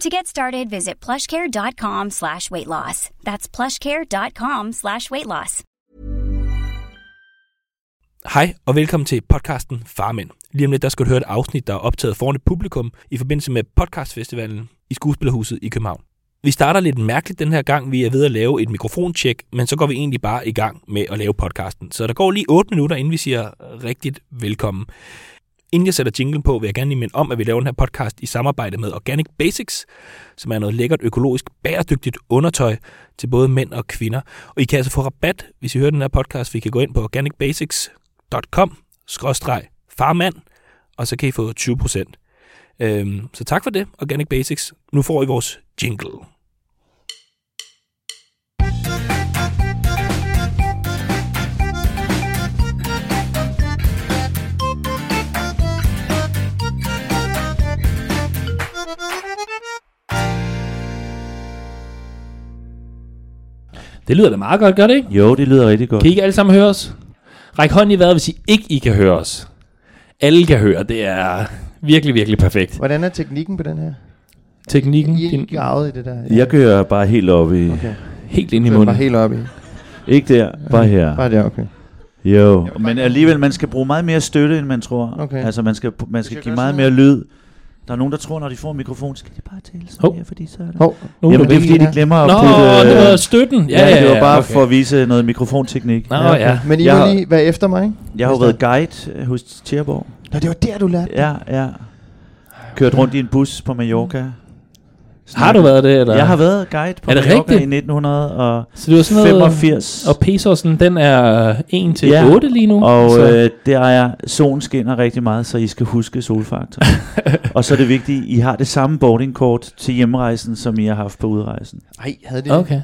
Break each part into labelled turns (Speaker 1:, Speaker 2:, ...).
Speaker 1: To get started, visit plushcare.com slash weight loss. That's plushcare.com slash weight loss.
Speaker 2: Hej og velkommen til podcasten Farmænd. Lige om lidt, der skal du høre et afsnit, der er optaget foran et publikum i forbindelse med podcastfestivalen i Skuespillerhuset i København. Vi starter lidt mærkeligt den her gang. Vi er ved at lave et mikrofontjek, men så går vi egentlig bare i gang med at lave podcasten. Så der går lige 8 minutter, inden vi siger rigtigt velkommen. Inden jeg sætter jinglen på, vil jeg gerne lige minde om, at vi laver den her podcast i samarbejde med Organic Basics, som er noget lækkert økologisk bæredygtigt undertøj til både mænd og kvinder. Og I kan altså få rabat, hvis I hører den her podcast. Vi kan gå ind på organicbasics.com-farmand, og så kan I få 20%. Øhm, så tak for det, Organic Basics. Nu får I vores jingle.
Speaker 3: Det lyder da meget godt, gør det ikke?
Speaker 4: Jo, det lyder rigtig godt.
Speaker 3: Kan I ikke alle sammen høre os? Ræk hånden i vejret, hvis I ikke I kan høre os. Alle kan høre, det er virkelig, virkelig perfekt.
Speaker 5: Hvordan er teknikken på den her?
Speaker 3: Teknikken,
Speaker 5: I er
Speaker 3: din,
Speaker 5: ikke gravet i det der.
Speaker 4: Jeg kører bare helt op i.
Speaker 5: Okay.
Speaker 3: helt ind i
Speaker 5: Det var
Speaker 3: munden.
Speaker 5: helt op i.
Speaker 4: Ikke der, bare her.
Speaker 5: Bare der, okay.
Speaker 4: Jo. Men alligevel, man skal bruge meget mere støtte, end man tror.
Speaker 5: Okay.
Speaker 4: Altså, man skal, man
Speaker 5: Hvis jeg
Speaker 4: skal
Speaker 5: gør
Speaker 4: give meget
Speaker 5: sådan
Speaker 4: mere lyd. Der er nogen, der tror, når de får en mikrofon, skal de bare tale sådan
Speaker 3: Hov.
Speaker 4: her, fordi så er der...
Speaker 5: Hov,
Speaker 3: Nu er
Speaker 4: Jamen,
Speaker 3: du
Speaker 4: det er
Speaker 5: væk.
Speaker 3: væk.
Speaker 4: fordi, de
Speaker 5: Ja.
Speaker 4: glemmer at
Speaker 3: Nå,
Speaker 4: putte...
Speaker 3: det
Speaker 4: øh,
Speaker 3: var støtten. Ja,
Speaker 4: Ja,
Speaker 3: ja, ja,
Speaker 4: det var bare
Speaker 3: okay.
Speaker 4: for at vise noget mikrofonteknik.
Speaker 3: Nå, ja.
Speaker 5: Men I
Speaker 4: Jeg
Speaker 5: må
Speaker 4: har-
Speaker 5: lige være efter mig, ikke?
Speaker 4: Jeg har jo
Speaker 5: Hvis
Speaker 4: været guide øh, hos Tjerborg.
Speaker 5: Nå, det var der, du lærte.
Speaker 4: Ja, ja. Kørt rundt i en bus på Mallorca.
Speaker 3: Har du været det, eller?
Speaker 4: Jeg har været guide på
Speaker 3: Er det
Speaker 4: Mallorca
Speaker 3: rigtigt?
Speaker 4: i 1985.
Speaker 3: Så det var sådan noget... Og pesosen, den er 1 til
Speaker 4: Ja.
Speaker 3: 8 lige nu.
Speaker 4: Og
Speaker 3: så.
Speaker 4: øh, der er, solen skinner rigtig meget, så I skal huske solfaktor. og så er det vigtigt, I har det samme boardingkort til hjemrejsen, som I har haft på udrejsen.
Speaker 5: Nej, havde, det,
Speaker 3: okay.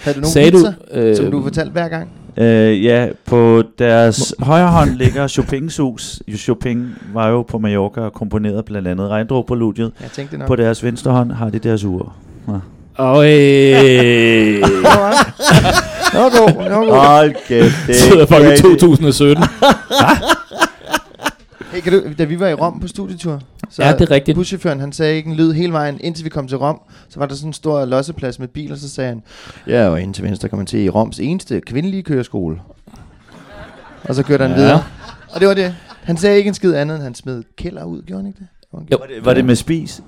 Speaker 5: havde du nogle
Speaker 3: Sagde du...
Speaker 5: vitser,
Speaker 3: Øh,
Speaker 5: som du fortalte hver gang?
Speaker 4: Øh, ja, på deres højre hånd ligger Chopin's hus. Jo, Chopin var jo på Mallorca og komponerede blandt andet Regndråberludiet.
Speaker 5: Jeg tænkte det nok.
Speaker 4: På deres venstre hånd har de deres ur.
Speaker 3: og, øh,
Speaker 5: Nå, god, nå, god.
Speaker 4: Hold kæft,
Speaker 3: det er fucking 2017.
Speaker 4: Ah,
Speaker 5: Hey, kan du, da vi var i Rom på studietur, så
Speaker 3: Ja, det er rigtigt.
Speaker 5: buschaufføren, han sagde ikke en lyd hele vejen, indtil vi kom til Rom. Så var der sådan en stor losseplads med biler, så sagde han, ja, og ind til venstre kommer man til i Roms eneste kvindelige køreskole. Og så kørte han
Speaker 3: Ja.
Speaker 5: videre. Og det var det. Han sagde ikke en skid andet, end han smed kælder ud, gjorde han ikke det? Jo.
Speaker 3: Jo.
Speaker 4: Var det, var det med Spis?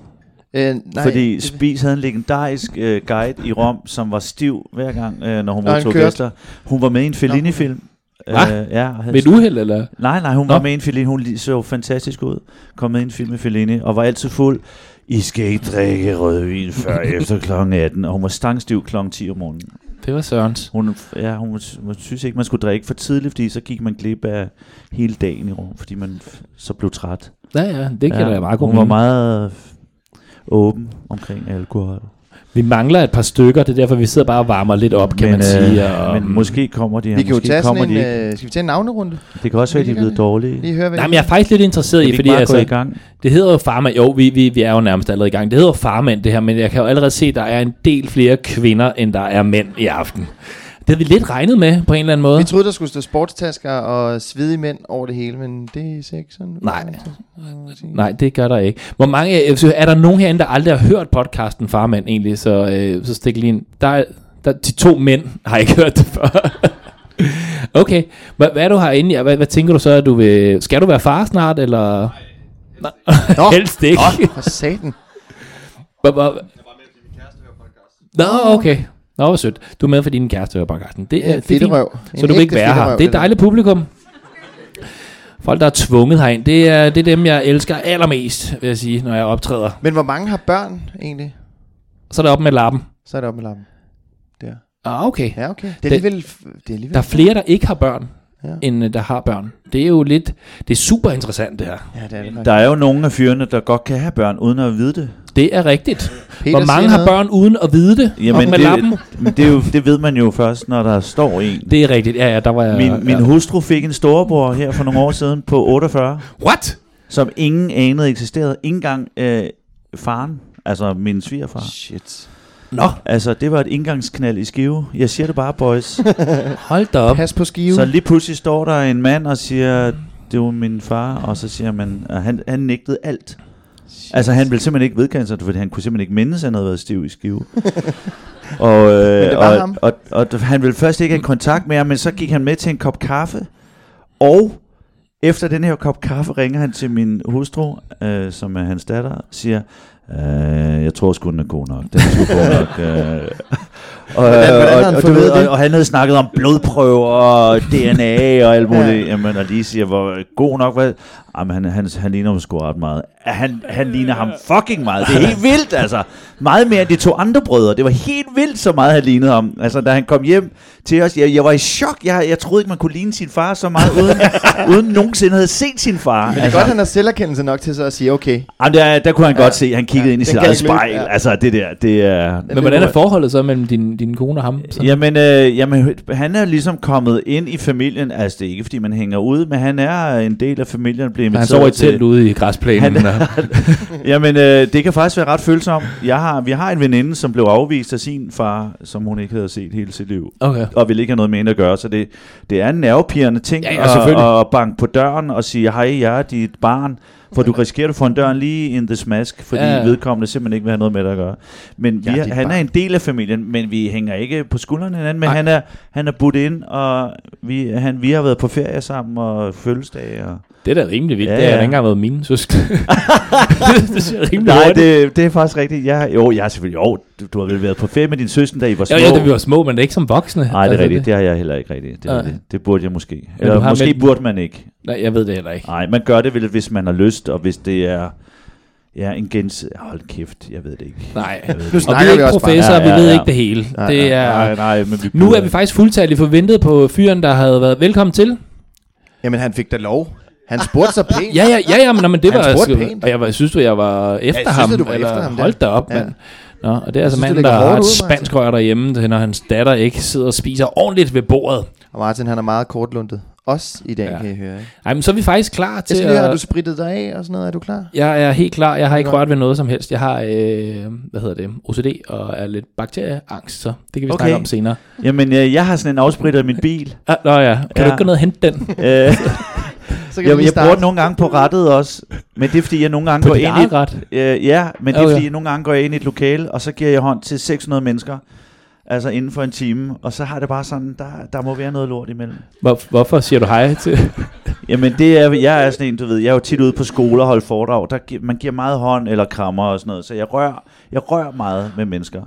Speaker 5: Øh, nej,
Speaker 4: Fordi
Speaker 5: det-
Speaker 4: Spis havde en legendarisk øh, guide i Rom, som var stiv hver gang, øh, når hun
Speaker 5: Når han
Speaker 4: modtog
Speaker 5: kørte.
Speaker 4: gæster. Hun var med i en Fellini-film.
Speaker 3: Hva?
Speaker 4: Øh, ja, og havde-
Speaker 3: Ved et uheld, eller?
Speaker 4: Nej, nej, hun Nå.
Speaker 3: Nå.
Speaker 4: var med i en Fellini. Hun li- så fantastisk ud. Kom med i en film med Fellini, og var altid fuld. I skal ikke drikke rødvin før efter kl. 18, og hun var stangstiv kl. 10 om morgenen.
Speaker 3: Det var Sørens.
Speaker 4: Hun, ja, hun, hun synes ikke, man skulle drikke for tidligt, fordi så gik man glip af hele dagen i Rom, fordi man f- så blev træt.
Speaker 3: Ja, ja, det kan ja, da meget god
Speaker 4: Hun var
Speaker 3: mening.
Speaker 4: meget øh, åben omkring alkohol.
Speaker 3: Vi mangler et par stykker, det er derfor, vi sidder bare og varmer lidt op, kan
Speaker 4: men, øh,
Speaker 3: man sige. Og,
Speaker 4: men måske kommer de, og
Speaker 5: Vi kan jo
Speaker 4: måske
Speaker 5: tage
Speaker 4: kommer
Speaker 5: sådan en,
Speaker 4: de ikke.
Speaker 5: øh, skal vi tage en navnerunde?
Speaker 4: Det kan også være, de er blevet dårlige.
Speaker 5: Lige høre, hvad
Speaker 3: Nej,
Speaker 5: det
Speaker 3: men jeg er faktisk lidt interesseret
Speaker 4: Kan vi
Speaker 3: i,
Speaker 4: ikke
Speaker 3: fordi
Speaker 4: bare
Speaker 3: altså,
Speaker 4: gå i gang?
Speaker 3: det hedder jo farmand. Jo, vi, vi, vi er jo nærmest allerede i gang. Det hedder jo farmand, det her, men jeg kan jo allerede se, at der er en del flere kvinder, end der er mænd i aften. Det havde vi lidt regnet med, på en eller anden måde.
Speaker 5: Vi troede, der skulle stå sportstasker og svedige mænd over det hele, men det ser ikke sådan ud.
Speaker 3: Nej.
Speaker 5: altså. Jeg må sige.
Speaker 3: Nej, det gør der ikke. Hvor mange, øh, så er der nogen herinde, der aldrig har hørt podcasten Farmand egentlig, så, øh, så stik lige en. Der er, der, de to mænd har ikke hørt det før. okay, hvad, hvad er du herinde? i? Hvad, hvad tænker du så, at du vil... Skal du være far snart, eller... Nej,
Speaker 5: Nå.
Speaker 3: helst ikke.
Speaker 5: For satan.
Speaker 3: Hvor- hvor- Nå, okay. Nå, hvor sødt. Du er med for din kæreste, og podcasten. Det,
Speaker 5: Ja,
Speaker 3: ja, det er fint.
Speaker 5: fedterøv. En
Speaker 3: Så du vil ikke
Speaker 5: ægte
Speaker 3: være her.
Speaker 5: fedterøv,
Speaker 3: Det er
Speaker 5: det
Speaker 3: et
Speaker 5: der.
Speaker 3: dejligt publikum. Folk, der er tvunget herind, det er, det er dem, jeg elsker allermest, vil jeg sige, når jeg optræder.
Speaker 5: Men hvor mange har børn egentlig?
Speaker 3: Så er der op med lappen.
Speaker 5: Så er det op med lappen. Der.
Speaker 3: Ah, okay.
Speaker 5: Ja, okay. Det er
Speaker 3: Det-
Speaker 5: alligevel... Det er alligevel
Speaker 3: Der er flere, der ikke har børn,
Speaker 5: Ja.
Speaker 3: ja. end øh, der har børn. Det er jo lidt... Det er super interessant, det her.
Speaker 5: ja, det er det
Speaker 4: Der er jo nogle af fyrene, der godt kan have børn, uden at vide det.
Speaker 3: Det er rigtigt.
Speaker 5: Peter
Speaker 3: Hvor mange
Speaker 5: siger
Speaker 3: har
Speaker 5: noget.
Speaker 3: børn uden at vide det? Jamen, op med det, lappen?
Speaker 4: det, men det, er jo, det ved man jo først, når der står en.
Speaker 3: Det er rigtigt. Ja, ja, der var jeg...
Speaker 4: Min, min
Speaker 3: ja.
Speaker 4: hustru fik en storebror her for nogle år siden på 48,
Speaker 3: What?
Speaker 4: som ingen anede eksisterede. Ikke engang øh, faren, altså min svigerfar.
Speaker 5: Shit.
Speaker 3: Nå,
Speaker 4: Altså, det var et indgangsknald i skive. Jeg siger det bare, boys.
Speaker 3: hold da op.
Speaker 5: Pas på skiven.
Speaker 4: Så lige pludselig står der en mand og siger, det var min far, og så siger man, og han, han nægtede alt. Altså han ville simpelthen ikke vedkende sig, fordi han kunne simpelthen ikke mindes, at han havde været stiv i skive. og, øh,
Speaker 5: det var
Speaker 4: og,
Speaker 5: ham.
Speaker 4: og, og, og han ville først ikke have kontakt med ham, men så gik han med til en kop kaffe, og efter den her kop kaffe ringer han til min hustru, øh, som er hans datter, siger, øh, jeg tror sgu, den er god nok. Den er sgu god nok. Øh. Og,
Speaker 5: hvordan har
Speaker 4: og,
Speaker 5: han
Speaker 4: og, du
Speaker 5: fået
Speaker 4: ved,
Speaker 5: ved det?
Speaker 4: og, og han havde snakket om blodprøver og DNA og alt muligt. ja. Jamen, og lige siger, hvor god nok, hvad? Jamen, han, han, han ligner ham sgu ret meget. Han, han ligner ham fucking meget. Det er helt vildt, altså. Meget mere end de to andre brødre. Det var helt vildt, så meget han lignede ham. Altså, da han kom hjem til os, jeg, jeg var i chok. Jeg, jeg troede ikke, man kunne ligne sin far så meget, uden, uden nogensinde havde set sin far. Altså,
Speaker 5: Men
Speaker 3: altså-
Speaker 5: det er godt, han har selverkendelse nok til så at sige, okay,
Speaker 4: Jamen, der, der kunne han godt se, at han kiggede ja, ind i
Speaker 5: den
Speaker 4: sit
Speaker 5: kan
Speaker 4: eget
Speaker 5: ikke løbe,
Speaker 4: spejl.
Speaker 5: ja.
Speaker 4: Altså, det der, det er...
Speaker 3: Men hvordan er forholdet så mellem din, din kone og ham? Sådan?
Speaker 4: Jamen, øh, jamen, han er ligesom kommet ind i familien. Altså, det er ikke, fordi man hænger ud, men han er en del af familien. Bliver
Speaker 3: han
Speaker 4: inviteret
Speaker 3: sover i et
Speaker 4: til-
Speaker 3: telt ude i græsplænen. Han,
Speaker 4: Jamen, øh, det kan faktisk være ret følsomt. Jeg har, vi har en veninde, som blev afvist af sin far, som hun ikke havde set hele sit liv.
Speaker 3: okay.
Speaker 4: Og ville ikke have noget med hende at gøre. Så det, det er en nervepirrende ting
Speaker 3: Ja, ja, selvfølgelig.
Speaker 4: at, at banke på døren og sige, hej, jeg er dit barn. For du risikerer, at du får en dør lige in the smask, fordi
Speaker 3: Ja,
Speaker 4: ja.
Speaker 3: ja.
Speaker 4: vedkommende simpelthen ikke vil have noget med dig at gøre. Men vi,
Speaker 5: Jeg er
Speaker 4: er-
Speaker 5: dit
Speaker 4: han er
Speaker 5: barn.
Speaker 4: en del af familien, men vi hænger ikke på skuldrene hinanden, men
Speaker 3: Nej.
Speaker 4: han er, han er budt ind, og vi, han, vi har været på ferie sammen og fødselsdag. Og...
Speaker 3: Det er da rimelig vildt.
Speaker 4: Ja,
Speaker 3: Ja, det har
Speaker 4: ja.
Speaker 3: da ikke engang været mine søskende. det synes jeg er rimelig
Speaker 4: Nej,
Speaker 3: hurtigt.
Speaker 4: det, det er faktisk rigtigt. Jeg, jo, jeg har selvfølgelig... Jo, du, du har vel været på ferie med din søster, da I var små?
Speaker 3: Jo, jo, da vi var små, men det er ikke som voksne.
Speaker 4: Nej, det er
Speaker 3: Altså,
Speaker 4: rigtigt. Det har jeg heller ikke rigtigt. Det, er
Speaker 3: Nej.
Speaker 4: rigtigt. det burde jeg måske.
Speaker 3: du
Speaker 4: Eller
Speaker 3: har
Speaker 4: måske
Speaker 3: meldt-
Speaker 4: burde man ikke.
Speaker 3: Nej, jeg ved det heller ikke.
Speaker 4: Nej, man gør det vel, hvis man har lyst, og hvis det er ja, en gens... Hold kæft, jeg ved det ikke.
Speaker 3: Nej.
Speaker 4: Jeg ved det
Speaker 5: Nu
Speaker 4: ikke.
Speaker 3: Og
Speaker 5: snakker
Speaker 3: vi
Speaker 5: vi
Speaker 3: er ikke
Speaker 5: også bare.
Speaker 3: professorer,
Speaker 4: Ja,
Speaker 3: vi
Speaker 4: ja,
Speaker 3: ved
Speaker 4: ja.
Speaker 3: ikke det hele.
Speaker 5: Nej,
Speaker 3: Det
Speaker 4: Nej,
Speaker 3: er...
Speaker 4: nej, men vi
Speaker 3: Nu er vi faktisk fuldtallige forventet på fyren, der havde været velkommen til.
Speaker 5: jamen han fik da lov. Han spurgte så pænt.
Speaker 3: Ja, ja, ja, ja men, nå, men det
Speaker 5: Han
Speaker 3: var...
Speaker 5: spurgte pænt.
Speaker 3: og jeg var, synes du, jeg var efter
Speaker 5: synes,
Speaker 3: ham?
Speaker 5: at du var efter
Speaker 3: eller-
Speaker 5: ham, ja.
Speaker 3: Hold da op,
Speaker 5: Ja.
Speaker 3: ja. mand. Nå, og det er altså
Speaker 5: synes, det
Speaker 3: manden,
Speaker 5: ligger
Speaker 3: der har
Speaker 5: hårdt
Speaker 3: et
Speaker 5: ud, Martin.
Speaker 3: spansk rør derhjemme, til når hans datter ikke sidder og spiser ordentligt ved bordet.
Speaker 5: Og Martin, han er meget kortlundet. Også i dag, ja.
Speaker 3: Ja.
Speaker 5: kan jeg høre. Ikke?
Speaker 3: Ej, men så er vi faktisk klar
Speaker 5: Jeg
Speaker 3: til
Speaker 5: skal lige,
Speaker 3: at...
Speaker 5: har du spritet dig af og sådan noget? Er du klar?
Speaker 3: Jeg er helt klar. Jeg har ikke
Speaker 5: Godt.
Speaker 3: rørt ved noget som helst. Jeg har, øh, hvad hedder det, OCD og er lidt bakterieangst, så det kan vi okay.
Speaker 4: Okay.
Speaker 3: snakke om senere.
Speaker 4: Jamen, øh, jeg, jeg har sådan en afspritter i min bil.
Speaker 3: Ah, nå ja, kan ja.
Speaker 4: Ja.
Speaker 3: du ikke gå ned og hente den?
Speaker 4: Øh, jeg,
Speaker 5: Så kan du
Speaker 4: jeg,
Speaker 5: lige
Speaker 4: jeg bruger
Speaker 5: starte.
Speaker 4: den nogle gange på rettet også, men det er, fordi jeg nogle gange
Speaker 3: På
Speaker 4: går
Speaker 3: dit
Speaker 4: ind i...
Speaker 3: eget ret.
Speaker 4: Øh, ja, men det er,
Speaker 3: Okay.
Speaker 4: fordi jeg nogle gange går jeg ind i et lokale, og så giver jeg hånd til 600 mennesker, altså inden for en time, og så har det bare sådan, der, der må være noget lort imellem.
Speaker 3: Hvor, hvorfor siger du hej til?
Speaker 4: Jamen det er, jeg er sådan en, du ved, jeg er jo tit ude på skoler og holde foredrag, der, gi- man giver meget hånd eller krammer og sådan noget, så jeg rører, jeg rører meget med mennesker.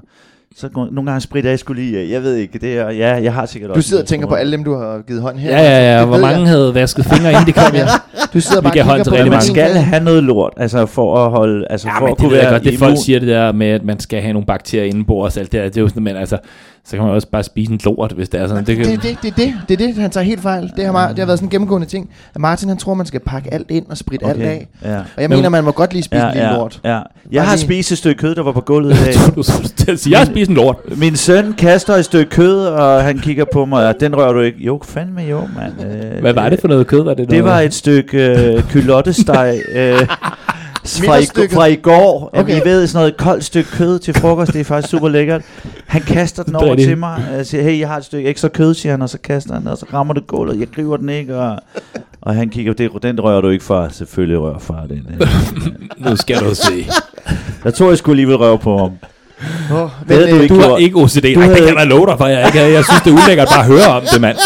Speaker 4: Så gå- nogle gange spritter jeg skulle lige, af. jeg ved ikke, det er, ja, jeg har sikkert
Speaker 5: Du
Speaker 4: også
Speaker 5: sidder og
Speaker 4: noget
Speaker 5: tænker på
Speaker 4: corona.
Speaker 5: alle dem, du har givet hånd her.
Speaker 3: Ja, ja, ja.
Speaker 5: Det
Speaker 3: Hvor
Speaker 5: ved
Speaker 3: mange
Speaker 5: jeg.
Speaker 3: havde vasket fingre, inden de kom hjem?
Speaker 5: Du sidder
Speaker 3: Vi
Speaker 5: bare
Speaker 3: kan
Speaker 5: og kigger
Speaker 3: holde til
Speaker 5: på
Speaker 4: Men
Speaker 3: rigtig
Speaker 4: man
Speaker 5: dem.
Speaker 3: mange.
Speaker 4: skal have noget lort, altså for at holde, altså for
Speaker 3: Ja, men
Speaker 4: at
Speaker 3: det
Speaker 4: kunne
Speaker 3: ved jeg
Speaker 4: være
Speaker 3: godt, det
Speaker 4: immun.
Speaker 3: folk siger det der med, at man skal have nogle bakterier indenbords og alt det der. Det er jo sådan, men altså, så kan man også bare spise en lort, hvis det er sådan. Det kan,
Speaker 5: Det, er det, det, er det, det er det, han tager helt fejl. Det har, Mar- det har været sådan en gennemgående ting. At Martin, han tror, man skal pakke alt ind og spritte okay. alt af.
Speaker 4: Ja.
Speaker 5: Og jeg
Speaker 3: Men-
Speaker 5: mener, man må godt lige spise ja,
Speaker 4: Ja,
Speaker 5: lidt
Speaker 4: ja,
Speaker 5: lort.
Speaker 4: ja. Jeg har
Speaker 5: lige-
Speaker 4: spist et stykke kød, der var på gulvet i dag.
Speaker 3: du skulle til at sige, jeg spiser en lort.
Speaker 4: Min søn kaster et stykke kød, og han kigger på mig, og den rører du ikke. Jo, fandme jo, mand. Øh,
Speaker 3: Hvad var det for noget kød? Var det,
Speaker 4: Det
Speaker 3: noget?
Speaker 4: var et stykke øh, kylottesteg øh, fra, i,
Speaker 5: Middagsstykket.
Speaker 4: fra i går.
Speaker 5: Okay.
Speaker 4: Okay. I ved, sådan noget koldt stykke kød til frokost, det er faktisk super lækkert. Han kaster den
Speaker 3: Det er
Speaker 4: over
Speaker 3: det.
Speaker 4: til mig og siger, hey, jeg har et stykke ekstra kød, siger han, og så kaster han, og så rammer det gulvet, jeg griber den ikke, og, og han kigger, det, den rører du ikke fra, selvfølgelig rører far den. øh."
Speaker 3: Nu skal du se.
Speaker 4: Jeg tror, jeg skulle alligevel røre på ham.
Speaker 5: Oh,
Speaker 4: Det havde du ikke
Speaker 3: Du har
Speaker 4: gjort.
Speaker 3: ikke OCD.
Speaker 4: Du
Speaker 3: Ej, det
Speaker 4: havde-
Speaker 3: kan jeg da love dig for, jeg ikke havde. Jeg synes, det er ulækkert bare at høre om det, mand.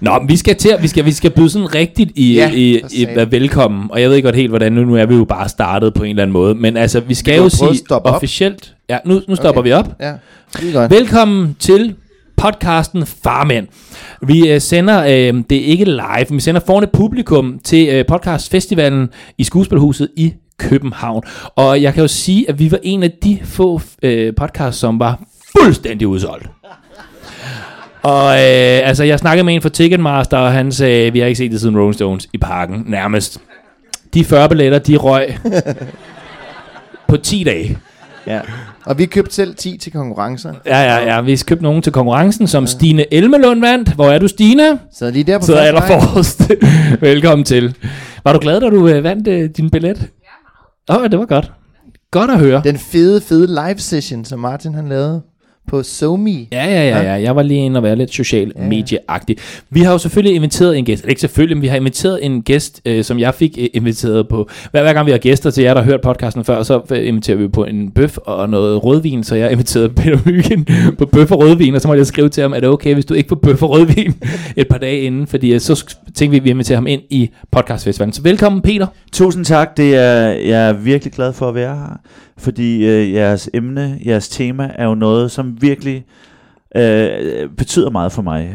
Speaker 3: Nå, men vi skal til, at- vi skal, vi skal byde sådan rigtigt i, ja,
Speaker 5: Ja,
Speaker 3: i,
Speaker 5: for
Speaker 3: i,
Speaker 5: satan.
Speaker 3: i velkommen. Og jeg ved ikke godt helt, hvordan nu, nu er vi jo bare startet på en eller anden måde. Men altså, vi skal
Speaker 5: kan jo
Speaker 3: jo
Speaker 5: prøve at
Speaker 3: sige
Speaker 5: stoppe op.
Speaker 3: officielt. Ja, nu, nu stopper
Speaker 5: Okay.
Speaker 3: vi op.
Speaker 5: Ja, det er godt.
Speaker 3: Velkommen til podcasten Farmænd. Vi øh, sender, øh, det er ikke live, men vi sender foran et publikum til øh, podcastfestivalen i Skuespilhuset i København. Og jeg kan jo sige, at vi var en af de få øh, podcasts, som var fuldstændig udsolgt. Og øh, altså, jeg snakkede med en fra Ticketmaster, og han sagde, vi har ikke set det siden Rolling Stones i parken, nærmest. De 40 billetter, de røg på 10 dage.
Speaker 5: Ja. Og vi købte selv 10 til konkurrencer.
Speaker 3: Ja, ja, ja. Vi købte nogen til konkurrencen, som Stine Elmelund vandt. Hvor er du, Stine?
Speaker 5: Så lige der på
Speaker 3: Sidder
Speaker 5: første
Speaker 3: aller
Speaker 5: række.
Speaker 3: forrest. Velkommen til. Var du glad, da du øh, vandt øh, din billet? Ja, meget. Åh, oh, det var godt. Godt at høre.
Speaker 5: Den fede, fede live session, som Martin han lavede på SoMe.
Speaker 3: Ja, ja, ja, ja. Jeg var lige inde og være lidt social ja. medieagtig. Vi har jo selvfølgelig inviteret en gæst. Eller ikke selvfølgelig, men vi har inviteret en gæst, øh, som jeg fik øh, inviteret på. Hver, hver gang vi har gæster til jer, der har hørt podcasten før, så øh, inviterer vi på en bøf og noget rødvin. Så jeg inviterede Peter Myggen på bøf og rødvin, og så måtte jeg skrive til ham, er det okay, hvis du ikke får bøf og rødvin et par dage inden? Fordi øh, så sk- tænkte vi, at vi inviterer ham ind i podcastfestivalen. Så velkommen, Peter.
Speaker 4: Tusind tak, det er, jeg er virkelig glad for at være her, fordi øh, jeres emne, jeres tema er jo noget, som virkelig øh, betyder meget for mig,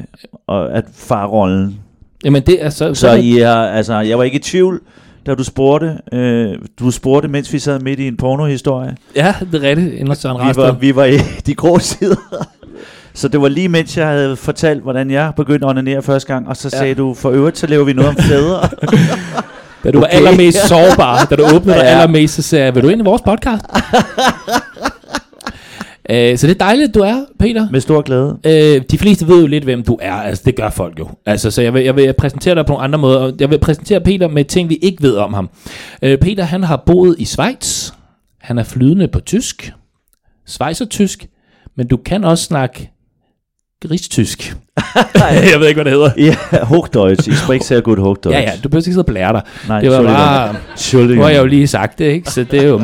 Speaker 4: og at farrollen.
Speaker 3: Jamen det er så...
Speaker 4: Så I er, altså, jeg var ikke i tvivl, da du spurgte, øh, du spurgte, mens vi sad midt i en pornohistorie.
Speaker 3: Ja, det er rigtigt. Inden Søren
Speaker 4: Vi
Speaker 3: Rasted.
Speaker 4: var, vi var i de grå sider. Så det var lige mens jeg havde fortalt, hvordan jeg begyndte at onanere første gang, og så
Speaker 3: Ja.
Speaker 4: sagde du, for øvrigt, så laver vi noget om fædre.
Speaker 3: Da du okay. var
Speaker 4: Okay.
Speaker 3: allermest sårbar, da du åbnede dig
Speaker 4: Ja.
Speaker 3: allermest, så sagde jeg, vil du ind i vores podcast? øh, så det er dejligt, at du er, Peter.
Speaker 4: Med stor glæde.
Speaker 3: Øh, de fleste ved jo lidt, hvem du er. Altså, det gør folk jo. Altså, så jeg vil, jeg vil præsentere dig på nogle andre måder. Og Jeg vil præsentere Peter med ting, vi ikke ved om ham. Øh, Peter, han har boet i Schweiz. Han er flydende på tysk. Schweizertysk. Men du kan også snakke gristysk. jeg ved ikke, hvad det hedder.
Speaker 4: Ja, Hochdeutsch. Ich spreche sehr gut Hochdeutsch.
Speaker 3: Ja, ja, du behøver ikke sidde og blære dig.
Speaker 4: Nej,
Speaker 3: det var
Speaker 4: Entschuldigung.
Speaker 3: bare... Nu
Speaker 4: Entschuldigung.
Speaker 3: har jeg jo lige sagt det, ikke? Så det er jo...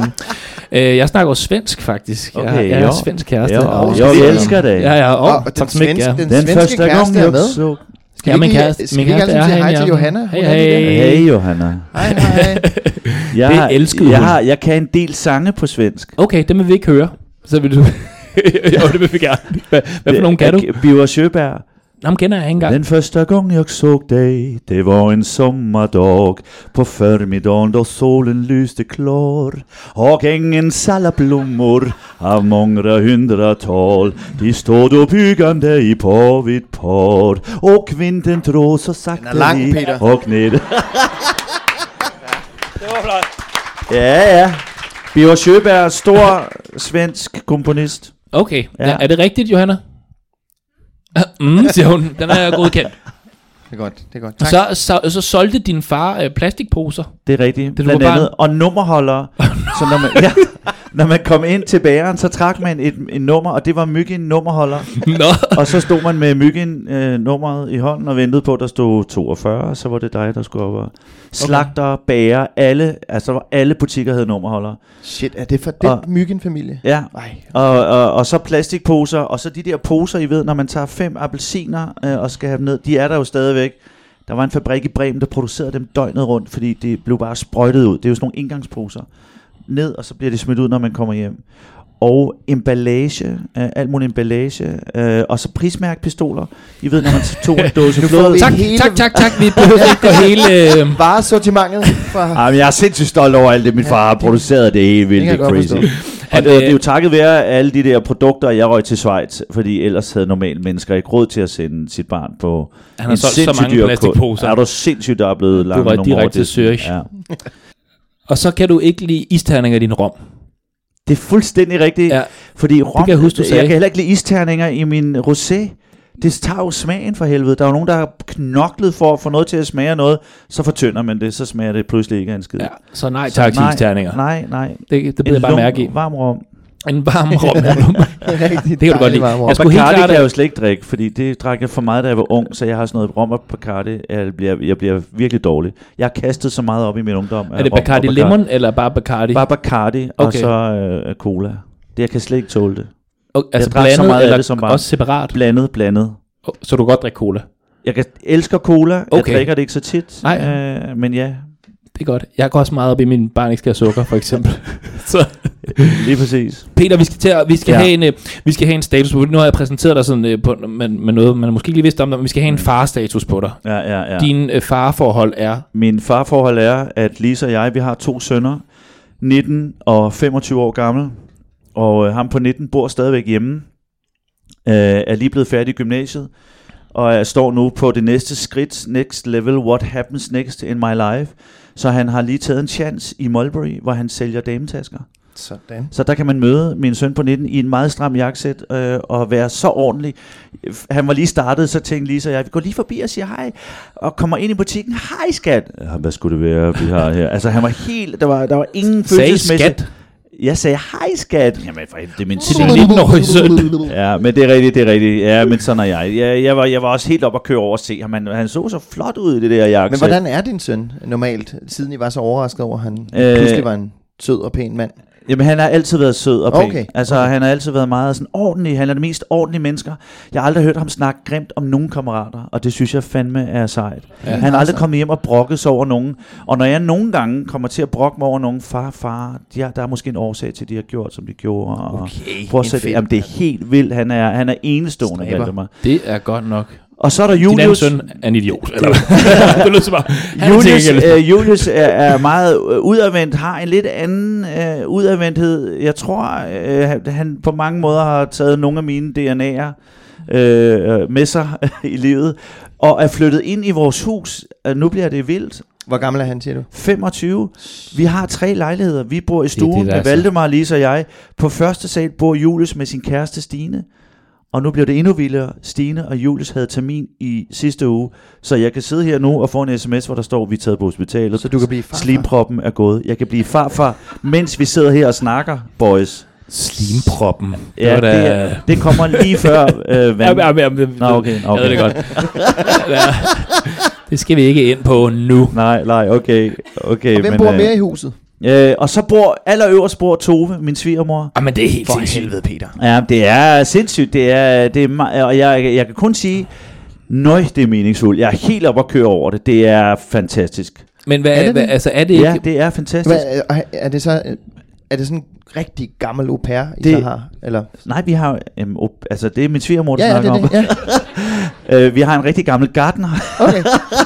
Speaker 3: øh, jeg snakker jo svensk, faktisk. Jeg,
Speaker 4: Okay,
Speaker 3: jeg er
Speaker 4: jo.
Speaker 3: svensk kæreste.
Speaker 4: Jo,
Speaker 3: og-
Speaker 4: jo, vi elsker det.
Speaker 3: Ja, ja, og,
Speaker 5: Åh,
Speaker 3: oh,
Speaker 5: og den
Speaker 3: tak smidt,
Speaker 5: svenske,
Speaker 3: ja.
Speaker 4: Den
Speaker 5: den svenske
Speaker 4: første gang,
Speaker 5: kæreste er
Speaker 4: jeg
Speaker 5: med.
Speaker 4: så...
Speaker 5: Skal
Speaker 3: Ja,
Speaker 5: vi
Speaker 3: min
Speaker 5: ikke,
Speaker 3: kæreste-
Speaker 5: skal vi
Speaker 3: min
Speaker 5: ikke alle
Speaker 3: kæreste
Speaker 5: sammen sige hej
Speaker 3: er her i
Speaker 5: til
Speaker 3: aften.
Speaker 5: Johanna?
Speaker 3: Hej,
Speaker 5: Hun er lige
Speaker 3: hej.
Speaker 5: der.
Speaker 4: Hey, Johanna.
Speaker 5: Hej, hej.
Speaker 4: Jeg,
Speaker 3: Det elskede
Speaker 4: jeg,
Speaker 3: hun.
Speaker 4: har, jeg kan en del sange på svensk.
Speaker 3: Okay, det vil vi ikke høre. Så vil du... jo, det vil vi gerne. Hvad, hvad for nogen kan du?
Speaker 4: Biver Sjøberg.
Speaker 3: Nå, men kender jeg ikke engang.
Speaker 4: Den første gang jeg så dig, det var en sommerdag. På förmiddagen då solen lyste klar. Och ängens alla blommor av många hundratal. De stod då byggande i par vid par. Och vinden drog så sakta
Speaker 5: Den er lang,
Speaker 4: vid
Speaker 5: Peter.
Speaker 4: och ned. det var flot. Ja, ja. Biver Sjøberg, stor svensk komponist.
Speaker 3: Okay, ja.
Speaker 4: Ja.
Speaker 3: er det rigtigt, Johanna? Ah, Mm, siger hun. Den er jeg godkendt.
Speaker 5: Det er godt, det er godt. Tak.
Speaker 3: Så, så, så solgte din far øh, plastikposer.
Speaker 4: Det er rigtigt.
Speaker 3: Det
Speaker 4: Det
Speaker 3: var
Speaker 4: blandt
Speaker 3: bare-
Speaker 4: andet. Og nummerholder. så når man, ja, når man kom ind til bageren, så trak man et, et nummer, og det var Myggen nummerholder.
Speaker 3: Nå,
Speaker 4: og så stod man med Myggen øh, nummeret i hånden og ventede på, at der stod 42, og så var det dig, der skulle op og slagter, bager, alle, altså der var alle butikker havde nummerholder.
Speaker 5: Shit, er det for den
Speaker 4: Og-
Speaker 5: myggenfamilie?
Speaker 4: Ja.
Speaker 5: Ej,
Speaker 4: Og, og, og så plastikposer, og så de der poser, I ved, når man tager fem appelsiner øh, og skal have dem ned, de er der jo stadigvæk. Der var en fabrik i Bremen, der producerede dem døgnet rundt, fordi det blev bare sprøjtet ud. Det er jo sådan nogle indgangsposer. Ned, og så bliver det smidt ud, når man kommer hjem. Og emballage, øh, alt muligt emballage, øh, og så prismærkpistoler. I ved, når man tog en dåse
Speaker 5: Nu får
Speaker 4: fløde.
Speaker 5: vi-
Speaker 3: tak,
Speaker 5: Hele-
Speaker 3: tak, tak, tak. Vi behøver ikke gå hele... Øh,
Speaker 5: varesortimentet fra...
Speaker 4: Jamen, jeg er sindssygt stolt over alt det, min far har produceret. Det er helt vildt,
Speaker 5: Ah. Det
Speaker 4: det
Speaker 5: kan
Speaker 4: er
Speaker 5: jeg godt øh,
Speaker 4: crazy. Og det, det er jo takket være alle de der produkter, jeg røg til Schweiz, fordi ellers havde normalt mennesker ikke råd til at sende sit barn på
Speaker 3: Han har solgt så mange
Speaker 4: dyr kur-
Speaker 3: plastikposer.
Speaker 4: Er du sindssygt, der er blevet langt
Speaker 3: røg
Speaker 4: nogle
Speaker 3: direkte
Speaker 4: år
Speaker 3: til Zürich.
Speaker 4: Ja.
Speaker 3: og så kan du ikke lide isterninger i din rom.
Speaker 4: Det er fuldstændig rigtigt,
Speaker 3: Ja.
Speaker 4: ja. fordi rom,
Speaker 3: kan jeg huske, du sagde.
Speaker 4: jeg kan heller ikke lide isterninger i min rosé. Det tager jo smagen for helvede. Der er jo nogen, der har knoklet for at få noget til at smage af noget, så fortynder man det, så smager det pludselig ikke af en skid.
Speaker 3: Ja, så nej
Speaker 4: Så
Speaker 3: tak til
Speaker 4: nej,
Speaker 3: isterninger.
Speaker 4: Nej, nej.
Speaker 3: Det, det bliver jeg bare
Speaker 4: lung-
Speaker 3: mærke i.
Speaker 4: Varm rom.
Speaker 3: En varm rom.
Speaker 5: Rigtig
Speaker 3: Det kan du godt lide.
Speaker 5: dejlig varme
Speaker 3: Jeg
Speaker 5: rom.
Speaker 3: skulle helt
Speaker 4: Bacardi
Speaker 3: klart...
Speaker 4: kan jeg jo slet ikke drikke, fordi det drak jeg for meget, da jeg var ung, så jeg har sådan noget rom og Bacardi. Jeg bliver, jeg bliver virkelig dårlig. Jeg har kastet så meget op i min ungdom. af
Speaker 3: Er det
Speaker 4: rom og
Speaker 3: Bacardi Lemon, eller bare Bacardi?
Speaker 4: Bare Bacardi, og
Speaker 3: Okay.
Speaker 4: så øh, cola. Det, jeg kan slet ikke tåle det.
Speaker 3: Og, altså
Speaker 4: drak så
Speaker 3: blandet
Speaker 4: meget af
Speaker 3: eller
Speaker 4: det som barn.
Speaker 3: også separat?
Speaker 4: Blandet, blandet.
Speaker 3: Så du kan godt drikke cola?
Speaker 4: Jeg kan, elsker cola. Okay.
Speaker 3: Okay.
Speaker 4: Jeg drikker det ikke så tit.
Speaker 3: Nej.
Speaker 4: Øh, men ja,
Speaker 3: Det er godt. Jeg går også meget op i, at min barn ikke skal have sukker, for eksempel. så
Speaker 4: lige præcis.
Speaker 3: Peter, vi skal, til at, vi skal, ja.
Speaker 4: Ja.
Speaker 3: have en, øh, vi skal have en status på Nu har jeg præsenteret dig sådan, øh, på, med, med noget, man måske ikke lige vidste om dig, men vi skal have en farstatus på dig.
Speaker 4: Ja, ja, ja.
Speaker 3: Mm. Ja. Dine øh, farforhold er...
Speaker 4: Min farforhold er, at Lisa og jeg, vi har to sønner, 19 og 25 år gammel, og øh, ham på 19 bor stadigvæk hjemme, øh, er lige blevet færdig i gymnasiet, og jeg står nu på det næste skridt, next level, what happens next in my life. Så han har lige taget en chance i Mulberry, hvor han sælger dametasker.
Speaker 5: Sådan.
Speaker 4: Så der kan man møde min søn på 19 i en meget stram jakkesæt øh, og være så ordentlig. Han var lige startet, så tænkte Lisa og jeg, vi går lige forbi og siger hej, og kommer ind i butikken, hej skat. Ja, hvad skulle det være, vi har her? Altså han var helt, der var, der var ingen
Speaker 3: Sagde I
Speaker 4: følelsesmæssig...
Speaker 3: skat?
Speaker 4: Jeg sagde, hej skat. Jamen, for helvede, det er min
Speaker 3: Til din 19-årige søn.
Speaker 4: Ja, men det er rigtigt, det er rigtigt. Ja, men sådan er jeg. Jeg, jeg, var, jeg var også helt op at køre over og se ham. Han, han så så flot ud i det der jakkesæt.
Speaker 3: Altså-
Speaker 5: Men hvordan er din søn normalt, siden I var så overrasket over, at han øh,
Speaker 4: Øh,
Speaker 5: pludselig var en sød og pæn mand?
Speaker 4: Jamen han har altid været sød og pæn.
Speaker 5: Okay.
Speaker 4: Okay. Altså han har altid været meget sådan ordentlig. Han er det mest ordentlige mennesker. Jeg har aldrig hørt ham snakke grimt om nogen kammerater, og det synes jeg fandme er sejt. Ja, han har aldrig kommet hjem og brokket sig over nogen. Og når jeg nogle gange kommer til at brokke mig over nogen, far, far, de har, der er måske en årsag til, at de har gjort, som de gjorde. Og
Speaker 5: Okay,
Speaker 4: prøv
Speaker 5: en
Speaker 4: at sætte,
Speaker 5: fed
Speaker 4: jamen det er helt vildt. Han er, han er enestående,
Speaker 5: Stræber.
Speaker 4: Valdemar.
Speaker 3: Det er godt nok.
Speaker 4: Og så er der
Speaker 3: Din anden
Speaker 4: Julius.
Speaker 3: søn er en idiot. Eller? det lyder som om, han er til
Speaker 4: Julius,
Speaker 3: gengæld-
Speaker 4: øh, Julius er, er meget øh, udadvendt, har en lidt anden øh, udadvendthed. Jeg tror, øh, han- han på mange måder har taget nogle af mine DNA'er øh, øh, med sig i livet, og er flyttet ind i vores hus. Øh, Nu bliver det vildt.
Speaker 5: Hvor gammel er han, siger du?
Speaker 4: 25. Vi har tre lejligheder. Vi bor i
Speaker 3: det,
Speaker 4: stuen det,
Speaker 3: der
Speaker 4: det
Speaker 3: er
Speaker 4: med
Speaker 3: så-
Speaker 4: Valdemar, Lise og jeg. På første sal bor Julius med sin kæreste Stine. Og nu bliver det endnu vildere. Stine og Julius havde termin i sidste uge. Så jeg kan sidde her nu og få en sms, hvor der står, vi er taget på hospitalet.
Speaker 5: Så du kan blive farfar?
Speaker 4: Slimproppen er gået. Jeg kan blive farfar, mens vi sidder her og snakker, boys.
Speaker 3: Slimproppen.
Speaker 4: Ja, det,
Speaker 3: da-
Speaker 4: det, er, det kommer lige før øh,
Speaker 3: Ja,
Speaker 4: vand.
Speaker 3: ja, ja, ja,
Speaker 4: Nå, okay,
Speaker 3: Jeg ved
Speaker 4: okay.
Speaker 3: det godt. Ja. Det skal vi ikke ind på nu.
Speaker 4: Nej, nej, okay. okay
Speaker 5: Og hvem bor mere i huset?
Speaker 4: mere? Øh, og så bor, allerøverst bor Tove, min svigermor.
Speaker 3: Jamen, det er helt
Speaker 5: For
Speaker 3: sindssygt.
Speaker 5: helvede, Peter.
Speaker 4: Ja, det er sindssygt. Det er, det er, me- og jeg, jeg kan kun sige, nøj, det er meningsfuldt. Jeg er helt oppe at køre over det. Det er fantastisk.
Speaker 3: Men hvad,
Speaker 5: Er det
Speaker 3: hvad,
Speaker 5: det?
Speaker 3: altså, er det ikke...
Speaker 4: Ja, det er fantastisk.
Speaker 5: Hvad, er- er det så... Er det sådan en rigtig gammel au pair, I det,
Speaker 4: Det-
Speaker 5: så har? Eller?
Speaker 4: Nej, vi har... Øhm, op- altså, det er min svigermor, der
Speaker 5: Ja, ja, det
Speaker 4: snakker
Speaker 5: er
Speaker 4: om.
Speaker 5: det. Ja.
Speaker 4: Øh, vi har en rigtig gammel gartner,
Speaker 5: Okay.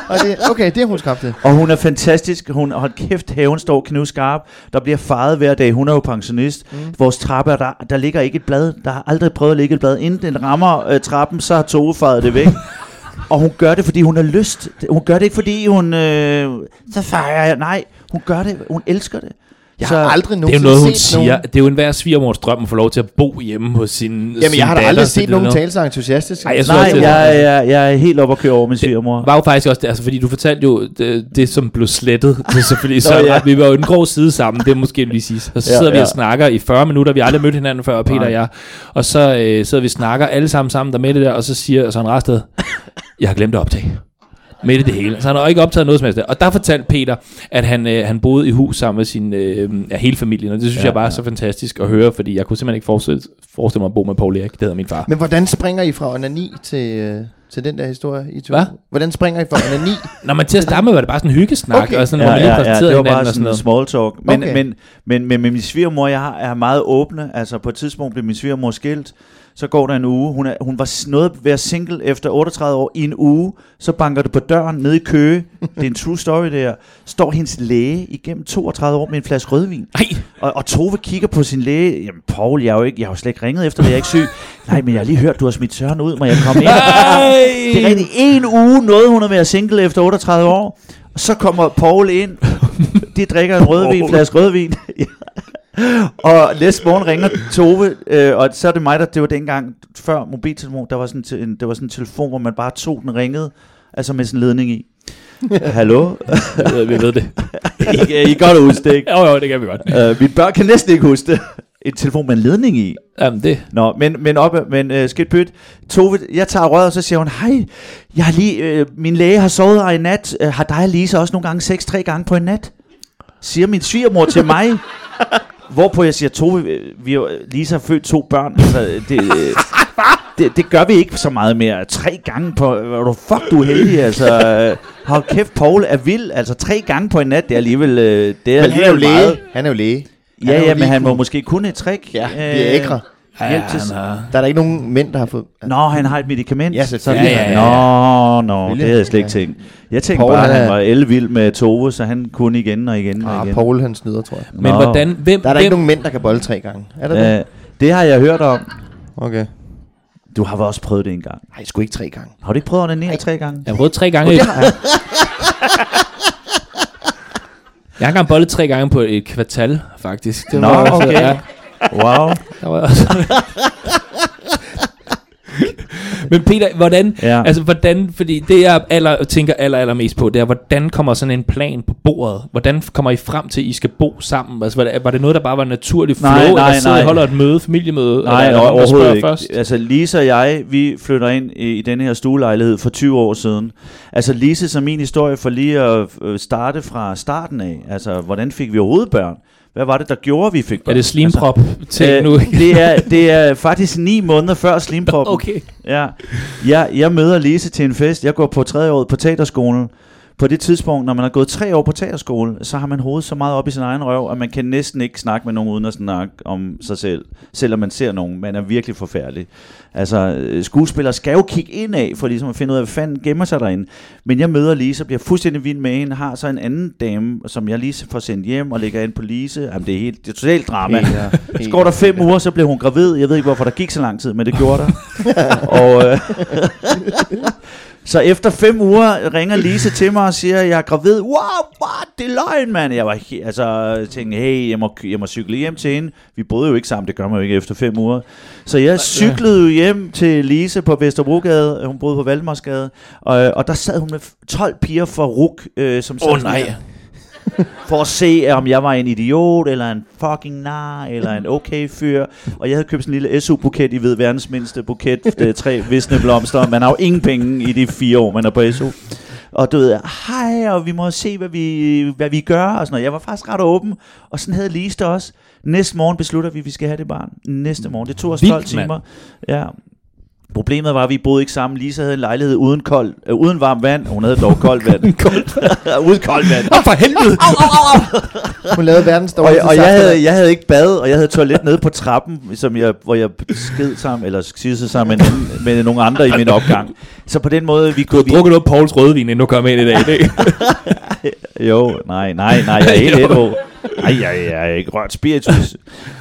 Speaker 5: Og det, okay, det er hun skabt det.
Speaker 4: og hun er fantastisk. Hun, hold kæft, haven står knivskarp. Der bliver faret hver dag. Hun er jo pensionist. Mm. Vores trappe, er der, der ligger ikke et blad. Der har aldrig prøvet at ligge et blad. Inden den rammer øh, trappen, så har Tove faret det væk. og hun gør det, fordi hun har lyst. Hun gør det ikke, fordi hun... Øh, så fejrer jeg. Nej, hun gør det. Hun elsker det.
Speaker 5: Jeg har aldrig
Speaker 3: Det er
Speaker 5: nogensinde
Speaker 3: jo noget, hun
Speaker 5: set
Speaker 3: siger.
Speaker 5: Nogen,
Speaker 3: Det er jo enhver svigermors drøm at få lov til at bo hjemme hos sin
Speaker 5: jamen,
Speaker 3: sin
Speaker 5: jeg har da
Speaker 3: datter,
Speaker 5: aldrig
Speaker 3: så
Speaker 5: set
Speaker 3: det
Speaker 5: nogen
Speaker 3: er noget-
Speaker 5: tale så entusiastisk.
Speaker 3: Ej, jeg synes
Speaker 4: Nej,
Speaker 3: også, det er-
Speaker 4: jeg, jeg, jeg er helt oppe at køre over min svigermor.
Speaker 3: var jo faktisk også det, altså fordi du fortalte jo det, det som blev slettet, det er selvfølgelig, så
Speaker 4: Nå, ja.
Speaker 3: ja. vi var jo i den grå side sammen, det måske lige sige. Og så
Speaker 4: Ja,
Speaker 3: sidder ja, vi
Speaker 4: ja.
Speaker 3: og snakker i 40 minutter, vi har aldrig mødt hinanden før, Peter og jeg, og så øh, sidder vi og snakker alle sammen sammen der med det der, og så siger Søren Rasted, jeg har glemt at optage. Midt i det hele. Så han har jo ikke optaget noget som helst. Og der fortalte Peter, at han, øh, han boede i hus sammen med sin, øh, ja, hele familien, og det synes ja, jeg bare er så fantastisk at høre, fordi jeg kunne simpelthen ikke forestille, forestille mig at bo med Paul Erik, det hedder min far.
Speaker 5: Men hvordan springer I fra onani til, øh, til den der historie, I to?
Speaker 3: Hvad?
Speaker 5: Hvordan springer I fra onani?
Speaker 3: Når man til at starte med, var det bare sådan en hyggesnak,
Speaker 5: Okay.
Speaker 3: og sådan, hvor man lige præsenterede
Speaker 4: det var
Speaker 3: hinanden
Speaker 4: bare
Speaker 3: og sådan noget.
Speaker 4: small talk. Men,
Speaker 5: Okay.
Speaker 4: okay. men, men, men, men min svigermor, jeg har, er meget åbne. Altså på et tidspunkt blev min svigermor skilt. Så går der en uge. Hun, er, hun var s- noget ved at være single efter 38 år i en uge. Så banker det på døren nede i Køge. Det er en true story der. Står hendes læge igennem 32 år med en flaske rødvin.
Speaker 3: Nej,
Speaker 4: Og, og Tove kigger på sin læge. Jamen, Paul, jeg, er jo ikke, jeg har jo slet ikke ringet efter dig, jeg er ikke syg. Nej, men jeg har lige hørt, du har smidt Søren ud, må jeg komme ind? det er rigtigt. En uge nåede hun at være single efter 38 år. Og så kommer Paul ind. De drikker en rødvin, flaske rødvin. Ja. og næste morgen ringer Tove, øh, og så er det mig, der, det var dengang, før mobiltelefon, der var sådan te- en, der var sådan en telefon, hvor man bare tog den ringede, altså med sådan en ledning i. Hallo?
Speaker 3: vi ved, vi ved det.
Speaker 4: I, I kan godt huske det, ikke?
Speaker 3: Jo, jo, det kan vi godt.
Speaker 4: Øh, mine børn kan næsten ikke huske det. En telefon med en ledning i.
Speaker 3: Jamen, det,
Speaker 4: Nå, men, men op, men øh, skidt pyt. Tove, jeg tager røret, og så siger hun, hej, jeg har lige, øh, min læge har sovet her i nat. Øh, har dig og Lisa også nogle gange sex tre gange på en nat? Siger min svigermor til mig. Hvorpå jeg siger, Tove, øh, vi, er jo- Lisa har født to børn. Altså, det, øh, det, det gør vi ikke så meget mere. Tre gange på... øh, Hvor du fuck, du er heldig, altså. Øh, Hold kæft, Paul er vild. Altså, tre gange på en nat, det er alligevel... øh, Det er
Speaker 5: Men han er jo
Speaker 4: alligevel
Speaker 5: læge.
Speaker 4: meget.
Speaker 5: Han er jo læge. Han er
Speaker 4: Ja,
Speaker 5: jo
Speaker 4: ja, men
Speaker 5: lige
Speaker 4: han må
Speaker 5: cool.
Speaker 4: måske kunne et trick.
Speaker 5: Ja, vi er ægre.
Speaker 4: Ja,
Speaker 3: Ja,
Speaker 4: hjælp til,
Speaker 3: han har-
Speaker 5: Der er der ikke nogen mænd, der har fået...
Speaker 4: Nå, han har et medicament.
Speaker 5: Ja, selvfølgelig.
Speaker 3: Ja, ja, ja.
Speaker 4: Nå, nå, det
Speaker 5: William.
Speaker 4: havde jeg slet ikke tænkt. Jeg tænkte
Speaker 5: Paul,
Speaker 4: bare, at
Speaker 5: han
Speaker 4: han
Speaker 5: er-
Speaker 4: var elvild med Tove, så han kunne igen og igen og
Speaker 5: Ah,
Speaker 4: igen.
Speaker 5: Paul han snyder, tror jeg.
Speaker 3: Men hvordan, hvem,
Speaker 5: Der er der
Speaker 3: hvem,
Speaker 5: ikke nogen mænd, der kan bolde tre gange. Er der det?
Speaker 4: Øh, det har jeg hørt om.
Speaker 5: Okay.
Speaker 4: Du har vel også prøvet det en gang.
Speaker 5: Nej, sgu ikke tre gange.
Speaker 4: Har du ikke prøvet at onanere tre gange?
Speaker 3: Jeg har prøvet tre gange. jeg har engang bollet tre gange på et kvartal, faktisk. Det
Speaker 4: Nå,
Speaker 3: også-
Speaker 4: okay.
Speaker 3: Ja,
Speaker 4: Wow.
Speaker 3: der var også. Men Peter, hvordan,
Speaker 4: Ja.
Speaker 3: ja. altså hvordan, fordi det jeg aller, tænker aller, aller mest på, det er, hvordan kommer sådan en plan på bordet? Hvordan kommer I frem til, at I skal bo sammen? Altså, var det, var det noget, der bare var naturligt flow,
Speaker 4: Nej, nej,
Speaker 3: eller sidder
Speaker 4: nej.
Speaker 3: I og holder et møde, familiemøde?
Speaker 4: Nej, eller,
Speaker 3: eller, eller
Speaker 4: overhovedet ikke. Først? Altså, Lise og jeg, vi flytter ind i, i denne her stuelejlighed for 20 år siden. Altså, Lise som min historie for lige at øh, starte fra starten af. Altså, hvordan fik vi overhovedet børn? Hvad var det, der gjorde, at vi fik børn?
Speaker 3: Er det slimprop til
Speaker 4: Øh,
Speaker 3: nu?
Speaker 4: det, er, det er faktisk ni måneder før slimproppen.
Speaker 3: okay.
Speaker 4: Ja. Jeg, jeg møder Lise til en fest. Jeg går på tredje året på teaterskolen. På det tidspunkt, når man har gået tre år på teaterskole, så har man hovedet så meget op i sin egen røv, at man kan næsten ikke snakke med nogen uden at snakke om sig selv. Selvom man ser nogen. Man er virkelig forfærdelig. Altså, øh, skuespillere skal jo kigge indad, for ligesom at finde ud af, hvad fanden gemmer sig derinde. Men jeg møder Lise og bliver fuldstændig vild med hende. Har så en anden dame, som jeg lige får sendt hjem og lægger ind på Lise. Jamen, det er helt det er totalt drama. Så går der fem uger, så blev hun gravid. Jeg ved ikke, hvorfor der gik så lang tid, men det gjorde der. og, øh, så efter fem uger ringer Lise til mig og siger, at jeg er gravid. Wow, what? Det er løgn, mand. Jeg var he- altså, tænkte, hey, jeg må, jeg må cykle hjem til hende. Vi boede jo ikke sammen, det gør man jo ikke efter fem uger. Så jeg cyklede jo hjem til Lise på Vesterbrogade. Hun boede på Valdemarsgade. Og, øh, og der sad hun med 12 piger fra RUK, øh, som sad
Speaker 3: Åh,
Speaker 4: sådan
Speaker 3: nej.
Speaker 4: her for at se, om jeg var en idiot, eller en fucking nar, eller en okay fyr. Og jeg havde købt sådan en lille SU-buket, I ved, verdens mindste buket, det er tre visne blomster. Man har jo ingen penge i de fire år, man er på SU. Og du ved, hej, og vi må se, hvad vi, hvad vi gør, og sådan noget. Jeg var faktisk ret åben, og sådan havde Lise det også. Næste morgen beslutter vi, at vi skal have det barn. Næste morgen. Det tog os
Speaker 3: Vildt,
Speaker 4: 12 timer.
Speaker 3: mand.
Speaker 4: Ja. Problemet var, at vi boede ikke sammen. Lisa havde en lejlighed uden, kold, øh, uden varmt vand. Hun havde dog koldt vand. koldt vand. uden koldt vand.
Speaker 3: Åh, for helvede!
Speaker 5: Hun lavede verdens
Speaker 4: Og,
Speaker 5: dårligste
Speaker 4: og jeg,
Speaker 5: saftevand.
Speaker 4: havde, jeg havde ikke bad, og jeg havde toilet nede på trappen, som jeg, hvor jeg sked sammen, eller skidse sammen med, en anden- med nogle andre i min opgang. Så på den måde, vi kunne...
Speaker 3: Du drukker noget Pauls rødvin, inden du kommer ind i dag. Det,
Speaker 4: Vi, jo, nej, nej, nej, jeg er ikke ædru. Nej, jeg, jeg er ikke rørt spiritus.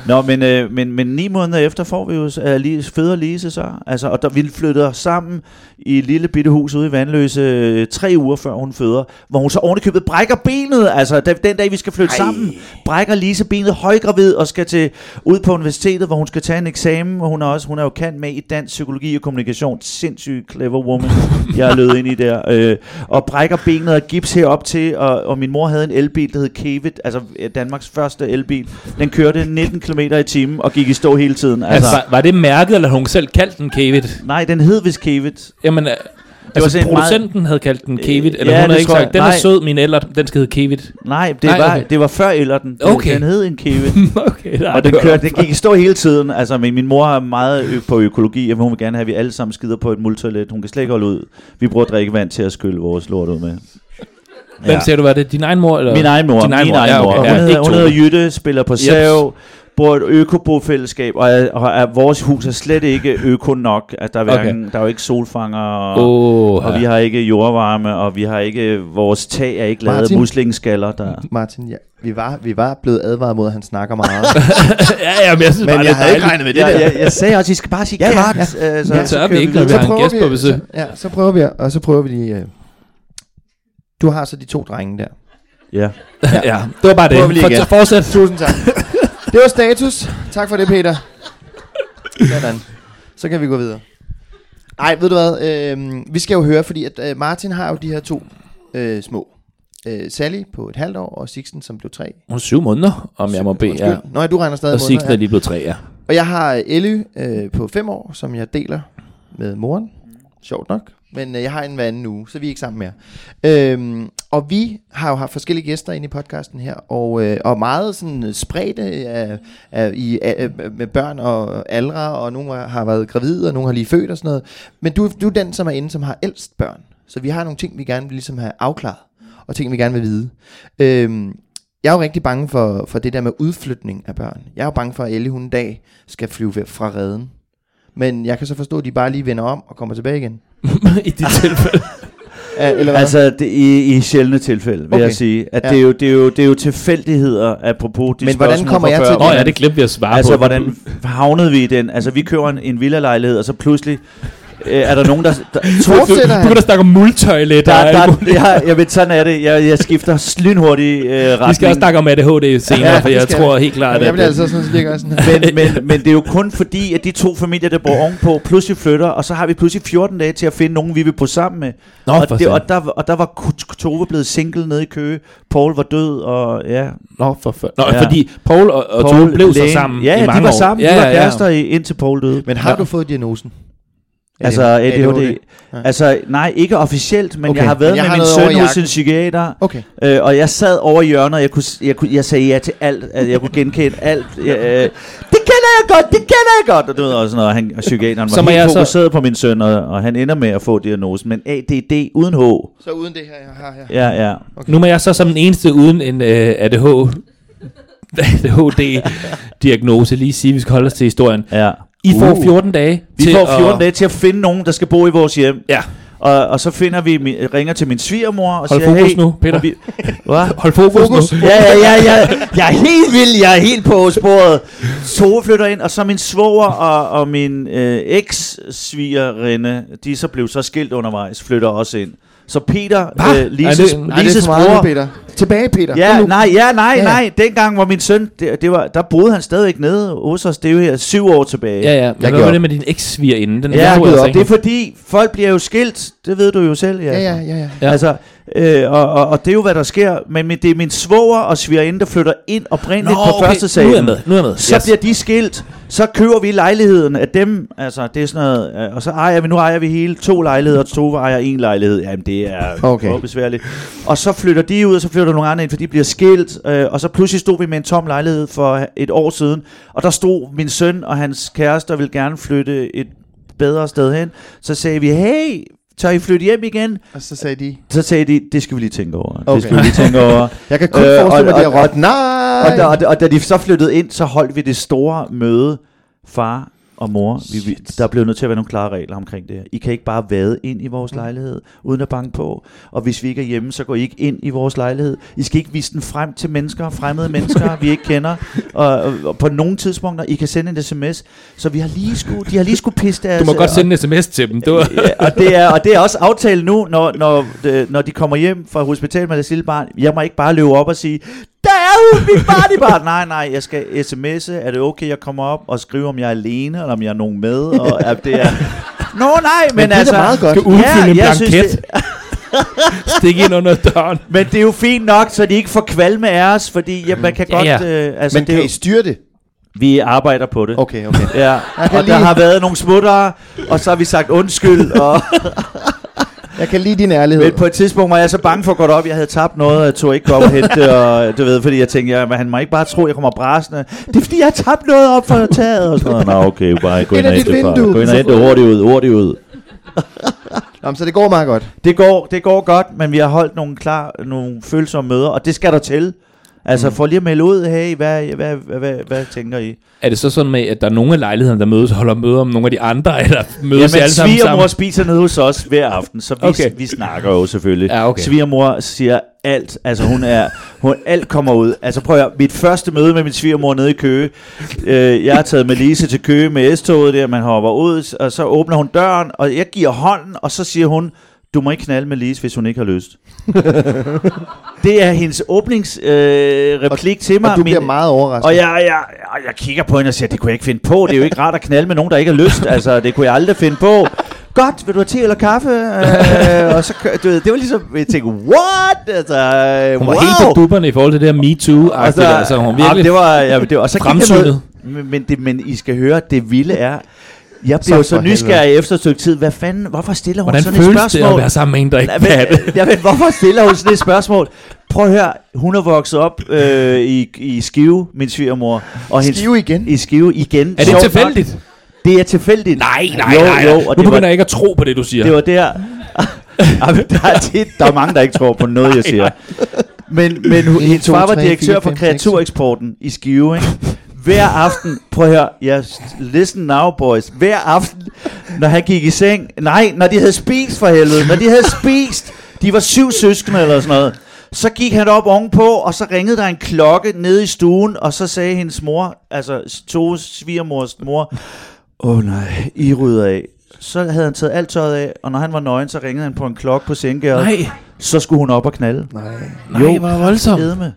Speaker 4: Nå, men, øh, men, men ni måneder efter får vi jo uh, lige, føder Lise så. Altså, og der, vi flytter sammen i et lille bitte hus ude i Vandløse øh, tre uger før hun føder, hvor hun så ovenikøbet brækker benet. Altså, da, den dag vi skal flytte Ej. sammen, brækker Lise benet højgravid og skal til ud på universitetet, hvor hun skal tage en eksamen. Og hun er, også, hun er jo kendt med i dansk psykologi og kommunikation. Sindssygt clever woman, jeg er løbet ind i der. Øh, og brækker benet og gips herop til, og, og min mor havde en elbil, der hed Kevit, altså øh, Danmarks første elbil. Den kørte 19 km i timen og gik i stå hele tiden. Altså,
Speaker 3: altså, var det mærket, eller hun selv kaldte den Kevit?
Speaker 4: nej, den hed vist Kevit.
Speaker 3: Jamen, øh,
Speaker 4: var
Speaker 3: altså,
Speaker 4: sådan en
Speaker 3: producenten meget... havde kaldt den Kevit, eller
Speaker 4: ja,
Speaker 3: ja, hun
Speaker 4: det
Speaker 3: havde ikke
Speaker 4: tror
Speaker 3: sagt,
Speaker 4: jeg.
Speaker 3: den er
Speaker 4: Nej.
Speaker 3: sød, min eller den skal hedde Kevit.
Speaker 4: Nej, det,
Speaker 3: Nej,
Speaker 4: nej, var,
Speaker 3: okay.
Speaker 4: det var før Ellerten. Den,
Speaker 3: Okay.
Speaker 4: den hed en Kevit.
Speaker 3: okay, der
Speaker 4: Og den, kørte, den gik i stå hele tiden. Altså, min, min mor er meget ø- på økologi, og hun vil gerne have, at vi alle sammen skider på et multoilet. Hun kan slet ikke holde ud. Vi bruger drikkevand til at skylle vores lort ud med.
Speaker 3: Hvem
Speaker 4: Ja.
Speaker 3: sagde du, var det din egen mor? Eller?
Speaker 4: Min egen mor.
Speaker 3: Din egen
Speaker 4: min
Speaker 3: mor,
Speaker 4: egen
Speaker 3: ja,
Speaker 4: mor.
Speaker 3: okay.
Speaker 4: Og
Speaker 3: Ja,
Speaker 4: Hun, hedder,
Speaker 3: ikke
Speaker 4: hun
Speaker 3: to.
Speaker 4: hedder Jytte, spiller på Sav, bor i et økobofællesskab, og, er, og er, vores hus er slet ikke øko nok. Altså, der, er hverken, der er jo ikke solfanger, og,
Speaker 3: Åh,
Speaker 4: og vi har ikke jordvarme, og vi har ikke, vores tag er ikke lavet af
Speaker 5: Martin?
Speaker 4: muslingeskaller. Der.
Speaker 5: Martin, ja. vi, var, vi var blevet advaret mod, at han snakker meget.
Speaker 3: ja, ja, men jeg synes
Speaker 5: Men
Speaker 3: bare, det
Speaker 5: jeg
Speaker 3: er
Speaker 5: havde ikke
Speaker 3: dejligt.
Speaker 5: regnet med det
Speaker 4: Jeg,
Speaker 5: der.
Speaker 4: jeg, jeg sagde også, I skal bare sige ja, klart. Ja, ja. Så,
Speaker 3: Men så er vi
Speaker 4: kører
Speaker 3: ikke, når vi
Speaker 4: videre.
Speaker 3: har en gæst på besøg.
Speaker 5: så, ja, så prøver vi, og så prøver vi lige... Øh. Du har så de to drenge der.
Speaker 4: Ja.
Speaker 3: ja, det var bare det.
Speaker 5: Prøver vi lige
Speaker 3: For,
Speaker 5: igen.
Speaker 3: fortsæt.
Speaker 5: Tusind tak. det var status. Tak for det, Peter. Sådan. Så kan vi gå videre. Ej, ved du hvad? Øh, vi skal jo høre, fordi at, øh, Martin har jo de her to øh, små. Øh, Sally på et halvt år, og Sixten, som blev tre.
Speaker 3: Hun er syv måneder, om jeg må bede.
Speaker 5: Undskyld.
Speaker 3: Ja.
Speaker 5: Nå, ja, du regner stadig
Speaker 3: Og
Speaker 5: måneder,
Speaker 3: Sigten er lige blevet tre, ja.
Speaker 5: Og jeg har Elly øh, på 5 år, som jeg deler med moren. Sjovt nok. Men øh, jeg har en hver anden uge, så vi er ikke sammen mere. Øhm, og vi har jo haft forskellige gæster inde i podcasten her, og, øh, og meget sådan spredte af, af, i, af, med børn og aldre, og nogle har- har været gravide, og nogle har lige født og sådan noget. Men du, du er den, som er inde, som har ældst børn. Så vi har nogle ting, vi gerne vil ligesom have afklaret, og ting, vi gerne vil vide. Øhm, jeg er jo rigtig bange for, for det der med udflytning af børn. Jeg er jo bange for, at Ellie hun en dag skal flyve væk fra redden. Men jeg kan så forstå, at de bare lige vender om og kommer tilbage igen.
Speaker 3: I dit tilfælde.
Speaker 5: Ja, eller hvad?
Speaker 4: Altså det, i, i sjældne tilfælde, vil
Speaker 5: Okay.
Speaker 4: okay. jeg sige. At
Speaker 5: Ja.
Speaker 4: ja. det, er jo, det, er jo, det er jo tilfældigheder, apropos de
Speaker 5: Men hvordan
Speaker 4: spørgsmål
Speaker 5: kommer
Speaker 4: fra
Speaker 5: jeg
Speaker 4: før.
Speaker 5: til
Speaker 3: Nå ja, det glemte vi at svare
Speaker 4: Altså,
Speaker 3: på.
Speaker 4: hvordan havnede vi i den? Altså, vi køber en, en villalejlighed, og så pludselig øh, er der nogen, der... der to,
Speaker 3: Du,
Speaker 5: Fortsætter
Speaker 3: du begynder at snakke om muldtoiletter.
Speaker 4: der,
Speaker 3: og alt
Speaker 4: der,
Speaker 3: muligt.
Speaker 4: der, jeg, jeg ved, sådan er det. Jeg, jeg skifter lynhurtigt øh, retning.
Speaker 3: Vi skal også snakke om ADHD senere,
Speaker 5: Ja,
Speaker 3: for
Speaker 5: det
Speaker 3: jeg
Speaker 5: skal
Speaker 3: tror
Speaker 5: vi.
Speaker 3: helt klart,
Speaker 5: Jamen, jeg
Speaker 3: at... øh,
Speaker 5: bliver altså sådan, så ligger jeg sådan her.
Speaker 4: men, men, men det er jo kun fordi, at de to familier, der bor ovenpå, pludselig flytter, og så har vi pludselig 14 dage til at finde nogen, vi vil bo sammen med.
Speaker 3: Nå, for
Speaker 4: og, det,
Speaker 3: fanden.
Speaker 4: og, der, og der var Kut- Tove blevet single nede i Køge, Paul var død, og ja.
Speaker 3: Nå, for fanden. Nå,
Speaker 4: Ja.
Speaker 3: fordi Paul og, og Paul blev så
Speaker 4: lægen-
Speaker 3: sammen
Speaker 4: ja,
Speaker 3: i mange
Speaker 4: de var
Speaker 3: år.
Speaker 4: sammen, de var kærester i, indtil Paul døde.
Speaker 5: Men har du fået diagnosen?
Speaker 4: Altså
Speaker 5: ADHD?
Speaker 4: ADHD.
Speaker 5: Ja.
Speaker 4: Altså, nej, ikke officielt, men
Speaker 5: Okay,
Speaker 4: okay. jeg har været
Speaker 5: men jeg
Speaker 4: med
Speaker 5: har
Speaker 4: min
Speaker 5: noget over i
Speaker 4: søn hos
Speaker 5: jakken.
Speaker 4: en psykiater,
Speaker 5: Okay.
Speaker 4: Øh, og jeg sad over i hjørnet, og jeg, kunne, s- jeg, kunne, jeg sagde ja til alt. Altså, jeg kunne genkende alt. Jeg, øh, det kender jeg godt, det kender jeg godt. Og du ved også noget, og han, og psykiateren var
Speaker 3: Så må
Speaker 4: helt
Speaker 3: jeg så-
Speaker 4: fokuseret på min søn, og, og, han ender med at få diagnosen. Men ADD uden H.
Speaker 5: Så uden det her, jeg har her.
Speaker 4: Ja, ja.
Speaker 3: Nu må jeg så som den eneste uden en øh, ADH, ADHD-diagnose lige sige, at vi skal holde os til historien.
Speaker 4: ja.
Speaker 3: I får
Speaker 4: Uh.
Speaker 3: 14 dage
Speaker 4: Vi
Speaker 3: til
Speaker 4: får 14
Speaker 3: at,
Speaker 4: dage til at finde nogen, der skal bo i vores hjem.
Speaker 3: Ja,
Speaker 4: Og, og så finder vi, min- ringer til min svigermor og
Speaker 3: Hold
Speaker 4: siger,
Speaker 3: fokus
Speaker 4: hey,
Speaker 3: nu, Peter."
Speaker 4: må vi- Hvad?
Speaker 3: hold fokus, fokus. nu.
Speaker 4: Ja, ja, ja, ja. Jeg er helt vild, jeg er helt på sporet. Tove flytter ind, og så min svoger og, og min øh, eks-svigerinde, de er så blev så skilt undervejs, flytter også ind. Så Peter,
Speaker 3: Hva?
Speaker 4: øh, Lises,
Speaker 3: Er det-
Speaker 5: Nej, det er
Speaker 4: Lises
Speaker 5: for meget, nu,
Speaker 4: bror...
Speaker 5: Peter. Tilbage, Peter. Kom
Speaker 4: Ja,
Speaker 5: nu.
Speaker 4: nej, ja, nej,
Speaker 5: Ja, ja.
Speaker 4: nej. Dengang var min søn, det, det var, der boede han stadigvæk nede hos os. Det er jo her syv år tilbage.
Speaker 3: Ja, ja. Men hvad var
Speaker 5: gjorde.
Speaker 3: det med din eks-sviger inden? Den
Speaker 4: Ja,
Speaker 3: jeg
Speaker 4: jeg
Speaker 3: altså
Speaker 4: det er
Speaker 3: ikke.
Speaker 4: fordi, folk bliver jo skilt. Det ved du jo selv,
Speaker 5: Ja, ja, ja. ja.
Speaker 3: Ja.
Speaker 4: Ja. Altså, øh, og, og, og det er jo, hvad der sker. Men men det er min svoger og svigerinde, der flytter ind oprindeligt
Speaker 3: Nå,
Speaker 4: på
Speaker 3: okay.
Speaker 4: første salen.
Speaker 3: Nu er jeg med, nu er jeg med.
Speaker 4: Så
Speaker 3: Yes.
Speaker 4: bliver de skilt. Så køber vi lejligheden af dem. Altså, det er sådan noget, øh, og så ejer vi, nu ejer vi hele to lejligheder, og Tove ejer en lejlighed. Jamen, det er
Speaker 5: Okay.
Speaker 4: okay. besværligt. Og så flytter de ud, og så flytter nogle andre ind, for de bliver skilt. Øh, og så pludselig stod vi med en tom lejlighed for et år siden. Og der stod min søn og hans kæreste og ville gerne flytte et bedre sted hen. Så sagde vi, hey, tør I flytte hjem igen?
Speaker 5: Og så sagde de,
Speaker 4: Så sagde de, det skal vi lige tænke over. Okay.
Speaker 5: Okay.
Speaker 4: Det skal vi lige tænke over.
Speaker 5: jeg kan kun
Speaker 4: Øh, og-
Speaker 5: forestille mig,
Speaker 4: og-
Speaker 5: det er råt.
Speaker 4: og, da,
Speaker 5: Nej!
Speaker 4: og, da, og da de så flyttede ind, så holdt vi det store møde, far og mor. Vi, vi, der blev nødt til at være nogle klare regler omkring det her. I kan ikke bare vade ind i
Speaker 3: Mm.
Speaker 4: vores lejlighed, uden at banke på. Og hvis vi ikke er hjemme, så går I ikke ind i vores lejlighed. I skal ikke vise den frem til mennesker, fremmede mennesker, vi ikke kender. Og, og, og på nogle tidspunkter, I kan sende en sms. Så vi har lige skulle, de har lige skulle pisse deres... øh,
Speaker 3: Du må godt
Speaker 4: og-
Speaker 3: sende en sms til dem. Du,
Speaker 4: Ja, og, det er, og det er også aftalt nu, når, når, øh, når de kommer hjem fra hospitalet med deres lille barn. Jeg må ikke bare løbe op og sige, der er jo mit barn i barn. Nej, nej, jeg skal sms'e. Er det okay, jeg kommer op og skriver, om jeg er alene, eller om jeg er nogen med? Og, er det er... Nå, nej, men,
Speaker 5: Men det er
Speaker 4: altså...
Speaker 5: da meget godt.
Speaker 3: du udfylde en
Speaker 4: jeg synes,
Speaker 3: blanket.
Speaker 4: det-
Speaker 3: Stik ind under døren.
Speaker 4: men det er jo fint nok, så de ikke får kvalme af os, fordi ja, man kan
Speaker 3: Ja,
Speaker 4: godt...
Speaker 3: ja.
Speaker 4: Øh, altså,
Speaker 5: Men
Speaker 4: det er
Speaker 5: kan
Speaker 4: jo,
Speaker 5: I styre det?
Speaker 4: vi arbejder på det.
Speaker 5: Okay, okay.
Speaker 4: Ja,
Speaker 5: kan
Speaker 4: og der
Speaker 5: lige-
Speaker 4: har været nogle smutter, og så har vi sagt undskyld, og...
Speaker 5: Jeg kan lide din ærlighed.
Speaker 4: Men på et tidspunkt var jeg så bange for at gå op. Jeg havde tabt noget, og jeg tog ikke gå op og hente det, og du ved, fordi jeg tænkte, ja, men han må ikke bare tro, jeg kommer brasende. Det er fordi, jeg har tabt noget op fra taget. Og sådan noget. Nå, okay, bare gå
Speaker 5: Ind ad dit
Speaker 4: far.
Speaker 5: vindue.
Speaker 4: hente det hurtigt ud, hurtigt ud.
Speaker 5: Nå, men så det går meget godt.
Speaker 4: Det går, det går godt, men vi har holdt nogle, klar, nogle følsomme møder, og det skal der til. Altså, for lige at melde ud, hey, hvad, hvad, hvad, hvad, hvad tænker I?
Speaker 3: Er det så sådan med, at der er nogle af lejlighederne, der mødes og holder møder om nogle af de andre, eller mødes ja,
Speaker 4: Jamen,
Speaker 3: alle sammen
Speaker 4: svigermor
Speaker 3: sammen?
Speaker 4: spiser nede hos os hver aften, så vi,
Speaker 3: Okay.
Speaker 4: okay. vi snakker jo selvfølgelig.
Speaker 3: Ja, okay.
Speaker 4: Svigermor siger alt, altså hun er, hun, alt kommer ud. Altså prøv at høre, mit første møde med min svigermor nede i Køge, øh, jeg har taget med Lise til Køge med S-toget der, man hopper ud, og så åbner hun døren, og jeg giver hånden, og så siger hun, du må ikke knalde med Lise, hvis hun ikke har lyst. det er hendes åbningsreplik øh, replik til mig.
Speaker 5: Og du bliver
Speaker 4: Min-
Speaker 5: meget overrasket.
Speaker 4: og jeg, jeg, jeg, jeg kigger på hende og siger, det kunne jeg ikke finde på. Det er jo ikke rart at knalde med nogen, der ikke har lyst. Altså, det kunne jeg aldrig finde på. Godt, vil du have te eller kaffe? Øh, og så, kø- du ved, det var ligesom, jeg tænkte, what? Altså,
Speaker 3: Hun
Speaker 4: wow.
Speaker 3: var helt på dupperne i forhold til det her MeToo. Altså, altså, hun var
Speaker 4: ah,
Speaker 3: virkelig...
Speaker 4: det var, ja, men det var, og så gik jeg
Speaker 3: fremsynet.
Speaker 4: noget- Men, men, det, men I skal høre, det vilde er, Jeg blev
Speaker 5: Så
Speaker 4: jo
Speaker 5: for
Speaker 4: så
Speaker 5: helvede.
Speaker 4: nysgerrig efter et stykke tid. Hvad fanden, hvorfor stiller hun
Speaker 3: Hvordan
Speaker 4: sådan et
Speaker 3: føles det
Speaker 4: spørgsmål?
Speaker 3: at være sammen med en, der ikke
Speaker 4: Nej,
Speaker 3: kan det?
Speaker 4: men, ja, men hvorfor stiller hun sådan et spørgsmål? Prøv at høre, hun er vokset op øh, i, i Skive, min svigermor. Og hendes,
Speaker 5: Skive igen?
Speaker 4: I Skive igen.
Speaker 3: Er det
Speaker 4: Sjovt
Speaker 3: tilfældigt?
Speaker 4: Nok, det er tilfældigt.
Speaker 3: Nej, nej,
Speaker 4: jo,
Speaker 3: nej.
Speaker 4: Jo, og det
Speaker 3: nej. nu
Speaker 4: var,
Speaker 3: begynder jeg ikke at tro på det, du siger.
Speaker 4: det var der... Jamen, der, er tit, der er mange, der ikke tror på noget, jeg siger. Men, men hun-
Speaker 5: En,
Speaker 4: hendes
Speaker 5: to,
Speaker 4: far var
Speaker 5: tre,
Speaker 4: direktør
Speaker 5: fire,
Speaker 4: for
Speaker 5: fem, seks.
Speaker 4: kreatureksporten i Skive, ikke? Hver aften, prøv at høre, jeg, listen now boys, hver aften, når han gik i seng, nej, når de havde spist for helvede, når de havde spist, de var syv søskende eller sådan noget, så gik han op ovenpå, og så ringede der en klokke nede i stuen, og så sagde hendes mor, altså Toes svigermors mor, åh oh, nej, I rydder af. Så havde han taget alt tøjet af, og når han var nøgen, så ringede han på en klokke på sengegæret.
Speaker 3: Nej,
Speaker 4: Så skulle hun op og knalde.
Speaker 5: Nej.
Speaker 3: nej,
Speaker 4: Jo.
Speaker 3: hvor voldsomt.
Speaker 4: Edme.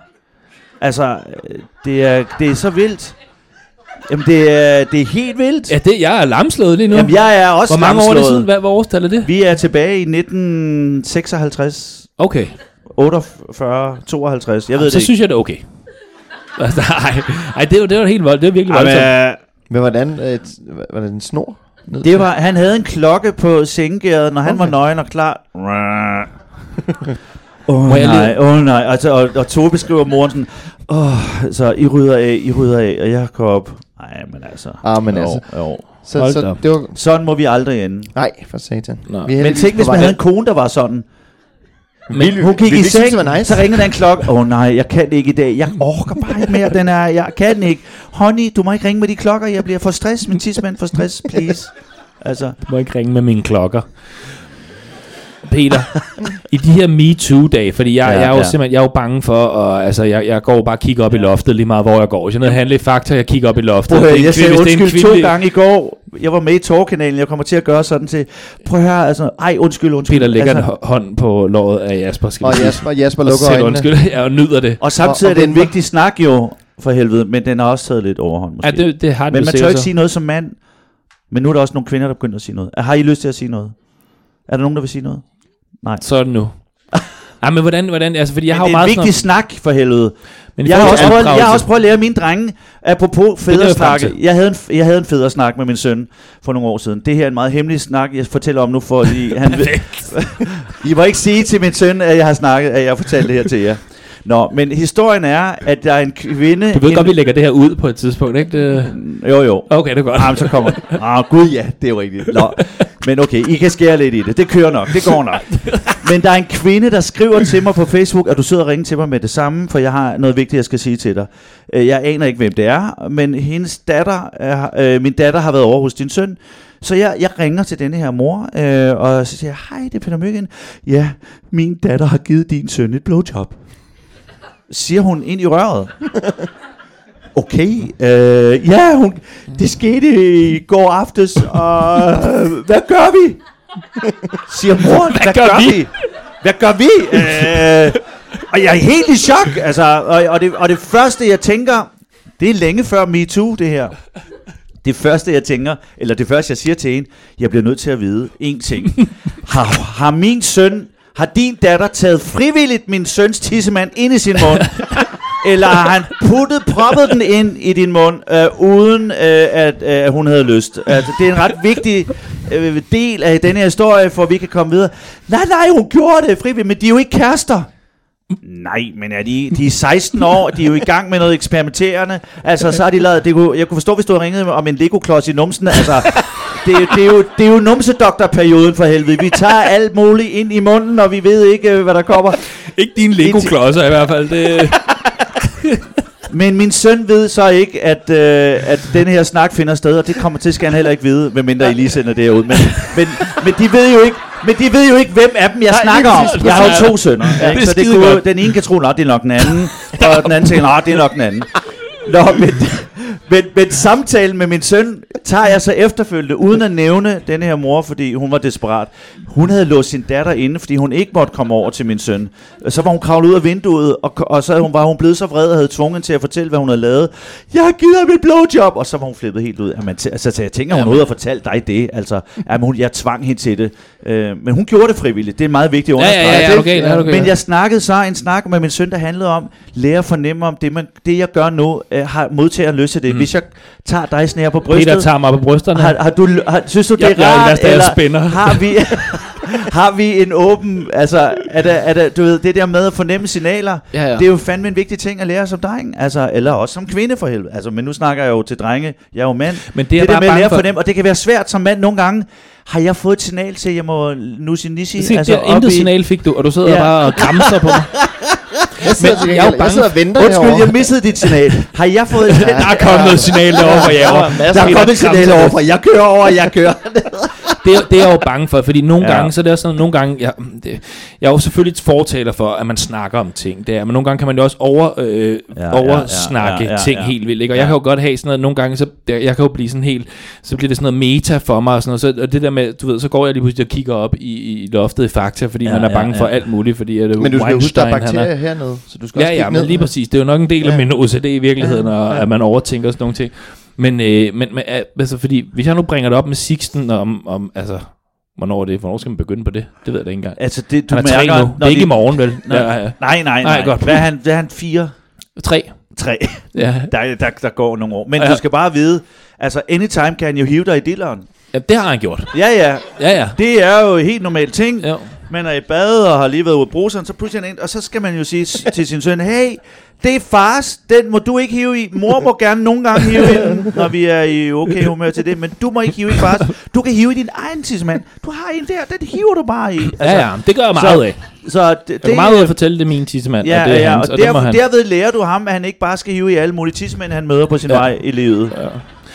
Speaker 4: Altså, øh, det er, det er så vildt. Jamen, det er, det er helt vildt.
Speaker 3: Ja, det, jeg er lamslået lige nu.
Speaker 4: Jamen, jeg er også
Speaker 3: Hvor mange år er det
Speaker 4: lamslået.
Speaker 3: siden? Hvad, hvad årstal er det?
Speaker 4: Vi er tilbage i 1956,
Speaker 3: Okay.
Speaker 4: 48, 52. Jeg ved
Speaker 3: Så
Speaker 4: det ikke.
Speaker 3: synes jeg, det er okay. Altså, nej, nej det, var, det var helt vold. Det var virkelig voldsomt.
Speaker 4: Jamen,
Speaker 5: Men hvordan, øh, t- hva- var det en snor?
Speaker 4: øh, det var, han havde en klokke på sengegæret, når han var
Speaker 5: Okay.
Speaker 4: nøgen og klar. Åh
Speaker 3: Må
Speaker 4: oh,
Speaker 3: jeg
Speaker 4: nej,
Speaker 3: lige-
Speaker 4: åh oh, nej. Og, så- og, og Tove beskriver moren sådan, åh, så I rydder af, I rydder af, og jeg går op. Nej, men altså.
Speaker 5: Ah, men altså.
Speaker 4: Jo, jo.
Speaker 5: Så,
Speaker 3: Hold
Speaker 5: så
Speaker 3: da op.
Speaker 5: det var...
Speaker 4: Sådan må vi aldrig ende.
Speaker 5: Nej, for satan.
Speaker 3: Nå.
Speaker 5: er
Speaker 4: Men
Speaker 5: heldigvis
Speaker 4: tænk, hvis
Speaker 5: på
Speaker 4: man
Speaker 5: vej
Speaker 4: havde en
Speaker 5: hen.
Speaker 4: kone, der var sådan.
Speaker 3: Men,
Speaker 4: Hun gik
Speaker 5: ville
Speaker 4: i
Speaker 5: ikke synes,
Speaker 4: seng,
Speaker 5: det ligesom var nice.
Speaker 4: så ringede der en klokke. Åh oh, nej, jeg kan det ikke i dag. Jeg orker bare ikke mere, den er. Jeg kan den ikke. Honey, du må ikke ringe med de klokker. Jeg bliver for stress. Min tidsmand for stress, please. Altså,
Speaker 3: Du må ikke ringe med mine klokker. Peter, i de her MeToo-dage, fordi jeg, ja,
Speaker 4: Ja,
Speaker 3: jeg er jo
Speaker 4: ja.
Speaker 3: simpelthen jeg er jo bange for, og, altså, jeg, jeg går jo bare og kigger op ja. i loftet lige meget, hvor jeg går. Hvis jeg er nede og handler i Fakta, jeg kigger op i loftet.
Speaker 4: prøv at
Speaker 3: Det er
Speaker 4: høre, jeg
Speaker 3: en
Speaker 4: sagde
Speaker 3: kvinde- hvis det er en
Speaker 4: undskyld to
Speaker 3: kvindelig-
Speaker 4: gange i går. Jeg var med i Tor-kanalen. Jeg kommer til at gøre sådan til. Prøv at høre, altså. Ej, undskyld, undskyld.
Speaker 3: Peter lægger
Speaker 4: altså,
Speaker 3: en hå- hånd på låret af Jasper, skal
Speaker 5: Og
Speaker 3: vi sige.
Speaker 5: Jasper, Jasper
Speaker 3: og
Speaker 5: lukker
Speaker 3: siger,
Speaker 5: øjnene.
Speaker 3: undskyld, jeg nyder det.
Speaker 4: og samtidig
Speaker 5: og-
Speaker 4: er
Speaker 5: og
Speaker 4: det en
Speaker 5: venter.
Speaker 4: vigtig snak jo, for helvede. Men den har også taget lidt overhånd, måske.
Speaker 3: Ja, det, det har den
Speaker 4: Men
Speaker 3: jo
Speaker 4: man tør
Speaker 3: sikkert
Speaker 4: ikke
Speaker 3: så.
Speaker 4: sige noget som mand. Men nu er der også nogle kvinder, der begynder at sige noget. Har I lyst til at sige noget? Er der nogen, der vil sige noget? Nej.
Speaker 3: Så er det nu. Ej, men hvordan, hvordan, altså, fordi jeg
Speaker 4: Men
Speaker 3: har jo
Speaker 4: det er en
Speaker 3: meget
Speaker 4: vigtig
Speaker 3: sådan
Speaker 4: snak for helvede.
Speaker 3: noget- men i
Speaker 4: Jeg har,
Speaker 3: forhold
Speaker 4: også
Speaker 3: til
Speaker 4: prøvet, jeg har
Speaker 3: opdragelse-
Speaker 4: også prøvet at lære mine drenge, apropos
Speaker 3: jeg
Speaker 4: fædresnak.
Speaker 3: frem til.
Speaker 4: Jeg havde, en, jeg havde en fædresnak med min søn for nogle år siden. Det her er en meget hemmelig snak, jeg fortæller om nu, for I, han, ved- I må ikke sige til min søn, at jeg har snakket, at jeg har fortalt det her til jer. Nå, men historien er, at der er en kvinde...
Speaker 3: Du ved
Speaker 4: en,
Speaker 3: godt, vi lægger det her ud på et tidspunkt, ikke? Det,
Speaker 4: Jo, jo.
Speaker 3: okay, det er godt.
Speaker 4: Ah, så kommer den. Ah, gud ja, det er jo rigtigt. Nå. Men okay, I kan skære lidt i det. Det kører nok, det går nok. Men der er en kvinde, der skriver til mig på Facebook, at du sidder og ringer til mig med det samme, for jeg har noget vigtigt, jeg skal sige til dig. Øh, Jeg aner ikke, hvem det er, men hendes datter, er, øh, min datter har været over hos din søn, så jeg, jeg ringer til denne her mor, øh, og så siger jeg, hej, det er Peter Møkken. Ja, min datter har givet din søn et blowjob. Siger hun ind i røret. Okay, øh, ja, hun, det skete i går aftes, og øh, hvad gør vi? Siger mor, hvad, hvad gør, gør vi? Hvad gør vi? Øh, og jeg er helt i chok, altså, og, og, det, og det første, jeg tænker, det er længe før MeToo, det her. Det første, jeg tænker, eller det første, jeg siger til hende, jeg bliver nødt til at vide én ting. Har, har min søn, har din datter taget frivilligt min søns tissemand ind i sin mund? Eller har han puttet, proppet den ind i din mund, øh, uden øh, at øh, hun havde lyst? Altså, det er en ret vigtig øh, del af den her historie, for at vi kan komme videre. Nej, nej, hun gjorde det frivilligt, men de er jo ikke kærester. Nej, men er de, de er 16 år, de er jo i gang med noget eksperimenterende. Altså, så har de lavet, det kunne, jeg kunne forstå, hvis du havde ringet om en Lego-klods i numsen. Altså, det, er- det, er jo, det er jo numsedoktorperioden for helvede. Vi tager alt muligt ind i munden, og vi ved ikke, øh, hvad der kommer.
Speaker 3: Ikke dine Lego-klodser i hvert fald. Det,
Speaker 4: Men min søn ved så ikke, at, øh, at den her snak finder sted, og det kommer til, skal han heller ikke vide, medmindre I lige sender det her ud. Men, men, men de ved jo ikke, men de ved jo ikke, hvem af dem jeg snakker om.
Speaker 3: præcis,
Speaker 4: Jeg har
Speaker 3: præcis.
Speaker 4: jo to sønner, ja, ikke?
Speaker 3: det er
Speaker 4: så det
Speaker 3: skide
Speaker 4: kunne,
Speaker 3: godt.
Speaker 4: den ene kan tro, at det er nok den anden, og den anden tænker, at det er nok den anden. Nå, men, men, men samtalen med min søn tager jeg så efterfølgende, uden at nævne den her mor, fordi hun var desperat. Hun havde låst sin datter inde, fordi hun ikke måtte komme over til min søn. Så var hun kravlet ud af vinduet, og, og så havde hun, var hun blevet så vred, og havde tvunget til at fortælle, hvad hun havde lavet. Jeg har givet ham et blowjob! Og så var hun flippet helt ud. Jamen, t- altså, så jeg tænker, hun ud og fortalt dig det. Altså, jamen, hun, jeg tvang hende til det. Øh, men hun gjorde det frivilligt. Det er en meget vigtig
Speaker 3: ja,
Speaker 4: understregning.
Speaker 3: ja, ja, er du gal, er du gal?
Speaker 4: Men jeg snakkede så en snak med min søn, der handlede om, lære at fornemme om det, man, det jeg gør nu, øh, har modtager lyst til det. mm. hvis jeg tager dig snære på brystet,
Speaker 3: Peter tager mig på brysterne.
Speaker 4: har, har du, har, synes du, det
Speaker 3: Jeg-
Speaker 4: er
Speaker 3: jeg er
Speaker 4: rart,
Speaker 3: Lasse, jeg spænder.
Speaker 4: har vi, har vi en åben, altså, er der, er der, du ved, det der med at fornemme signaler,
Speaker 3: Ja, ja.
Speaker 4: det er jo fandme en vigtig ting at lære som dreng, altså, eller også som kvinde for helvede, altså, men nu snakker jeg jo til drenge, jeg er jo mand,
Speaker 3: Men det er jeg
Speaker 4: der
Speaker 3: bare
Speaker 4: med at
Speaker 3: bange
Speaker 4: lære
Speaker 3: for.
Speaker 4: for dem, og det kan være svært som mand nogle gange, har jeg fået et signal til, at jeg må nu sin nissi,
Speaker 3: Se, altså, der,
Speaker 4: op
Speaker 3: intet
Speaker 4: i-
Speaker 3: signal fik du, og du sidder
Speaker 4: Ja.
Speaker 3: bare og græmser på mig.
Speaker 5: Jeg sidder,
Speaker 3: Men
Speaker 5: til
Speaker 3: jeg er jo
Speaker 5: gengæld- jeg
Speaker 3: bange
Speaker 5: sidder og venter
Speaker 4: Undskyld,
Speaker 5: herovre.
Speaker 4: jeg missede dit signal. Har jeg fået et signal?
Speaker 3: Der er kommet et signal derovre, hvor jeg er.
Speaker 4: Der er kommet et signal overfor. Jeg kører over, jeg kører.
Speaker 3: det, er- det er jeg jo bange for, fordi nogle
Speaker 4: Ja.
Speaker 3: ja. gange, så er det også sådan, nogle gange, jeg, det, jeg er jo selvfølgelig et fortaler for, at man snakker om ting, det er, men nogle gange kan man jo også over, øh,
Speaker 4: ja,
Speaker 3: ja,
Speaker 4: ja,
Speaker 3: oversnakke ja, ja, ja, ting
Speaker 4: ja.
Speaker 3: helt vildt, ikke? og
Speaker 4: Ja.
Speaker 3: jeg kan jo godt have sådan noget, nogle gange, så det- jeg kan jo blive sådan helt, så bliver det sådan noget meta for mig, og, sådan noget, så, og det der med, du ved, så går jeg lige pludselig og kigger op i, i loftet i Fakta, fordi
Speaker 4: Ja,
Speaker 3: ja, man er
Speaker 4: ja,
Speaker 3: bange ja, ja. for
Speaker 4: ja.
Speaker 3: alt muligt, fordi at øh,
Speaker 5: Men du skal jo huske, der er
Speaker 3: Weinstein, han
Speaker 5: bakterier hernede, så du skal også
Speaker 3: Ja, ja,
Speaker 5: kigge
Speaker 3: men
Speaker 5: ned.
Speaker 3: lige præcis. Det er jo nok en del af
Speaker 5: Ja.
Speaker 3: min OCD i virkeligheden, og at man overtænker sådan nogle ting. Men, øh, men, men øh, altså, fordi, hvis jeg nu bringer det op med Sixten om, om altså, hvornår er det? Hvornår skal man begynde på det? Det ved jeg da ikke engang.
Speaker 4: Altså, det, du
Speaker 3: Han er tre
Speaker 4: mærker,
Speaker 3: nu. Det er ikke i morgen, vel?
Speaker 4: Nå,
Speaker 3: Ja, ja.
Speaker 4: Nej, nej, nej.
Speaker 3: Nej, godt.
Speaker 4: Hvad er han, hvad er han fire?
Speaker 3: Tre.
Speaker 4: Tre.
Speaker 3: Ja.
Speaker 4: Der, der, der går nogle år. Men
Speaker 3: Ja.
Speaker 4: du skal bare vide, altså anytime kan han jo hive dig i dilleren.
Speaker 3: ja, det har han gjort.
Speaker 4: Ja, ja.
Speaker 3: Ja, ja.
Speaker 4: Det er jo en helt normal ting.
Speaker 3: Jo.
Speaker 4: Man er i bad og har lige været ude at bruge sådan, så pludselig er der en, og så skal man jo sige s- til sin søn, hey, det er fars, den må du ikke hive i. Mor må gerne nogle gange hive i den, når vi er i okay humør til det, men du må ikke hive i fars. Du kan hive i din egen tidsmand. Du har en der, den hiver du bare i.
Speaker 3: Ja, ja. Det gør jeg
Speaker 4: Altså, så-
Speaker 3: meget af.
Speaker 4: Så det,
Speaker 3: Jeg
Speaker 4: det,
Speaker 3: går meget ud af at fortælle, det er min tissemand,
Speaker 4: Ja,
Speaker 3: og det er
Speaker 4: ja,
Speaker 3: hans,
Speaker 4: og
Speaker 3: og, det må
Speaker 4: der,
Speaker 3: han.
Speaker 4: derved lærer du ham, at han ikke bare skal hive i alle mulige tidsmænd, han møder på sin ja.
Speaker 3: Ja.
Speaker 4: vej i livet. Ja.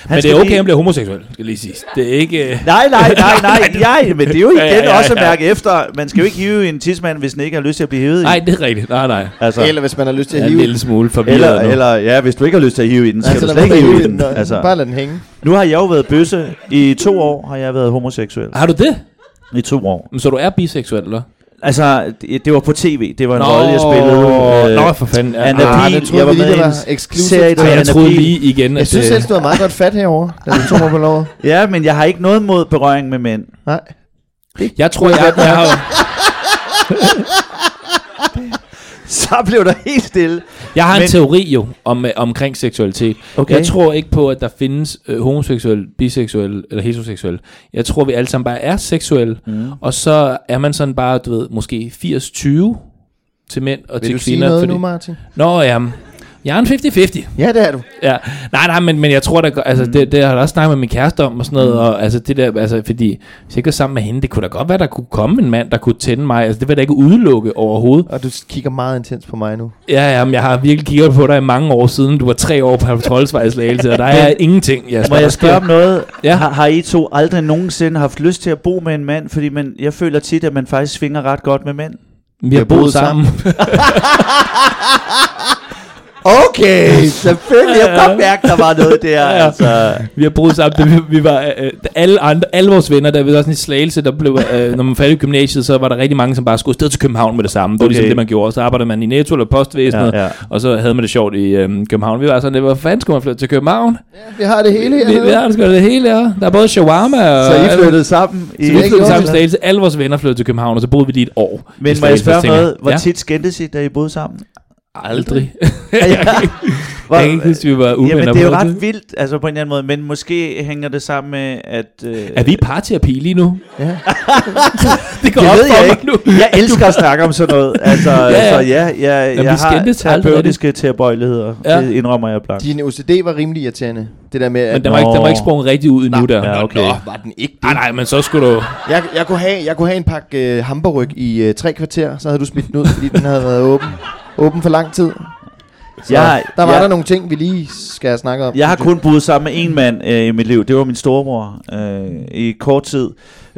Speaker 3: Men det er okay, at han bliver homoseksuel, skal lige sige. Det er ikke... Øh,
Speaker 4: Nej, nej, nej, nej, nej, men det er jo igen
Speaker 3: Ja, ja, ja,
Speaker 4: også at
Speaker 3: ja.
Speaker 4: mærke efter. Man skal jo ikke hive i en tidsmand, hvis den ikke har lyst til at blive hivet i.
Speaker 3: nej, det er rigtigt. Nej, nej.
Speaker 4: altså.
Speaker 5: Eller hvis man har lyst til
Speaker 3: Jeg
Speaker 5: at
Speaker 3: er en
Speaker 5: hive
Speaker 3: lille smule forvirret
Speaker 4: Eller,
Speaker 3: nu.
Speaker 4: eller, ja, hvis du ikke har lyst til at hive i den, skal
Speaker 5: så
Speaker 4: du
Speaker 5: lad
Speaker 4: slet
Speaker 5: være
Speaker 4: ikke
Speaker 5: med at
Speaker 4: hive i den.
Speaker 5: og-
Speaker 4: Altså,
Speaker 5: Bare lad den hænge.
Speaker 4: nu har jeg jo været bøsse. I to år har jeg været homoseksuel.
Speaker 3: Har du det?
Speaker 4: I to år.
Speaker 3: Så du er biseksuel, eller?
Speaker 4: Altså, det, det var på tv. Det var en rolle, jeg spillede. øh,
Speaker 3: Nå, for fanden. Ja.
Speaker 4: Anna
Speaker 5: Ah,
Speaker 4: Pihl.
Speaker 5: det troede
Speaker 4: jeg var
Speaker 5: vi lige,
Speaker 4: med i
Speaker 5: det
Speaker 4: en
Speaker 5: var exclusive.
Speaker 4: serie, der
Speaker 3: Ej, jeg
Speaker 4: hedder
Speaker 3: troede
Speaker 4: Anna Pihl.
Speaker 3: lige igen, at
Speaker 5: Jeg synes
Speaker 3: øh,
Speaker 5: selv, du har meget godt fat herovre, da du tog mig på lovet.
Speaker 4: Ja, men jeg har ikke noget mod berøring med mænd.
Speaker 5: Nej.
Speaker 3: jeg tror, jeg, jeg har,
Speaker 4: Så blev der helt stille.
Speaker 3: jeg har en
Speaker 4: Men-
Speaker 3: teori jo om, øh, omkring seksualitet.
Speaker 4: Okay.
Speaker 3: Jeg tror ikke på, at der findes øh, homoseksuelle, biseksuelle eller heteroseksuelle. Jeg tror, vi alle sammen bare er seksuelle, mm. og så er man sådan bare, du ved, måske 80-20 til mænd og
Speaker 5: Vil
Speaker 3: til
Speaker 5: du sige
Speaker 3: kvinder.
Speaker 5: noget nu, Martin?
Speaker 3: Nå, ja, jeg er en 50-50.
Speaker 5: Ja, det er du.
Speaker 3: Ja, nej, nej, men, men jeg tror da, godt- altså, det, det har jeg da også snakket med min kæreste om og sådan noget, og altså det der, altså fordi, hvis jeg ikke var sammen med hende, det kunne da godt være, der kunne komme en mand, der kunne tænde mig, altså det vil jeg da ikke udelukke overhovedet.
Speaker 5: Og du kigger meget intens på mig nu.
Speaker 3: Ja, ja, men jeg har virkelig kigget på dig i mange år siden, du var tre år på Patrolsvejslagelse, og der er ingenting, jeg
Speaker 4: Må jeg spørge om noget? Ja.
Speaker 3: Ja.
Speaker 4: Har, har I to aldrig nogensinde haft lyst til at bo med en mand? Fordi man, jeg føler tit, at man faktisk svinger ret godt med mænd.
Speaker 3: Vi har boet sammen.
Speaker 4: Okay, selvfølgelig. Jeg kan godt mærke, der var noget der.
Speaker 3: Ja.
Speaker 4: Altså.
Speaker 3: Vi har boet sammen, da vi, vi var øh, da alle, andre, alle vores venner, der var sådan i Slagelse, der blev, øh, når man faldt i gymnasiet, så var der rigtig mange, som bare skulle afsted til København med det samme. Det var
Speaker 4: Okay.
Speaker 3: ligesom det, man gjorde. Så arbejdede man i Netto eller postvæsenet,
Speaker 4: Ja, ja.
Speaker 3: ja, ja. og så havde man det sjovt i øh, København. Vi var sådan, lidt, hvor fanden skulle man flytte til København?
Speaker 5: Vi har det hele
Speaker 3: Vi, vi
Speaker 5: hernede.
Speaker 3: har det sgu da det hele her. Der er både shawarma og...
Speaker 4: Så I flyttede sammen? I,
Speaker 3: Så vi flyttede
Speaker 5: gjorde
Speaker 3: sammen
Speaker 5: det.
Speaker 3: til Slagelse. Alle vores venner flyttede til København, og så boede vi lige et år. i
Speaker 4: men må jeg
Speaker 3: Slagelse,
Speaker 4: spørge om
Speaker 3: tænker
Speaker 4: noget? Hvor
Speaker 3: ja?
Speaker 4: tit skændtes I, da I boede sammen?
Speaker 3: Aldrig.
Speaker 4: Hvor,
Speaker 3: Jeg kan ikke huske, vi var uvenner
Speaker 4: Jamen, det er jo
Speaker 3: på
Speaker 4: ret vildt, altså på en eller anden måde. Men måske hænger det sammen med, at... Øh,
Speaker 3: Er vi i parterapi lige nu?
Speaker 5: Ja.
Speaker 3: det går
Speaker 4: det
Speaker 3: op
Speaker 4: ved
Speaker 3: for
Speaker 4: jeg
Speaker 3: mig
Speaker 4: ikke.
Speaker 3: nu.
Speaker 4: Jeg elsker at snakke om sådan noget. Altså, ja,
Speaker 3: ja.
Speaker 4: Så ja, jeg,
Speaker 3: vi
Speaker 4: jeg har
Speaker 3: skændtes aldrig
Speaker 4: terapeutiske tilbøjeligheder.
Speaker 3: Ja.
Speaker 4: Det indrømmer jeg blankt.
Speaker 5: Din OCD var rimelig irriterende. Det der med, at
Speaker 3: Men den var, ikke, den
Speaker 4: Nå.
Speaker 3: var ikke sprunget rigtig ud endnu der.
Speaker 4: Ja, okay.
Speaker 5: Nå, var den ikke det?
Speaker 3: Nej, nej, men så skulle du...
Speaker 5: Jeg, jeg, kunne have, jeg kunne have en pakke øh, hamburg i øh, tre kvarter, så havde du smidt den ud, fordi den havde været åben, åben for lang tid. Så
Speaker 4: Jeg-
Speaker 5: der var
Speaker 4: jeg-
Speaker 5: der nogle ting, vi lige skal snakke om.
Speaker 4: Jeg har kun boet sammen med en mand øh, i mit liv. Det var min storebror øh, i kort tid.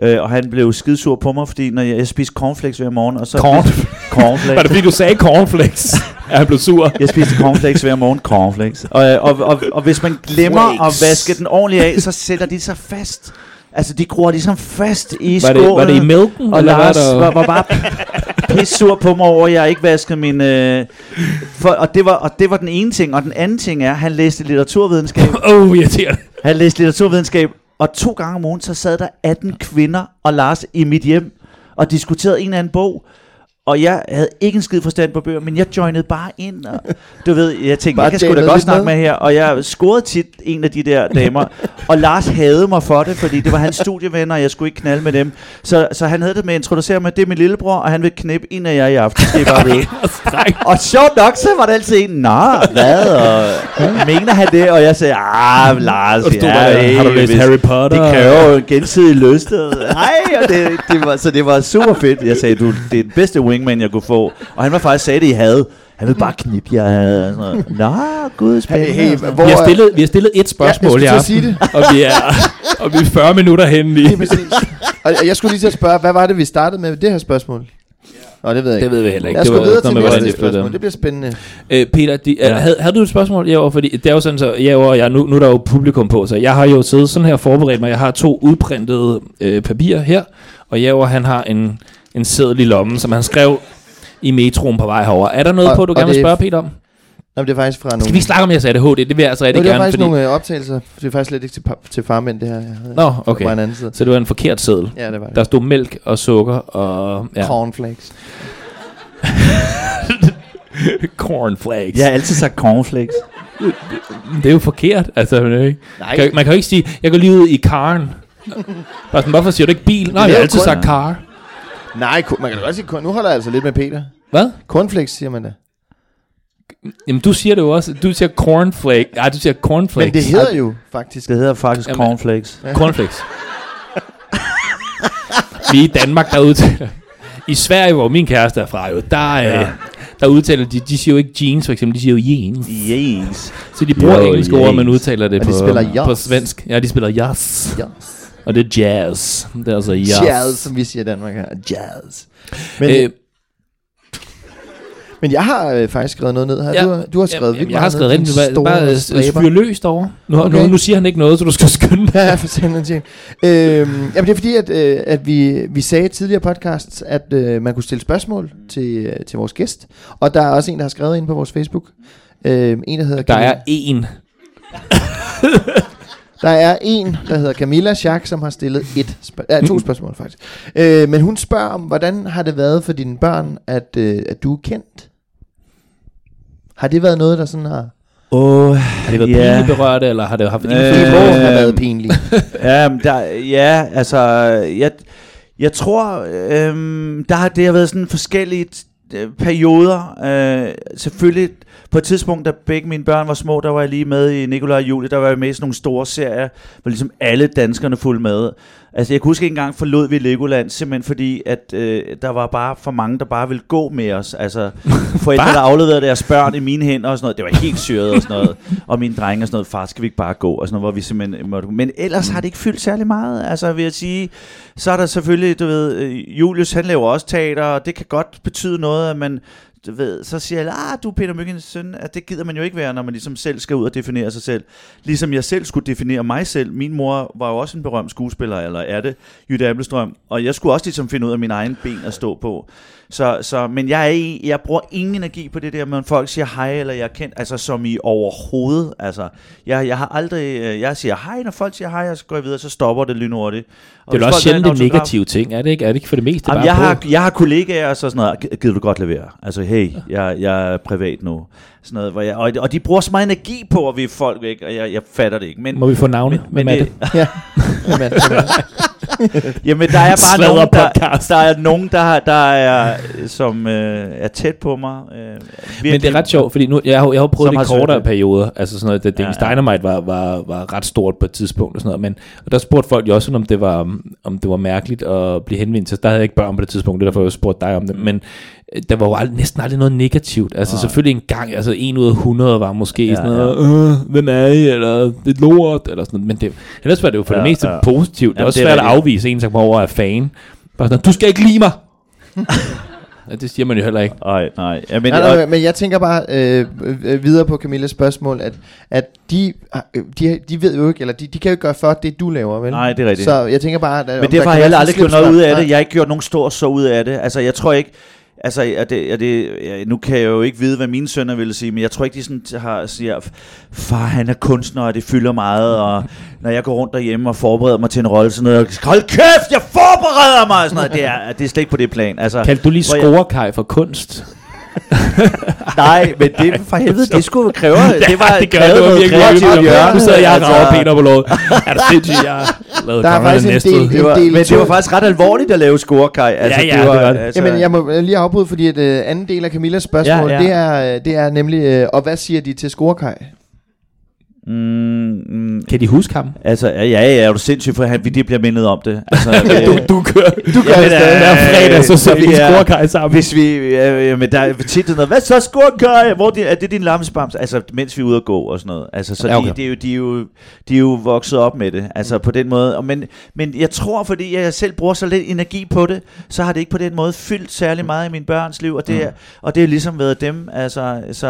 Speaker 4: Øh, og han blev skidesur på mig, fordi når jeg, jeg spiste cornflakes hver morgen, og så
Speaker 3: Corn. Var
Speaker 4: cornflakes.
Speaker 3: det fordi, du sagde cornflakes? Ja, han blev sur.
Speaker 4: Jeg spiste cornflakes hver morgen, cornflakes. Og, øh, og, og, og hvis man glemmer at vaske den ordentligt af, så sætter de sig fast. Altså, de gror ligesom fast i
Speaker 3: Var det,
Speaker 4: skålen.
Speaker 3: var det i mælken?
Speaker 4: Og
Speaker 3: eller
Speaker 4: Lars
Speaker 3: var,
Speaker 4: var, var bare pissur på mig over, at jeg ikke vaskede min... Øh, for, og, det var, og det var den ene ting. Og den anden ting er, han læste litteraturvidenskab.
Speaker 3: Åh, oh, irriterende.
Speaker 4: Han læste litteraturvidenskab, og to gange om ugen, så sad der 18 kvinder og Lars i mit hjem og diskuterede en eller anden bog. Og jeg havde ikke en skid forstand på bøger, men jeg joinede bare ind. Og, du ved, jeg tænkte,
Speaker 5: Bare
Speaker 4: bare jeg kan sgu da
Speaker 5: jammede
Speaker 4: godt
Speaker 5: lidt
Speaker 4: snakke
Speaker 5: med.
Speaker 4: med her. Og jeg scorede tit en af de der damer. og Lars havde mig for det, fordi det var hans studievenner, og jeg skulle ikke knalde med dem. Så, så han havde det med at introducere mig, det er min lillebror, og han vil knippe en af jer i aften. Det er bare ved. Og sjovt nok, så var det altid en, nå, hvad, og mener han det? Og jeg sagde, ah, Lars,
Speaker 3: Og stod der,
Speaker 4: hey,
Speaker 3: har du læst
Speaker 4: hvis-
Speaker 3: Harry Potter?
Speaker 4: Det kræver jo gensidig lyst. Nej, og det, det var, så det var super fedt. Jeg sagde, du, det er den bedste wingman, jeg kunne få. Og han var faktisk sagde det, I havde. Han ville bare knippe jer. og sådan noget. Nå, gud, spændende.
Speaker 5: Hey, hey, hvor,
Speaker 3: Vi har, stillet, vi har stillet et spørgsmål
Speaker 5: Ja, jeg
Speaker 3: i
Speaker 5: skulle
Speaker 3: aften,
Speaker 5: til at
Speaker 3: og, vi er, og vi er 40 minutter henne i.
Speaker 5: Lige præcis. Og jeg skulle lige til at spørge, hvad var det, vi startede med det her spørgsmål? Nå, det ved jeg ikke.
Speaker 3: Det ved vi heller ikke.
Speaker 5: Lad os
Speaker 3: Det
Speaker 5: gå
Speaker 3: var-
Speaker 5: videre
Speaker 3: det var
Speaker 5: til
Speaker 3: med, hvordan
Speaker 5: næste
Speaker 3: de flyttede
Speaker 5: spørgsmål.
Speaker 3: dem.
Speaker 5: Det bliver spændende.
Speaker 3: Øh, Peter, de, ja. havde, havde du et spørgsmål? Ja, fordi det er jo sådan, så ja, og jeg, nu, nu er der jo publikum på, så jeg har jo siddet sådan her og forberedt mig. Jeg har to udprintede øh, papirer her, og Javor, han har en, en seddel i lommen, som han skrev i metroen på vej herover. Er der noget
Speaker 5: Og-
Speaker 3: på, du
Speaker 5: og
Speaker 3: gerne vil
Speaker 5: det-
Speaker 3: spørge Peter om?
Speaker 5: Nå, men det er faktisk fra nogle...
Speaker 3: Skal vi snakke om jeres ADHD? Det vil jeg altså
Speaker 5: Nå,
Speaker 3: rigtig
Speaker 5: det er
Speaker 3: gerne,
Speaker 5: faktisk
Speaker 3: fordi...
Speaker 5: nogle øh, optagelser. Det er faktisk slet ikke til, pa- til farmænd, det her. Jeg havde-
Speaker 3: Nå,
Speaker 5: Det var en
Speaker 3: okay.
Speaker 5: anden side.
Speaker 3: Så det var en forkert seddel.
Speaker 5: Ja, det var det.
Speaker 3: Der stod mælk og sukker og... Ja.
Speaker 5: Cornflakes.
Speaker 3: Cornflakes.
Speaker 4: Jeg har altid sagt cornflakes.
Speaker 3: Det er jo forkert, altså. Man, ikke?
Speaker 5: Nej.
Speaker 3: Kan, man kan jo ikke sige, jeg går lige ud i karen. Bare sådan, hvorfor siger du ikke bil?
Speaker 5: Det er
Speaker 3: Nej, jeg har
Speaker 5: jo
Speaker 3: altid
Speaker 5: kun-
Speaker 3: sagt car.
Speaker 5: Nej, ko- man kan da godt sige korn. Nu holder jeg altså lidt med Peter.
Speaker 3: Hvad?
Speaker 5: Cornflakes, siger man da.
Speaker 3: Jamen, du siger det jo også. Du siger cornflake. Nej, du siger
Speaker 5: Men
Speaker 3: cornflakes.
Speaker 5: det hedder jo faktisk.
Speaker 4: Det hedder faktisk
Speaker 3: Jamen.
Speaker 4: cornflakes.
Speaker 3: Cornflakes. Vi i Danmark, der udtaler... I Sverige, hvor min kæreste er fra, jo, der, ja. øh, der udtaler de, de siger jo ikke jeans, for eksempel, de siger jo jeans.
Speaker 4: Yes.
Speaker 3: Så de bruger
Speaker 4: Jo,
Speaker 3: engelske ord, men
Speaker 4: jeans.
Speaker 3: udtaler det
Speaker 5: Og
Speaker 3: på,
Speaker 5: de spiller
Speaker 3: på
Speaker 5: jazz.
Speaker 3: svensk. Ja, de spiller jazz.
Speaker 5: Ja.
Speaker 3: Og det er jazz. Det er altså jazz.
Speaker 5: Jazz, som vi siger i Danmark her. Jazz. Men,
Speaker 3: Øh,
Speaker 5: øh. men jeg har øh, faktisk skrevet noget ned her. Ja. Du, har, du har skrevet
Speaker 3: jamen, jeg har skrevet rigtig bare, bare øh,
Speaker 5: stræber.
Speaker 3: fyr løst over. Nu, okay. nu,
Speaker 5: Okay.
Speaker 3: nu, siger han ikke noget, så du skal skynde dig.
Speaker 5: Ja, for sanden ting. Øhm, jamen det er fordi, at, øh, at vi, vi sagde i tidligere podcasts, at øh, man kunne stille spørgsmål til, øh, til vores gæst. Og der er også en, der har skrevet ind på vores Facebook. Øhm, en, der hedder
Speaker 3: Der
Speaker 5: Camilla.
Speaker 3: er en.
Speaker 5: Der er en, der hedder Camilla Schack, som har stillet et sp- ja, to spørgsmål faktisk. Øh, men hun spørger om, hvordan har det været for dine børn, at, øh, at du er kendt? Har det været noget, der sådan har...
Speaker 4: Åh,
Speaker 3: Har det været
Speaker 4: Ja.
Speaker 3: yeah. berørt, eller har det haft en
Speaker 4: Øh,
Speaker 5: Øh, har været pinlig.
Speaker 4: Ja, men der, ja, altså, jeg, jeg tror, øhm, der har det har været sådan forskellige øh, perioder. Øh, selvfølgelig på et tidspunkt, da begge mine børn var små, der var jeg lige med i Nikolaj og Julie, der var jeg med i sådan nogle store serier, hvor ligesom alle danskerne fulgte med. Altså, jeg kan huske, at engang forlod vi Legoland, simpelthen fordi, at øh, der var bare for mange, der bare ville gå med os. Altså, forældre, der afleverede deres børn i mine hænder og sådan noget. Det var helt syret og sådan noget. Og mine drenge og sådan noget, far, skal vi ikke bare gå? Og sådan noget, hvor vi simpelthen måtte... Men ellers har det ikke fyldt særlig meget. Altså, vil jeg sige, så er der selvfølgelig, du ved, øh, Julius, han laver også teater, og det kan godt betyde noget, at man du ved, så siger jeg, ah, du er Peter Myggens søn, at det gider man jo ikke være, når man ligesom selv skal ud og definere sig selv. Ligesom jeg selv skulle definere mig selv. Min mor var jo også en berømt skuespiller, eller er det, Jytte Appelstrøm, og jeg skulle også ligesom finde ud af min egen ben at stå på. Så, så, men jeg, er, i- jeg bruger ingen energi på det der, men folk siger hej, eller jeg er kendt, altså som i overhovedet. Altså, jeg, jeg har aldrig, øh, jeg siger hej, når folk siger hej, og så går jeg videre, så stopper det lynhurtigt. Og
Speaker 3: Det
Speaker 4: hvis
Speaker 3: er jo også
Speaker 4: folk vil have en
Speaker 3: sjældent en
Speaker 4: autograf-
Speaker 3: negativ ting, er det ikke? Er det ikke for det meste
Speaker 4: Jamen,
Speaker 3: bare
Speaker 4: jeg,
Speaker 3: på?
Speaker 4: har, jeg har kollegaer og så sådan noget, "Gi- gider du godt levere? Altså, hey, jeg, jeg er privat nu. Sådan noget, hvor jeg, og, og de bruger så meget energi på at vi folk væk, og jeg, jeg fatter det ikke. Men,
Speaker 3: Må vi få navne? Men, Hvem er det?
Speaker 5: ja. Jamen,
Speaker 4: Jamen, der er bare
Speaker 3: Sladder
Speaker 4: nogen, der,
Speaker 3: podcast.
Speaker 4: der er nogen, der, der er, som øh, er tæt på mig. Øh, virkelig.
Speaker 3: Men det er ret sjovt, fordi nu, jeg har, jo- jeg har jo prøvet
Speaker 4: Som
Speaker 3: det i
Speaker 4: har svært
Speaker 3: kortere
Speaker 4: ved.
Speaker 3: perioder, altså sådan noget, da Danish ja,
Speaker 4: Ja,
Speaker 3: ja.
Speaker 4: ja.
Speaker 3: Dynamite var, var, var ret stort på et tidspunkt og sådan noget, men og der spurgte folk jo også, sådan, om det var, um, om det var mærkeligt at blive henvendt til, der havde jeg ikke børn på det tidspunkt, det er derfor jeg spurgte dig om det, men øh, der var jo ald- næsten aldrig noget negativt, altså ja. selvfølgelig en gang, altså en ud af 100 var måske ja,
Speaker 4: Ja,
Speaker 3: sådan noget, øh, hvem er I, eller det er lort, eller sådan noget, men det, ellers var det jo for ja,
Speaker 4: Ja,
Speaker 3: det meste ja.
Speaker 4: ja.
Speaker 3: positivt, det er
Speaker 4: Jamen,
Speaker 3: også
Speaker 4: det er
Speaker 3: svært at
Speaker 4: rigtigt.
Speaker 3: afvise en, som kommer over af fan, bare sådan, du skal ikke lide mig, ja, det siger man jo heller ikke.
Speaker 4: Ej, nej. Ja, men,
Speaker 5: nej,
Speaker 4: og-
Speaker 5: nej, nej, men jeg tænker bare øh, øh, videre på Camillas spørgsmål, at, at de, øh, de, de ved jo ikke, eller de, de kan jo ikke gøre for det, du laver, vel?
Speaker 4: Nej, det er rigtigt.
Speaker 5: Så jeg tænker bare... At,
Speaker 4: Men derfor har jeg aldrig gjort noget ud af det. Jeg har ikke gjort nogen stor så ud af det. Altså, jeg tror ikke... Altså, er det, er det, ja, nu kan jeg jo ikke vide, hvad mine sønner ville sige, men jeg tror ikke, de sådan har, siger, far, han er kunstner, og det fylder meget, og når jeg går rundt derhjemme og forbereder mig til en rolle, sådan noget, hold kæft, jeg forbereder mig og sådan noget. Det er, det er slet ikke på det plan. Altså,
Speaker 3: Kaldte du lige
Speaker 4: hvor jeg-
Speaker 3: scorekaj for kunst?
Speaker 4: Nej, men det for helvede, det skulle kræve... det, var,
Speaker 3: det gør
Speaker 4: krævede
Speaker 3: det var
Speaker 4: noget
Speaker 3: virkelig
Speaker 4: kreativt
Speaker 3: kreativt.
Speaker 4: at
Speaker 3: hjørne.
Speaker 4: gøre.
Speaker 3: Nu sidder jeg og rager
Speaker 4: Altså,
Speaker 3: pener på låget. Er det sindssygt, jeg lavede
Speaker 5: Der er
Speaker 3: kongerne
Speaker 5: faktisk en
Speaker 3: næstved.
Speaker 5: del-
Speaker 4: Det var,
Speaker 5: en del i
Speaker 4: men det var
Speaker 5: to.
Speaker 4: faktisk ret alvorligt at lave scorekaj. Altså,
Speaker 3: Ja, ja, det var det.
Speaker 4: Altså,
Speaker 5: Jamen, jeg må øh, lige afbryde, fordi at øh, anden del af Camillas spørgsmål,
Speaker 4: Ja,
Speaker 5: ja,
Speaker 4: ja.
Speaker 5: ja. Det, er, øh, det er nemlig, øh, og hvad siger de til Scorekaj?
Speaker 4: mm, mm,
Speaker 3: Kan de huske ham?
Speaker 4: altså, ja, ja, ja, er du sindssyg, for han, vi lige bliver mindet om det. Altså,
Speaker 3: Du,
Speaker 4: øh,
Speaker 3: du kører. Du
Speaker 4: kører det stadig.
Speaker 3: Hver fredag, så ser vi en
Speaker 4: Ja.
Speaker 3: scorekaj sammen.
Speaker 4: hvis vi... Øh, øh, men der er tit sådan noget, hvad så scorekaj? Hvor de, er det din lammespams? Altså, mens vi er ude at gå og sådan noget. Altså, så
Speaker 3: Ja,
Speaker 4: ja,
Speaker 3: okay.
Speaker 4: okay. de, de, er jo, de, er jo, de er jo vokset op med det. Altså, på den måde. Og Men, men jeg tror, fordi jeg selv bruger så lidt energi på det, så har det ikke på den måde fyldt særlig meget i mine børns liv. Og
Speaker 3: Mm.
Speaker 4: det, er, og det har ligesom været dem. Altså, så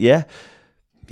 Speaker 4: ja...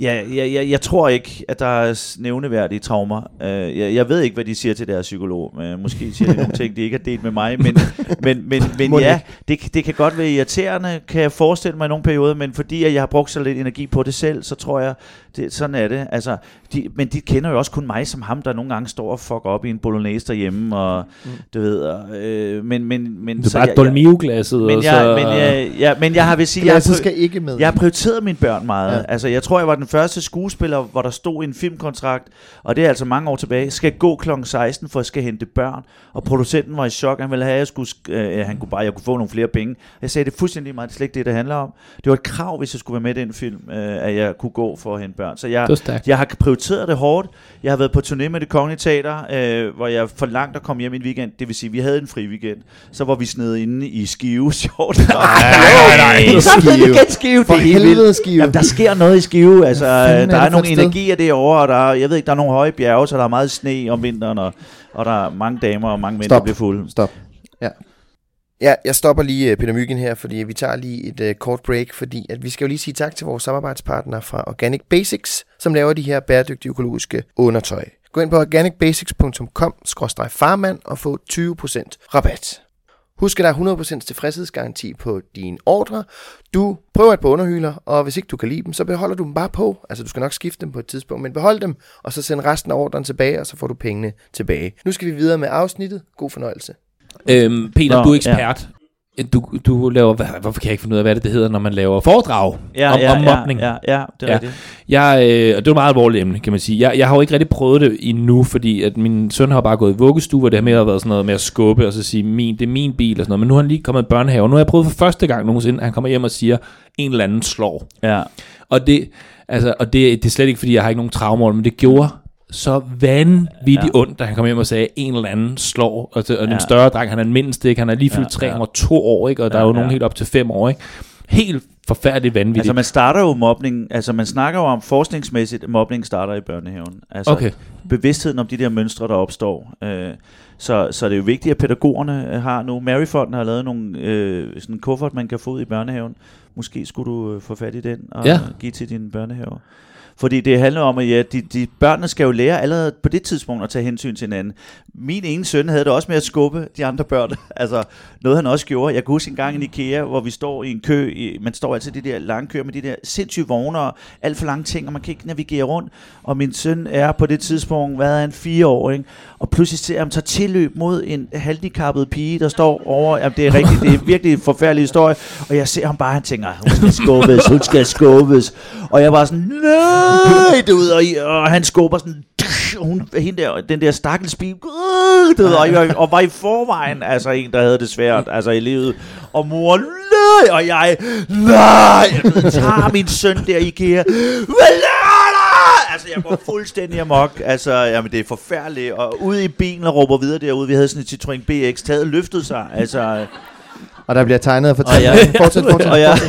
Speaker 4: Ja, jeg, jeg, jeg tror ikke, at der er s- nævneværdige traumer. Uh, jeg, jeg ved ikke, hvad de siger til deres psykolog. Uh, måske siger de nogle ting, de ikke har delt med mig. Men, men, men, men
Speaker 5: Må det
Speaker 4: ja, det, det kan godt være irriterende, kan jeg forestille mig i nogle perioder. Men fordi at jeg har brugt så lidt energi på det selv, så tror jeg, det, sådan er det. Altså, de, men de kender jo også kun mig som ham, der nogle gange står og fucker op i en bolognese derhjemme. Og, mm. Du ved, og, øh, men, men, men,
Speaker 3: Det er
Speaker 4: så
Speaker 3: bare
Speaker 4: jeg- jeg,
Speaker 3: dolmio-glasset, og
Speaker 4: men,
Speaker 3: så...
Speaker 4: jeg, men, jeg, jeg, men jeg har vil sige, jeg,
Speaker 5: Glasset
Speaker 4: har prø-
Speaker 5: skal ikke med.
Speaker 4: jeg har prioriteret mine børn meget. Ja.
Speaker 5: Ja.
Speaker 4: Altså, jeg tror, jeg var den første skuespiller, hvor der stod en filmkontrakt, og det er altså mange år tilbage, skal gå kl. 16, for at skal hente børn. Og producenten var i chok, han ville have, at jeg, skulle, sk- øh, han kunne bare, jeg kunne få nogle flere penge. Jeg sagde, det er fuldstændig meget, det er slet ikke det, det handler om. Det var et krav, hvis jeg skulle være med i den film, øh, at jeg kunne gå for at hente børn. Så jeg,
Speaker 3: Det var stærkt.
Speaker 4: jeg har prioriteret det hårdt. Jeg har været på turné med det kongelige teater, øh, hvor jeg for langt at komme hjem i en weekend. Det vil sige, vi havde en fri weekend. Så var vi snede inde i Skive. Sjovt. Nej, nej, nej. Så blev det igen Skive.
Speaker 5: For
Speaker 4: det er helt vildt.
Speaker 5: helvede, Skive.
Speaker 4: Jamen, der sker noget i Skive. Altså,
Speaker 5: Hvad fanden
Speaker 4: øh, der
Speaker 5: er det
Speaker 4: er,
Speaker 5: for
Speaker 4: nogle
Speaker 5: et sted?
Speaker 4: energier derovre, og der er, jeg ved ikke, der er nogle høje bjerge, så der er meget sne om vinteren, og, og der er mange damer og mange mænd,
Speaker 5: Stop.
Speaker 4: der bliver fulde.
Speaker 5: Stop. Ja. Ja, jeg stopper lige øh, Peter Myggen her, fordi vi tager lige et uh, kort break, fordi at vi skal jo lige sige tak til vores samarbejdspartner fra Organic Basics, som laver de her bæredygtige økologiske undertøj. Gå ind på organicbasics.com-farmand og få 20% rabat. Husk, at der er 100% tilfredshedsgaranti på dine ordre. Du prøver et par underhyler, og hvis ikke du kan lide dem, så beholder du dem bare på. Altså, du skal nok skifte dem på et tidspunkt, men behold dem, og så send resten af ordren tilbage, og så får du pengene tilbage. Nu skal vi videre med afsnittet. God fornøjelse.
Speaker 3: Øhm, Peter,
Speaker 4: Nå,
Speaker 3: du er ekspert. Du, du laver, hvad, hvorfor kan jeg ikke finde ud af, hvad det, det hedder, når man laver foredrag om, om mobning?
Speaker 4: Ja, ja, ja, det er
Speaker 3: Ja.
Speaker 4: ja. rigtigt.
Speaker 3: Jeg, øh, og det er et meget alvorligt emne, kan man sige. Jeg, jeg har jo ikke rigtig prøvet det endnu, fordi at min søn har bare gået i vuggestue, hvor det har mere været sådan noget med at skubbe og så sige, min, det er min bil og sådan noget. Men nu har han lige kommet i børnehave, og nu har jeg prøvet for første gang nogensinde, at han kommer hjem og siger, en eller anden slår.
Speaker 4: Ja.
Speaker 3: Og det, altså, og det, det er slet ikke, fordi jeg har ikke nogen traumer, men det gjorde så vanvittigt ja. ondt, da han kom hjem og sagde, en eller anden slår, og, det, og den
Speaker 4: Ja.
Speaker 3: større dreng, han er den mindste, ikke? han er lige fyldt
Speaker 4: Ja,
Speaker 3: tre,
Speaker 4: ja.
Speaker 3: han var to år, ikke? og der er jo
Speaker 4: Ja,
Speaker 3: nogen
Speaker 4: ja.
Speaker 3: helt op til fem år. Ikke? Helt forfærdeligt vanvittigt.
Speaker 4: Altså man starter jo mobning, altså man snakker jo om forskningsmæssigt, at mobning starter i børnehaven. Altså
Speaker 3: Okay.
Speaker 4: bevidstheden om de der mønstre, der opstår. Øh, så, så det er jo vigtigt, at pædagogerne øh, har nu, Maryfonden har lavet nogle, øh, sådan en kuffert, man kan få ud i børnehaven. Måske skulle du øh, få fat i den og
Speaker 3: Ja.
Speaker 4: ja. give til dine børnehaver. Fordi det handler om, at ja, de, de børnene skal jo lære allerede på det tidspunkt at tage hensyn til hinanden. Min ene søn havde det også med at skubbe de andre børn. altså noget han også gjorde. Jeg kan huske en gang i IKEA, hvor vi står i en kø. I, man står altid i de der lange køer med de der sindssyge vogne og alt for lange ting, og man kan ikke navigere rundt. Og min søn er på det tidspunkt, hvad er han, fire år, ikke? Og pludselig ser jeg ham tage tilløb mod en handicappet pige, der står over. Jamen, det er rigtigt, det er virkelig en forfærdelig historie. Og jeg ser ham bare, han tænker, hun skal skubbes, hun skal skubbes. Og jeg var sådan, nej, du ved, og, I- og han skubber sådan, og hun, hende der, den der stakkels pige, øh, du ved, og, jeg, og var i forvejen altså en, der havde det svært altså i livet. Og mor, nej, og jeg, nej, jeg ved, tager min søn der i IKEA, hvad laver du? Altså, jeg går fuldstændig amok. Altså, jamen, det er forfærdeligt. Og ude i bilen og råber videre derude. Vi havde sådan et Citroën BX. Taget løftet sig. Altså,
Speaker 5: Og der bliver tegnet og
Speaker 4: og
Speaker 5: fortalt.
Speaker 4: jeg,
Speaker 5: fortsæt, fortsæt.
Speaker 4: og jeg,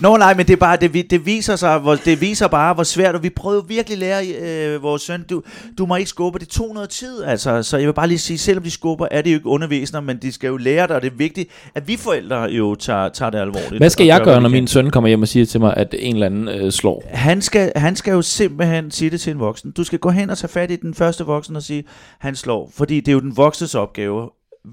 Speaker 4: Nå nej, men det, er bare, det, vi- det viser sig, hvor, det viser bare, hvor svært, og vi prøvede virkelig at lære øh, vores søn, du, du må ikke skubbe, det tog noget tid, altså, så jeg vil bare lige sige, selvom de skubber, er det jo ikke undervisere, men de skal jo lære det, og det er vigtigt, at vi forældre jo tager, tager det alvorligt.
Speaker 3: Hvad skal
Speaker 4: og
Speaker 3: jeg
Speaker 4: gør,
Speaker 3: gøre,
Speaker 4: vi
Speaker 3: når
Speaker 4: kan.
Speaker 3: min søn kommer hjem og siger til mig, at en eller anden øh, slår?
Speaker 4: Han skal, han skal jo simpelthen sige det til en voksen. Du skal gå hen og tage fat i den første voksen og sige, han slår. Fordi det er jo den voksnes opgave.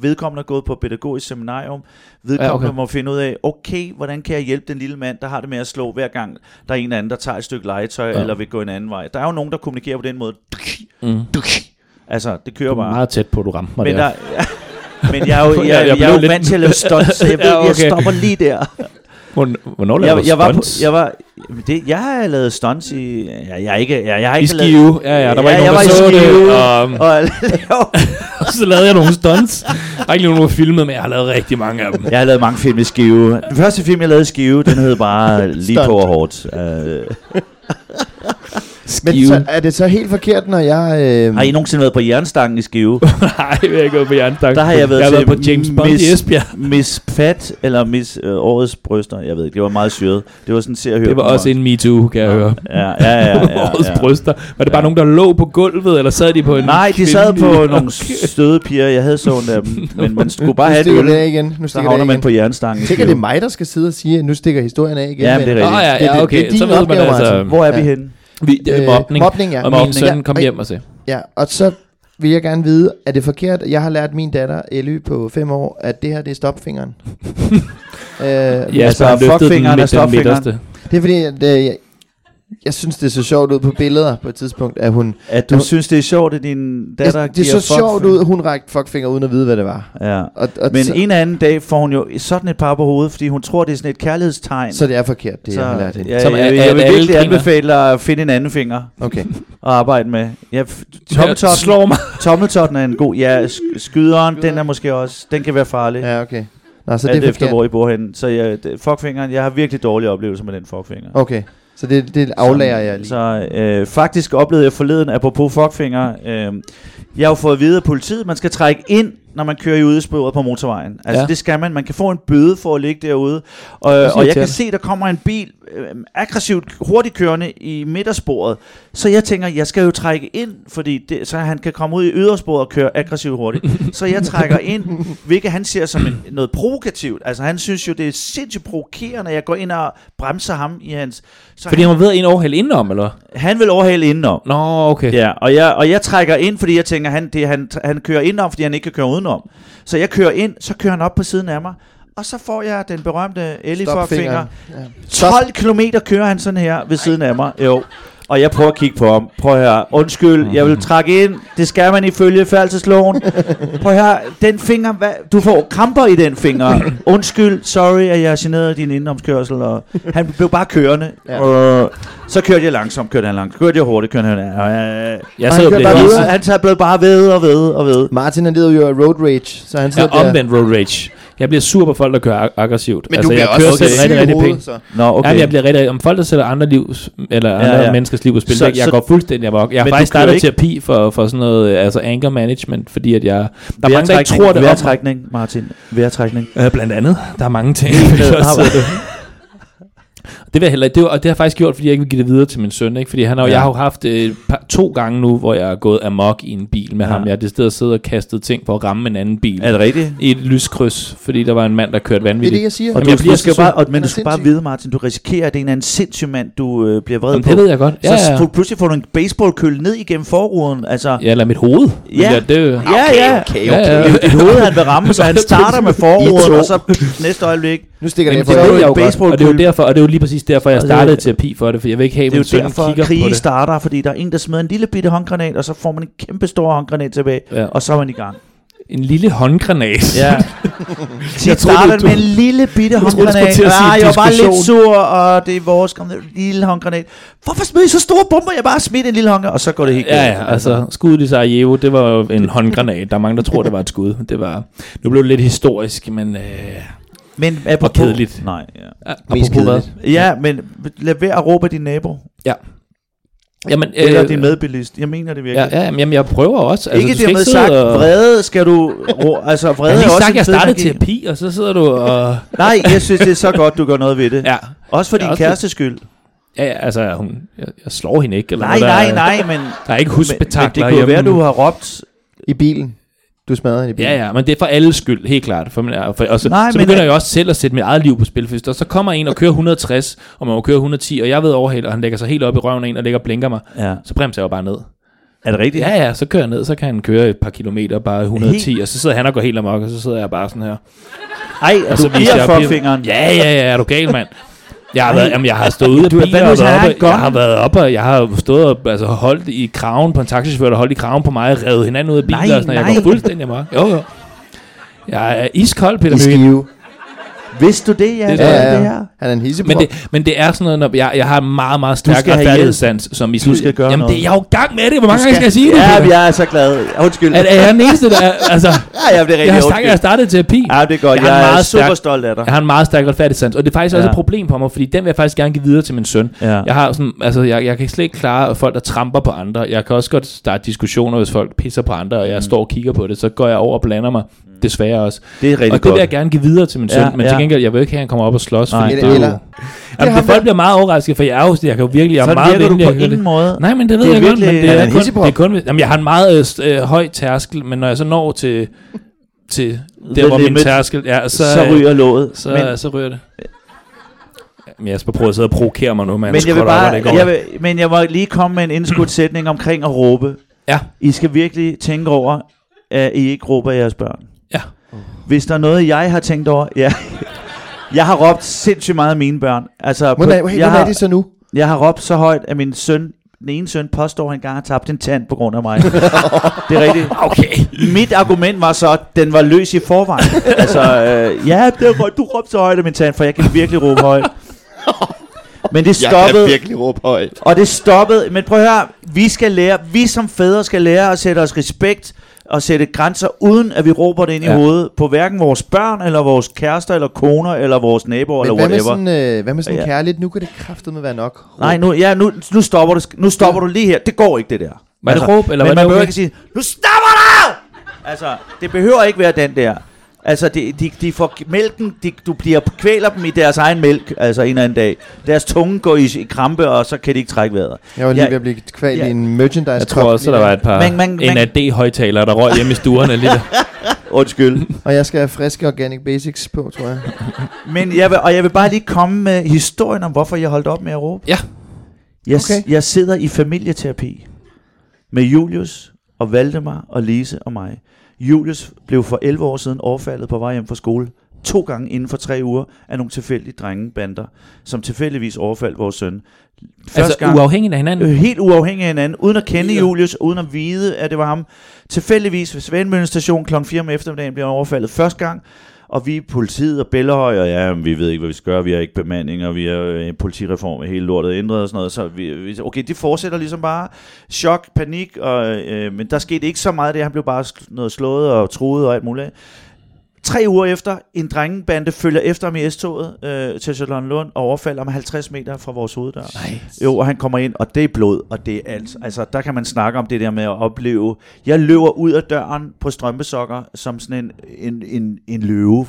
Speaker 4: Vedkommende er gået på et pædagogisk seminarium. Vedkommende
Speaker 3: Ja,
Speaker 4: ja,
Speaker 3: okay.
Speaker 4: okay. må finde ud af, okay, hvordan kan jeg hjælpe den lille mand, der har det med at slå hver gang, der er en eller anden, der tager et stykke legetøj ja. eller vil gå en anden vej. Der er jo nogen, der kommunikerer på den måde. Mm. Altså, det kører
Speaker 3: Du var
Speaker 4: bare.
Speaker 3: meget tæt på, at du ramte mig
Speaker 4: Men
Speaker 3: der.
Speaker 4: der, Men jeg er jo, jeg,
Speaker 3: Jeg-
Speaker 4: jeg,
Speaker 3: jeg
Speaker 4: jeg,
Speaker 3: blev
Speaker 4: er jo
Speaker 3: lidt-
Speaker 4: vant til at lave stunts, så jeg ved,
Speaker 3: Ja,
Speaker 4: ja, okay. jeg
Speaker 3: okay.
Speaker 4: stopper lige der.
Speaker 3: Hvorn- Hvornår laver
Speaker 4: Jeg,
Speaker 3: du
Speaker 4: jeg, var, på,
Speaker 3: stunts?
Speaker 4: jeg var, jamen det, jeg har lavet stunts i, jeg, jeg, er ikke, jeg, jeg har
Speaker 3: I
Speaker 4: ikke
Speaker 3: Skive. Ja, ja, der var ikke
Speaker 4: jeg
Speaker 3: nogen, der så
Speaker 4: var i
Speaker 3: det.
Speaker 4: Skive,
Speaker 3: Og, um,
Speaker 4: Og lavet-
Speaker 3: så lavede jeg nogle stunts. Der er ikke nogen, der har filmet, men jeg har lavet rigtig mange af dem.
Speaker 4: jeg har lavet mange film i Skive. Den første film, jeg lavede i Skive, den hed bare Lige på
Speaker 5: Stunt.
Speaker 4: og hårdt. Øh,
Speaker 5: Men så, er det så helt forkert, når jeg... Øh,
Speaker 4: har I nogensinde været på jernstangen i Skive?
Speaker 3: Nej, jeg har ikke været på Jernstank.
Speaker 4: Der har jeg været,
Speaker 3: jeg har
Speaker 4: til
Speaker 3: været på James Bond
Speaker 4: Miss,
Speaker 3: i Esbjerg.
Speaker 4: Miss Pat, eller Miss øh, Årets Bryster, jeg ved ikke, det var meget syret. Det var sådan, se og høre.
Speaker 3: Det var
Speaker 4: program.
Speaker 3: også en MeToo, kan jeg høre.
Speaker 4: Ja, ja, ja. ja, ja,
Speaker 3: Årets
Speaker 4: ja.
Speaker 3: bryster. Var det bare
Speaker 4: Ja.
Speaker 3: nogen, der lå på gulvet, eller sad de på en
Speaker 4: Nej, de sad på
Speaker 3: kvindelig-
Speaker 4: nogle støde piger. Jeg havde sådan af dem, men man skulle bare
Speaker 5: nu
Speaker 4: have det.
Speaker 5: stikker det af
Speaker 4: øl.
Speaker 5: igen. Nu
Speaker 4: Så
Speaker 5: stikker det
Speaker 4: havner
Speaker 5: af
Speaker 4: man
Speaker 5: igen.
Speaker 4: på jernstangen. i
Speaker 5: Jeg tænker, det
Speaker 4: Skive.
Speaker 5: er mig, der skal sidde og sige, at nu stikker historien af igen.
Speaker 4: Ja, men det er
Speaker 5: men-
Speaker 4: rigtigt.
Speaker 3: Nå ja,
Speaker 5: Det-
Speaker 3: ja,
Speaker 5: det-
Speaker 3: okay.
Speaker 5: det er din
Speaker 3: så ved man
Speaker 5: opgave,
Speaker 3: altså...
Speaker 5: Martin.
Speaker 4: Hvor er vi
Speaker 5: Ja.
Speaker 4: henne?
Speaker 3: Vi, det er
Speaker 5: Øh,
Speaker 3: mobning.
Speaker 5: mobning, ja.
Speaker 3: Og min
Speaker 5: Mobning.
Speaker 3: søn
Speaker 5: Ja,
Speaker 3: kom
Speaker 5: og-
Speaker 3: hjem og sagde,
Speaker 5: Ja, og så vil jeg gerne vide, er det forkert, at jeg har lært min datter, Elly på fem år, at det her, det er stopfingeren? øh,
Speaker 3: ja,
Speaker 4: altså,
Speaker 3: så han løftede den,
Speaker 4: fuckfingeren
Speaker 3: med
Speaker 4: og
Speaker 3: den
Speaker 4: stopfingeren.
Speaker 3: midterste.
Speaker 5: Det er fordi, at, øh, jeg, jeg synes, det så sjovt ud på billeder på et tidspunkt, at hun...
Speaker 4: At du synes, det er sjovt, at din datter
Speaker 5: jeg, det
Speaker 4: giver
Speaker 5: så sjovt
Speaker 4: fuckfinger.
Speaker 5: ud, at hun rækte fuckfinger uden at vide, hvad det var.
Speaker 4: Ja.
Speaker 5: Og, og
Speaker 4: Men
Speaker 5: så,
Speaker 4: en anden dag får hun jo sådan et par på hovedet, fordi hun tror, det er sådan et kærlighedstegn.
Speaker 5: så det er forkert, det så, jeg har lært hende.
Speaker 4: ja,
Speaker 3: Som
Speaker 4: jeg,
Speaker 3: er-
Speaker 4: jeg,
Speaker 3: at
Speaker 4: jeg vil
Speaker 3: alle
Speaker 4: virkelig
Speaker 3: griner.
Speaker 4: anbefale dig at finde en anden finger
Speaker 5: Okay.
Speaker 4: at arbejde med. Ja, f-
Speaker 3: Jeg
Speaker 4: tommeltotten,
Speaker 3: slår mig.
Speaker 4: tommeltotten er en god. Ja, sk- skyderen, den er måske også. Den kan være farlig.
Speaker 5: Ja, okay. Nå, så
Speaker 4: Så
Speaker 5: det
Speaker 4: alt
Speaker 5: er
Speaker 4: efter,
Speaker 5: forkert.
Speaker 4: hvor I bor henne. Så ja, det- fuckfingeren, jeg har virkelig dårlige oplevelser med den fuckfinger.
Speaker 5: Okay, så det, det aflærer jeg lige.
Speaker 4: Så øh, faktisk oplevede jeg forleden, apropos fuckfinger, øh, jeg har jo fået at vide af politiet, at man skal trække ind, når man kører i udesporet på motorvejen. Altså
Speaker 3: Ja.
Speaker 4: ja. det skal man. Man kan få en bøde for at ligge derude. Og, og jeg kan
Speaker 3: irriterende.
Speaker 4: se, der kommer en bil øh, aggressivt hurtigt kørende i midtersporet. Så jeg tænker, jeg skal jo trække ind, fordi det, så han kan komme ud i ydersporet og køre aggressivt hurtigt. så jeg trækker ind, hvilket han ser som en, noget provokativt. Altså han synes jo, det er sindssygt provokerende, at jeg går ind og bremser ham i hans... Så
Speaker 3: Fordi han var ved at en overhælde indenom, eller hvad?
Speaker 4: han vil overhale indenom.
Speaker 3: Nå, okay.
Speaker 4: Ja, og jeg, og jeg trækker ind, fordi jeg tænker, han, det, han, han kører indenom, fordi han ikke kan køre udenom. Så jeg kører ind, så kører han op på siden af mig, og så får jeg den berømte Ellie-fuckfinger.
Speaker 5: Stopfingeren. Ja.
Speaker 4: 12 kilometer kører han sådan her ved siden af mig. Jo. Og jeg prøver at kigge på ham. Prøv her. Undskyld, jeg vil trække ind. Det skal man ifølge færdselsloven. Prøv her. Den finger, hvad? du får kramper i den finger. Undskyld, sorry, at jeg generede din indenomskørsel. Og han blev bare kørende.
Speaker 5: Ja.
Speaker 4: Ja. Og så kørte jeg langsomt, kørte han langsomt. Kørte jeg hurtigt, kørte han. Øh,
Speaker 3: Jeg
Speaker 5: Og han
Speaker 3: sad og
Speaker 5: kørte
Speaker 3: blev
Speaker 5: bare
Speaker 4: han,
Speaker 5: videre.
Speaker 3: helt-
Speaker 4: så han så blev bare ved og ved og ved.
Speaker 5: Martin, han lider jo af road rage, så han
Speaker 3: Jeg
Speaker 5: sidder
Speaker 3: er
Speaker 5: der...
Speaker 3: omvendt road rage. Jeg bliver sur på folk, der kører ag- aggressivt.
Speaker 5: Men altså, du
Speaker 3: jeg
Speaker 5: bliver også
Speaker 3: selv
Speaker 5: syg
Speaker 3: rigtig,
Speaker 5: i
Speaker 3: rigtig
Speaker 5: hovedet,
Speaker 3: pænt.
Speaker 5: så.
Speaker 4: Nå, okay.
Speaker 3: Jamen, jeg bliver rigtig, om folk, der sætter andre, livs, eller andre ja,
Speaker 4: ja.
Speaker 3: ja. menneskers liv på spil,
Speaker 4: Så-
Speaker 3: så, jeg
Speaker 4: så-
Speaker 3: går fuldstændig amok. Jeg har
Speaker 4: Men
Speaker 3: faktisk
Speaker 4: du kører
Speaker 3: startet
Speaker 4: ikke-
Speaker 3: terapi for, for sådan noget, øh, altså anger management, fordi at jeg, der er mange, der ikke
Speaker 4: Vejrtrækning,
Speaker 3: tror det om mig.
Speaker 4: Vejrtrækning, Martin. Vejrtrækning.
Speaker 3: Øh, blandt andet. Der er mange ting.
Speaker 4: har-
Speaker 3: det vil jeg heller ikke. Det, var- og det har jeg faktisk gjort, fordi jeg ikke vil give det videre til min søn. Ikke? Fordi han har, ja.
Speaker 4: Ja.
Speaker 3: jeg har jo haft øh, par, to gange nu, hvor jeg er gået amok i en bil med ja.
Speaker 4: Ja.
Speaker 3: ham. Jeg har det sted siddet og kastet ting for at ramme en anden bil.
Speaker 4: Er det rigtigt?
Speaker 3: I et lyskryds, fordi der var en mand, der kørte
Speaker 5: Det er det,
Speaker 3: vanvittigt.
Speaker 5: jeg siger.
Speaker 4: Og
Speaker 3: Jamen,
Speaker 4: du,
Speaker 3: jeg bliver
Speaker 4: du skal
Speaker 3: så
Speaker 4: bare,
Speaker 3: sur.
Speaker 4: og, men
Speaker 5: Han er
Speaker 4: du skal bare
Speaker 5: sindssyg.
Speaker 4: vide, Martin, du risikerer, at det er en eller anden sindssyg mand, du øh, bliver vred
Speaker 3: Jamen,
Speaker 4: på.
Speaker 3: det ved jeg godt. Ja,
Speaker 4: Så
Speaker 3: ja.
Speaker 4: pl- pludselig får du en baseballkølle ned igennem forruden. Altså, ja,
Speaker 3: ja eller mit hoved.
Speaker 4: Ja.
Speaker 3: ja det,
Speaker 4: ja.
Speaker 5: okay,
Speaker 3: Ja, ja.
Speaker 4: Det er jo dit hoved, han vil ramme, så han starter med forruden,
Speaker 5: I to.
Speaker 4: og så næste øjeblik.
Speaker 5: Nu stikker det
Speaker 3: Jamen,
Speaker 5: af
Speaker 3: det
Speaker 5: for
Speaker 4: er
Speaker 3: ved
Speaker 4: jo
Speaker 3: jeg
Speaker 4: en
Speaker 3: jo godt, og det er jo
Speaker 4: baseballkølle.
Speaker 3: derfor, og det er jo lige præcis derfor, jeg
Speaker 4: Og det er-
Speaker 3: startede terapi for det, for jeg vil ikke have, at
Speaker 4: Det er
Speaker 3: min
Speaker 4: jo
Speaker 3: søn kigger
Speaker 4: derfor,
Speaker 3: på
Speaker 4: krige
Speaker 3: det.
Speaker 4: starter, fordi der er en, der smider en lille bitte håndgranat, og så får man en kæmpe stor håndgranat tilbage,
Speaker 3: Ja.
Speaker 4: og så er man i gang.
Speaker 3: En lille håndgranat.
Speaker 4: jeg
Speaker 3: troede,
Speaker 4: startede
Speaker 3: du-
Speaker 4: med en lille bitte
Speaker 3: Jeg troede, du skulle
Speaker 4: håndgranat.
Speaker 3: til at sige
Speaker 4: Nej, jeg var bare
Speaker 3: diskussion.
Speaker 4: lidt sur, og det er vores kom, lille håndgranat. Hvorfor smed I så store bomber? Jeg bare smidt en lille håndgranat, og så går det helt
Speaker 3: Ja,
Speaker 4: galt.
Speaker 3: ja, altså skuddet i Sarajevo, det var jo en håndgranat. Der er mange, der tror, det var et skud. Det var, nu blev det lidt historisk, men... Øh,
Speaker 4: Men apropos,
Speaker 3: kedeligt.
Speaker 4: Nej, ja.
Speaker 3: apropos hvad?
Speaker 5: kedeligt.
Speaker 4: ja, men lad være at råbe af din nabo.
Speaker 3: Jamen, øh,
Speaker 4: Eller din medbilist. Jeg mener det virkelig.
Speaker 3: Ja, ja, jamen, jeg prøver også.
Speaker 4: Altså, ikke
Speaker 3: du skal
Speaker 4: dermed
Speaker 3: sidde
Speaker 4: sagt,
Speaker 3: og-
Speaker 4: vrede skal du... Rå, altså, vrede
Speaker 3: Jeg har
Speaker 4: er
Speaker 3: lige
Speaker 4: også
Speaker 3: sagt,
Speaker 4: en
Speaker 3: jeg
Speaker 4: fed
Speaker 3: startede
Speaker 4: energi.
Speaker 3: terapi, og så sidder du og...
Speaker 4: Nej, jeg synes, det er så godt, du gør noget ved det.
Speaker 3: Ja,
Speaker 4: Også for
Speaker 3: Ja,
Speaker 4: din
Speaker 3: også-
Speaker 4: kærestes skyld.
Speaker 3: ja, ja altså, hun, jeg, jeg slår hende ikke. Eller
Speaker 4: Nej,
Speaker 3: noget,
Speaker 4: nej,
Speaker 3: der,
Speaker 4: nej, men,
Speaker 3: Der er ikke
Speaker 4: men, men det
Speaker 3: husbetakler
Speaker 4: kunne jo være,
Speaker 3: hjemme.
Speaker 4: du har råbt...
Speaker 5: I bilen. Du smadrede hende i bilen.
Speaker 3: Ja, ja, men det er for alles skyld, helt klart. For, man- og, for, og så, Nej,
Speaker 4: Nej,
Speaker 3: så
Speaker 4: men-
Speaker 3: begynder jeg også selv at sætte mit eget liv på spil, for hvis der så kommer en og kører 160, og man må køre 110, og jeg ved overhale, og han lægger sig helt op i røven af en, og ligger og blinker mig,
Speaker 4: Ja.
Speaker 3: så bremser jeg jo bare ned.
Speaker 4: Er det rigtigt?
Speaker 3: Ja, ja, så kører jeg ned, så kan han køre et par kilometer, bare 110,
Speaker 4: Helt-
Speaker 3: og så sidder han og går helt amok, og så sidder jeg bare sådan her.
Speaker 4: Ej,
Speaker 3: Og
Speaker 4: du
Speaker 3: så viser
Speaker 4: giver
Speaker 3: jeg
Speaker 4: for fingeren.
Speaker 3: Ja, ja, ja, er du gal, mand? Jeg har, været, jamen, jeg har stået ude af
Speaker 4: Du er-
Speaker 3: biler,
Speaker 4: hvad
Speaker 3: og
Speaker 4: hvis han
Speaker 3: været
Speaker 4: har
Speaker 3: oppe,
Speaker 4: en gun?
Speaker 3: jeg har været oppe, og jeg har stået og altså, holdt i kraven på en taxichauffør, der holdt i kraven på mig, revet hinanden ud af biler
Speaker 4: Nej,
Speaker 3: og sådan noget. Jeg
Speaker 4: nej.
Speaker 3: går fuldstændig amok. Jo, jo. Jeg er iskold,
Speaker 5: I
Speaker 3: Peter Møgen.
Speaker 5: Skive.
Speaker 4: Vidste du det, ja?
Speaker 3: Det
Speaker 4: Det,
Speaker 3: er
Speaker 4: er
Speaker 5: Ja,
Speaker 4: det
Speaker 5: ja.
Speaker 4: her.
Speaker 5: Han er en hissebror.
Speaker 3: Men det, men det er sådan noget, når jeg, jeg har en meget, meget stærk
Speaker 4: skal have hjælp.
Speaker 3: retfærdighedssans, som i slut...
Speaker 4: skal gøre
Speaker 3: Jamen,
Speaker 4: noget.
Speaker 3: det, jeg er jo i gang med det. Hvor mange gange skal jeg sige det,
Speaker 4: Ja,
Speaker 3: Peter?
Speaker 4: jeg er så glad. Undskyld.
Speaker 3: At, at jeg er den eneste, der... er- Altså,
Speaker 4: Ja, ja, det er
Speaker 3: jeg har,
Speaker 4: rigtigt.
Speaker 3: startet, jeg har
Speaker 4: undskyld.
Speaker 3: startet terapi.
Speaker 4: Ja, det er godt.
Speaker 3: Jeg har
Speaker 4: Jeg,
Speaker 3: en
Speaker 4: er
Speaker 3: meget stærk-
Speaker 4: super stolt af dig.
Speaker 3: Jeg har en meget stærk retfærdighedssans, og det er faktisk også
Speaker 4: Ja.
Speaker 3: et problem for mig, fordi den vil jeg faktisk gerne give videre til min søn.
Speaker 4: Ja.
Speaker 3: Jeg, har sådan, altså, jeg, jeg kan slet ikke klare folk, der tramper på andre. Jeg kan også godt starte diskussioner, hvis folk pisser på andre, og jeg står og kigger på det, så går jeg over og blander mig. Desværre også.
Speaker 4: Mm. Det er rigtig
Speaker 3: og det
Speaker 4: godt.
Speaker 3: vil jeg gerne give videre til min søn,
Speaker 4: Ja,
Speaker 3: men til
Speaker 4: ja.
Speaker 3: gengæld, jeg vil ikke have, at han kommer op og slås,
Speaker 4: Nej.
Speaker 3: fordi
Speaker 5: Eller-
Speaker 3: det er jo...
Speaker 5: eller-
Speaker 3: Jamen,
Speaker 5: det
Speaker 3: det
Speaker 5: har
Speaker 3: folk bliver meget overrasket, for jeg er jo, jeg kan jo virkelig, jeg er
Speaker 4: Sådan
Speaker 3: meget
Speaker 4: virker du
Speaker 3: venlig.
Speaker 4: på
Speaker 3: jeg kan-
Speaker 4: ingen måde.
Speaker 3: Nej, men det ved
Speaker 4: Det er
Speaker 3: jeg
Speaker 4: virkelig-
Speaker 3: godt, men
Speaker 4: Han
Speaker 3: det
Speaker 4: er
Speaker 3: er,
Speaker 4: en
Speaker 3: kun,
Speaker 5: hissepop.
Speaker 3: det er kun... Jamen, jeg har en meget øh, st- øh, høj tærskel, men når jeg så når til, til
Speaker 4: The
Speaker 3: der, hvor min
Speaker 4: limit.
Speaker 3: tærskel... Ja, så,
Speaker 4: Så, så
Speaker 3: øh,
Speaker 4: ryger låget.
Speaker 3: så,
Speaker 4: men,
Speaker 3: men, så ryger det. Jamen, Jasper prøver at sidde og provokere mig nu, men,
Speaker 4: men jeg vil bare, jeg vil, men jeg må lige komme med en indskudt sætning omkring at råbe.
Speaker 3: Ja.
Speaker 4: I skal virkelig tænke over, at I ikke råber jeres børn.
Speaker 3: Ja.
Speaker 4: Hvis der er noget, jeg har tænkt over, ja. Jeg har råbt sindssygt meget af mine børn. Altså, på,
Speaker 5: Hvordan, hey,
Speaker 4: jeg,
Speaker 5: hvordan er
Speaker 4: har,
Speaker 5: det så nu?
Speaker 4: jeg har råbt så højt, at min søn, den ene søn påstår, at han engang har tabt en tand på grund af mig. det er rigtigt.
Speaker 3: Okay.
Speaker 4: Mit argument var så, at den var løs i forvejen. altså, øh, ja, det er, godt, du råbte så højt af min tand, for jeg kan virkelig råbe højt. Men det stoppede,
Speaker 5: virkelig råbe højt.
Speaker 4: og det stoppede. Men prøv at høre, vi skal lære, vi som fædre skal lære at sætte os respekt og sætte grænser, uden at vi råber det ind ja. i
Speaker 3: Ja.
Speaker 4: hovedet på hverken vores børn, eller vores kærester, eller koner, eller vores naboer,
Speaker 5: Men
Speaker 4: eller
Speaker 5: hvad med
Speaker 4: whatever.
Speaker 5: sådan, øh, hvad med sådan
Speaker 4: Ja.
Speaker 5: ja. kærligt? Nu kan det kraftedeme være nok.
Speaker 4: Nej, nu, ja, nu, nu, stopper du, nu stopper du lige her. Det går ikke, det der. Altså,
Speaker 3: Var det råb, eller
Speaker 4: men
Speaker 3: var det
Speaker 4: man behøver
Speaker 3: okay?
Speaker 4: ikke sige, nu stopper du! Altså, det behøver ikke være den der. Altså, de, de, de får mælken, de, du bliver kvæler dem i deres egen mælk, altså en eller anden dag. Deres tunge går i, i krampe, og så kan de ikke trække vejret.
Speaker 5: Jeg var lige
Speaker 4: Ja.
Speaker 5: ved at blive kvalt
Speaker 4: Ja.
Speaker 5: i en merchandise
Speaker 3: Jeg tror også, at der var et par
Speaker 4: Man- man- man-
Speaker 3: NAD-højtalere, der røg hjemme i stuerne lige der.
Speaker 4: Undskyld.
Speaker 5: Og jeg skal have friske organic basics på, tror jeg.
Speaker 4: Men jeg vil, og jeg vil bare lige komme med historien om, hvorfor jeg holdt op med at råbe.
Speaker 3: Ja.
Speaker 4: Jeg, s-
Speaker 5: Okay.
Speaker 4: jeg sidder i familieterapi med Julius og Valdemar og Lise og mig. Julius blev for 11 år siden overfaldet på vej hjem fra skole to gange inden for tre uger af nogle tilfældige drengebander, som tilfældigvis overfaldt vores søn. Første
Speaker 3: altså, uafhængigt af hinanden.
Speaker 4: Øh, helt uafhængig af hinanden, uden at kende
Speaker 3: Ja.
Speaker 4: Julius, uden at vide, at det var ham. Tilfældigvis ved Svendmøllen station kl. 4 om eftermiddagen bliver han overfaldet første gang, og vi er politiet og Bellehøj, og ja, men vi ved ikke, hvad vi skal gøre, vi har ikke bemanding, og vi har øh, en politireform, og hele lortet er ændret og sådan noget, så vi, vi okay, det fortsætter ligesom bare. Chok, panik, og, øh, men der skete ikke så meget, det han blev bare sl- noget slået og truet og alt muligt. Tre uger efter, en drengebande følger efter ham i S-toget øh, til Charlottenlund og overfalder ham 50 meter fra vores hoveddør.
Speaker 3: Nej.
Speaker 4: Jo, og han kommer ind, og det er blod, og det er alt. Altså, der kan man snakke om det der med at opleve. Jeg løber ud af døren på strømpesokker, som sådan en, en, en, en løve.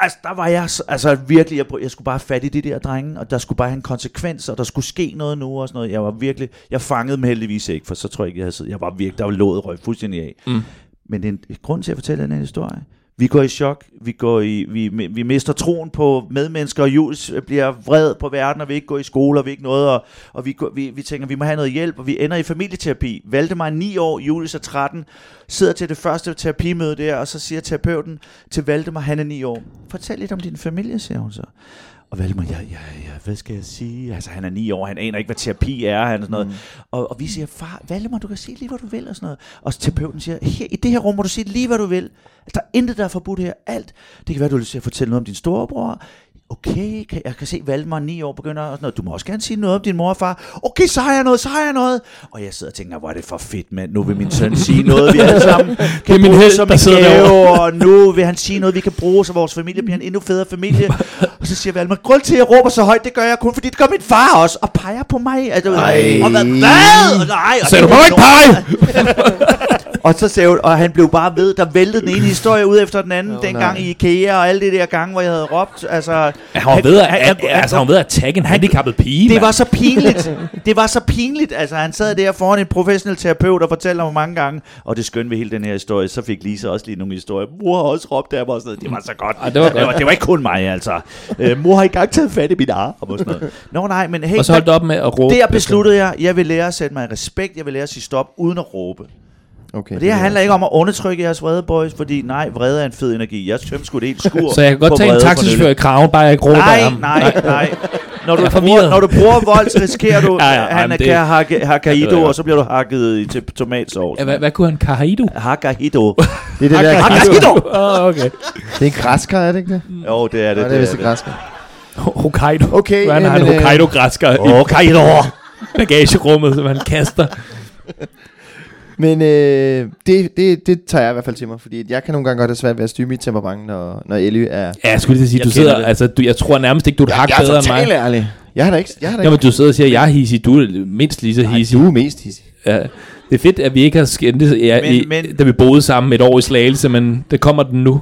Speaker 4: Altså, der var jeg, så- altså virkelig, jeg, prøv- jeg skulle bare have fat i de der drenge, og der skulle bare have en konsekvens, og der skulle ske noget nu og sådan noget. Jeg var virkelig, jeg fangede dem heldigvis ikke, for så tror jeg ikke, jeg havde siddet. Jeg var virkelig, der var lået røg fuldstændig af. Mm. Men en, grund til at fortælle den her historie, vi går i chok, vi, går i, vi, vi mister troen på medmennesker, og Jules bliver vred på verden, og vi ikke går i skole, og vi ikke noget, og, og vi, går- vi, vi tænker, vi må have noget hjælp, og vi ender i familieterapi. Valdemar er 9 år, Julius er 13, sidder til det første terapimøde der, og så siger terapeuten til Valdemar, han er 9 år, fortæl lidt om din familie, siger hun så. Og Valdemar, ja, ja, ja, hvad skal jeg sige? Altså, han er ni år, han aner ikke, hvad terapi er, han og sådan noget. Mm. Og, og, vi siger, far, Valdemar, du kan sige lige, hvad du vil, og sådan noget. Og terapeuten siger, her, i det her rum må du sige lige, hvad du vil. Altså, der er intet, der er forbudt her. Alt. Det kan være, du har lyst til at fortælle noget om din storebror. Okay, kan, jeg kan se, Valdemar, ni år, begynder og sådan noget. Du må også gerne sige noget om din mor og far. Okay, så har jeg noget, så har jeg noget. Og jeg sidder og tænker, hvor er det for fedt, mand. Nu vil min søn sige noget, vi alle sammen kan
Speaker 3: er min
Speaker 4: bruge
Speaker 3: helt,
Speaker 4: som
Speaker 3: der
Speaker 4: en
Speaker 3: sidder
Speaker 4: gave,
Speaker 3: derovre.
Speaker 4: og nu vil han sige noget, vi kan bruge, så vores familie bliver en endnu federe familie. Og så siger Valmar, grund til, at jeg råber så højt, det gør jeg kun, fordi det gør min far også, og peger på mig. Altså,
Speaker 5: Ej.
Speaker 4: Og hvad? hvad? Og Nej, og
Speaker 3: Så du
Speaker 4: det
Speaker 3: må
Speaker 4: var
Speaker 3: ikke pege!
Speaker 4: og så sagde hun, og han blev bare ved, der væltede den ene historie ud efter den anden, oh, dengang i IKEA og alle det der gange, hvor jeg havde råbt. Altså,
Speaker 3: Han var ved at, altså, han var ved at tagge en handicappet pige,
Speaker 4: det
Speaker 3: mand.
Speaker 4: var så pinligt. Det var så pinligt. Altså, han sad der foran en professionel terapeut og fortalte om mange gange. Og det skønne ved hele den her historie, så fik Lisa også lige nogle historier. Mor har også råbt af mig og sådan noget. Det var så godt.
Speaker 3: Ej, det var
Speaker 4: Det,
Speaker 3: godt.
Speaker 4: var, det var ikke kun mig, altså. Øh, mor har ikke engang taget fat i mit arm og sådan noget. Nå nej, men hey,
Speaker 3: Og så holdt op med at råbe.
Speaker 4: der besluttede jeg, jeg vil lære at sætte mig i respekt, jeg vil lære at sige stop, uden at råbe.
Speaker 5: Okay.
Speaker 4: Og det her handler ikke om at undertrykke jeres vrede, boys, fordi nej, vrede er en fed energi. Jeg tømte sgu det helt skur
Speaker 3: Så jeg kan godt
Speaker 4: på
Speaker 3: tage en
Speaker 4: vrede for
Speaker 3: taxichauffør i
Speaker 4: nylig.
Speaker 3: kraven, bare jeg ikke råber af
Speaker 4: Nej,
Speaker 3: ham.
Speaker 4: nej, nej. når,
Speaker 2: Jeg
Speaker 4: du
Speaker 2: er
Speaker 4: bruger,
Speaker 2: forvirret.
Speaker 4: når du bruger vold, så risikerer du,
Speaker 3: Ja,
Speaker 4: ja,
Speaker 3: ja,
Speaker 4: ja, han
Speaker 3: jamen, det-
Speaker 4: kan hakke,
Speaker 3: det ved
Speaker 4: hakkaido,
Speaker 3: jeg
Speaker 4: og så bliver du hakket i til tomatsovs.
Speaker 3: Ja, hvad, hvad kunne han? Kahaido?
Speaker 4: Hakkaido.
Speaker 5: Det er det der
Speaker 4: Hakkaido!
Speaker 3: Åh, oh, okay.
Speaker 5: Det er en græsker, er det ikke det?
Speaker 4: Jo, det er
Speaker 5: Ja,
Speaker 4: det.
Speaker 5: det, er vist en græsker.
Speaker 3: Hokkaido.
Speaker 5: Okay,
Speaker 3: Hvad han har en
Speaker 5: jamen, øh,
Speaker 3: Hokkaido-græsker i
Speaker 4: Hokkaido!
Speaker 3: bagagerummet, som han kaster.
Speaker 5: Men øh, det, det, det tager jeg i hvert fald til mig, fordi jeg kan nogle gange godt have svært ved at styre mit temperament, når, når Ellie er...
Speaker 3: Ja, jeg skulle lige sige,
Speaker 4: Jeg
Speaker 3: du
Speaker 4: kender
Speaker 3: sidder,
Speaker 4: det.
Speaker 3: altså, du, jeg tror nærmest ikke, du er et hak
Speaker 5: jeg
Speaker 3: bedre
Speaker 5: er
Speaker 3: end mig.
Speaker 5: totalt ærlig. Jeg har da ikke... Jeg har da ikke
Speaker 3: Jamen, du sidder og siger, jeg er hisig, du er mindst lige så hisig.
Speaker 5: du er mest hissig.
Speaker 3: Ja. Det er fedt, at vi ikke har skændtes, ja,
Speaker 4: Men-
Speaker 3: i,
Speaker 4: men-
Speaker 3: da vi boede sammen et år i Slagelse, men der kommer den nu.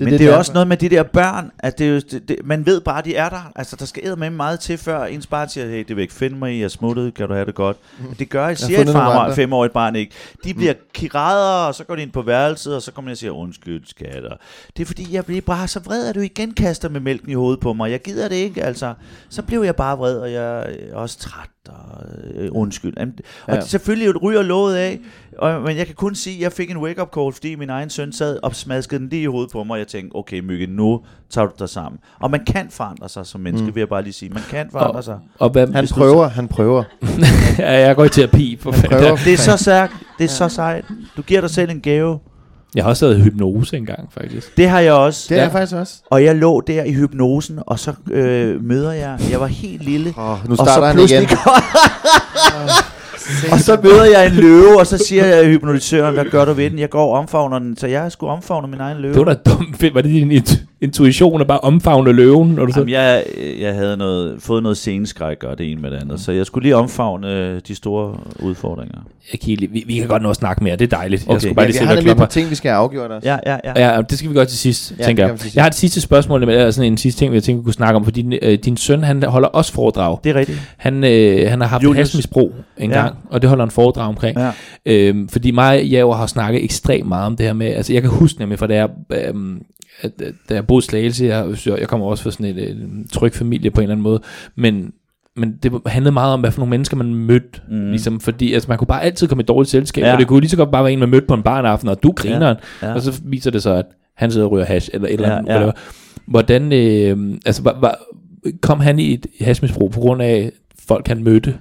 Speaker 4: Men det, det er jo også
Speaker 5: derfor.
Speaker 4: noget med de der børn, at det, er jo- det, det, man ved bare, at de er der. Altså, der skal med meget til, før ens barn siger, hey, det vil jeg ikke finde mig i, jeg er smuttet, kan du have det godt. Men det gør, siger et
Speaker 5: fundet nogle
Speaker 4: far,
Speaker 5: andre.
Speaker 4: femårigt barn ikke. De bliver kirader, og så går de ind på værelset, og så kommer de og siger, undskyld, skatter. Det er fordi, jeg bliver bare så vred, at du igen kaster med mælken i hovedet på mig. Jeg gider det ikke, altså. Så blev jeg bare vred, og jeg er også træt. Og, øh, undskyld. Jamen, og
Speaker 5: Ja.
Speaker 4: ja. selvfølgelig ryger låget af, og, men jeg kan kun sige, at jeg fik en wake-up call, fordi min egen søn sad og smaskede den lige i hovedet på mig, og jeg tænkte, okay Mygge, nu tager du dig sammen. Og man kan forandre sig som menneske, mm. vil jeg bare lige sige. Man kan forandre
Speaker 3: Og-
Speaker 4: oh. sig.
Speaker 3: Og hvad,
Speaker 5: Han prøver, han prøver.
Speaker 3: ja, jeg går i terapi. For
Speaker 5: prøver.
Speaker 3: fanden.
Speaker 4: Det er så sejt. Det er så sejt. Du giver dig selv en gave.
Speaker 3: Jeg har også været i hypnose engang, faktisk.
Speaker 4: Det har jeg også.
Speaker 5: Det er
Speaker 3: Ja.
Speaker 5: jeg faktisk også.
Speaker 4: Og jeg lå der i hypnosen, og så øh, møder jeg, jeg var helt lille.
Speaker 5: Åh, nu
Speaker 4: og
Speaker 5: starter
Speaker 4: så
Speaker 5: han
Speaker 4: pludselig
Speaker 5: igen.
Speaker 4: og så møder jeg en løve, og så siger jeg hypnotisøren, hvad gør du ved den? Jeg går og omfavner den, så jeg skulle omfavne min egen løve.
Speaker 3: Det var da dumt fedt. Var det din int- intuition at bare omfavne løven? Når du så...
Speaker 4: Jamen, jeg, jeg havde noget, fået noget seneskræk og det ene med det andet, så jeg skulle lige omfavne øh, de store udfordringer.
Speaker 3: jeg kan ikke lide- vi, vi kan godt nå at snakke mere, det er dejligt. Okay,
Speaker 4: Okay.
Speaker 3: jeg skulle
Speaker 5: Ja,
Speaker 3: bare lige
Speaker 5: vi
Speaker 3: se,
Speaker 5: har
Speaker 3: hvad
Speaker 5: nemlig
Speaker 3: klokken
Speaker 5: et
Speaker 3: var.
Speaker 5: par ting, vi skal have afgjort også.
Speaker 4: Ja, ja, ja.
Speaker 3: Ja, ja, det skal vi gøre til sidst,
Speaker 5: det
Speaker 3: ja, tænker
Speaker 5: gør
Speaker 3: jeg.
Speaker 5: vi til sidst.
Speaker 3: Jeg har et sidste spørgsmål, eller sådan en sidste ting, jeg tænker, vi kunne snakke om, fordi din, øh, din søn, han holder også foredrag.
Speaker 4: Det er rigtigt.
Speaker 3: Han, øh, han har haft
Speaker 4: Julius.
Speaker 3: Julius. hashmisbrug en
Speaker 4: Ja.
Speaker 3: ja. gang, og det holder han foredrag omkring.
Speaker 4: Ja.
Speaker 3: Øhm, fordi mig og Javer har snakket ekstremt meget om det her med, altså jeg kan huske nemlig fra da jeg, øhm, at, at, da jeg boede i Slagelse, jeg, jeg kommer også fra sådan en, en tryg familie på en eller anden måde, men, men det handlede meget om, hvad for nogle mennesker man mødte, mm. ligesom, fordi altså, man kunne bare altid komme i dårligt selskab,
Speaker 4: Ja.
Speaker 3: ja. og det kunne lige så godt bare være en, man mødte på en bar en aften, og du grineren,
Speaker 4: Ja.
Speaker 3: ja. og så viser det så, at han sidder og ryger hash, eller et eller
Speaker 4: Ja,
Speaker 3: andet,
Speaker 4: ja.
Speaker 3: ja, ja. Hvordan, øh, altså, var, var, kom han i et hashmisbrug på grund af folk, han mødte?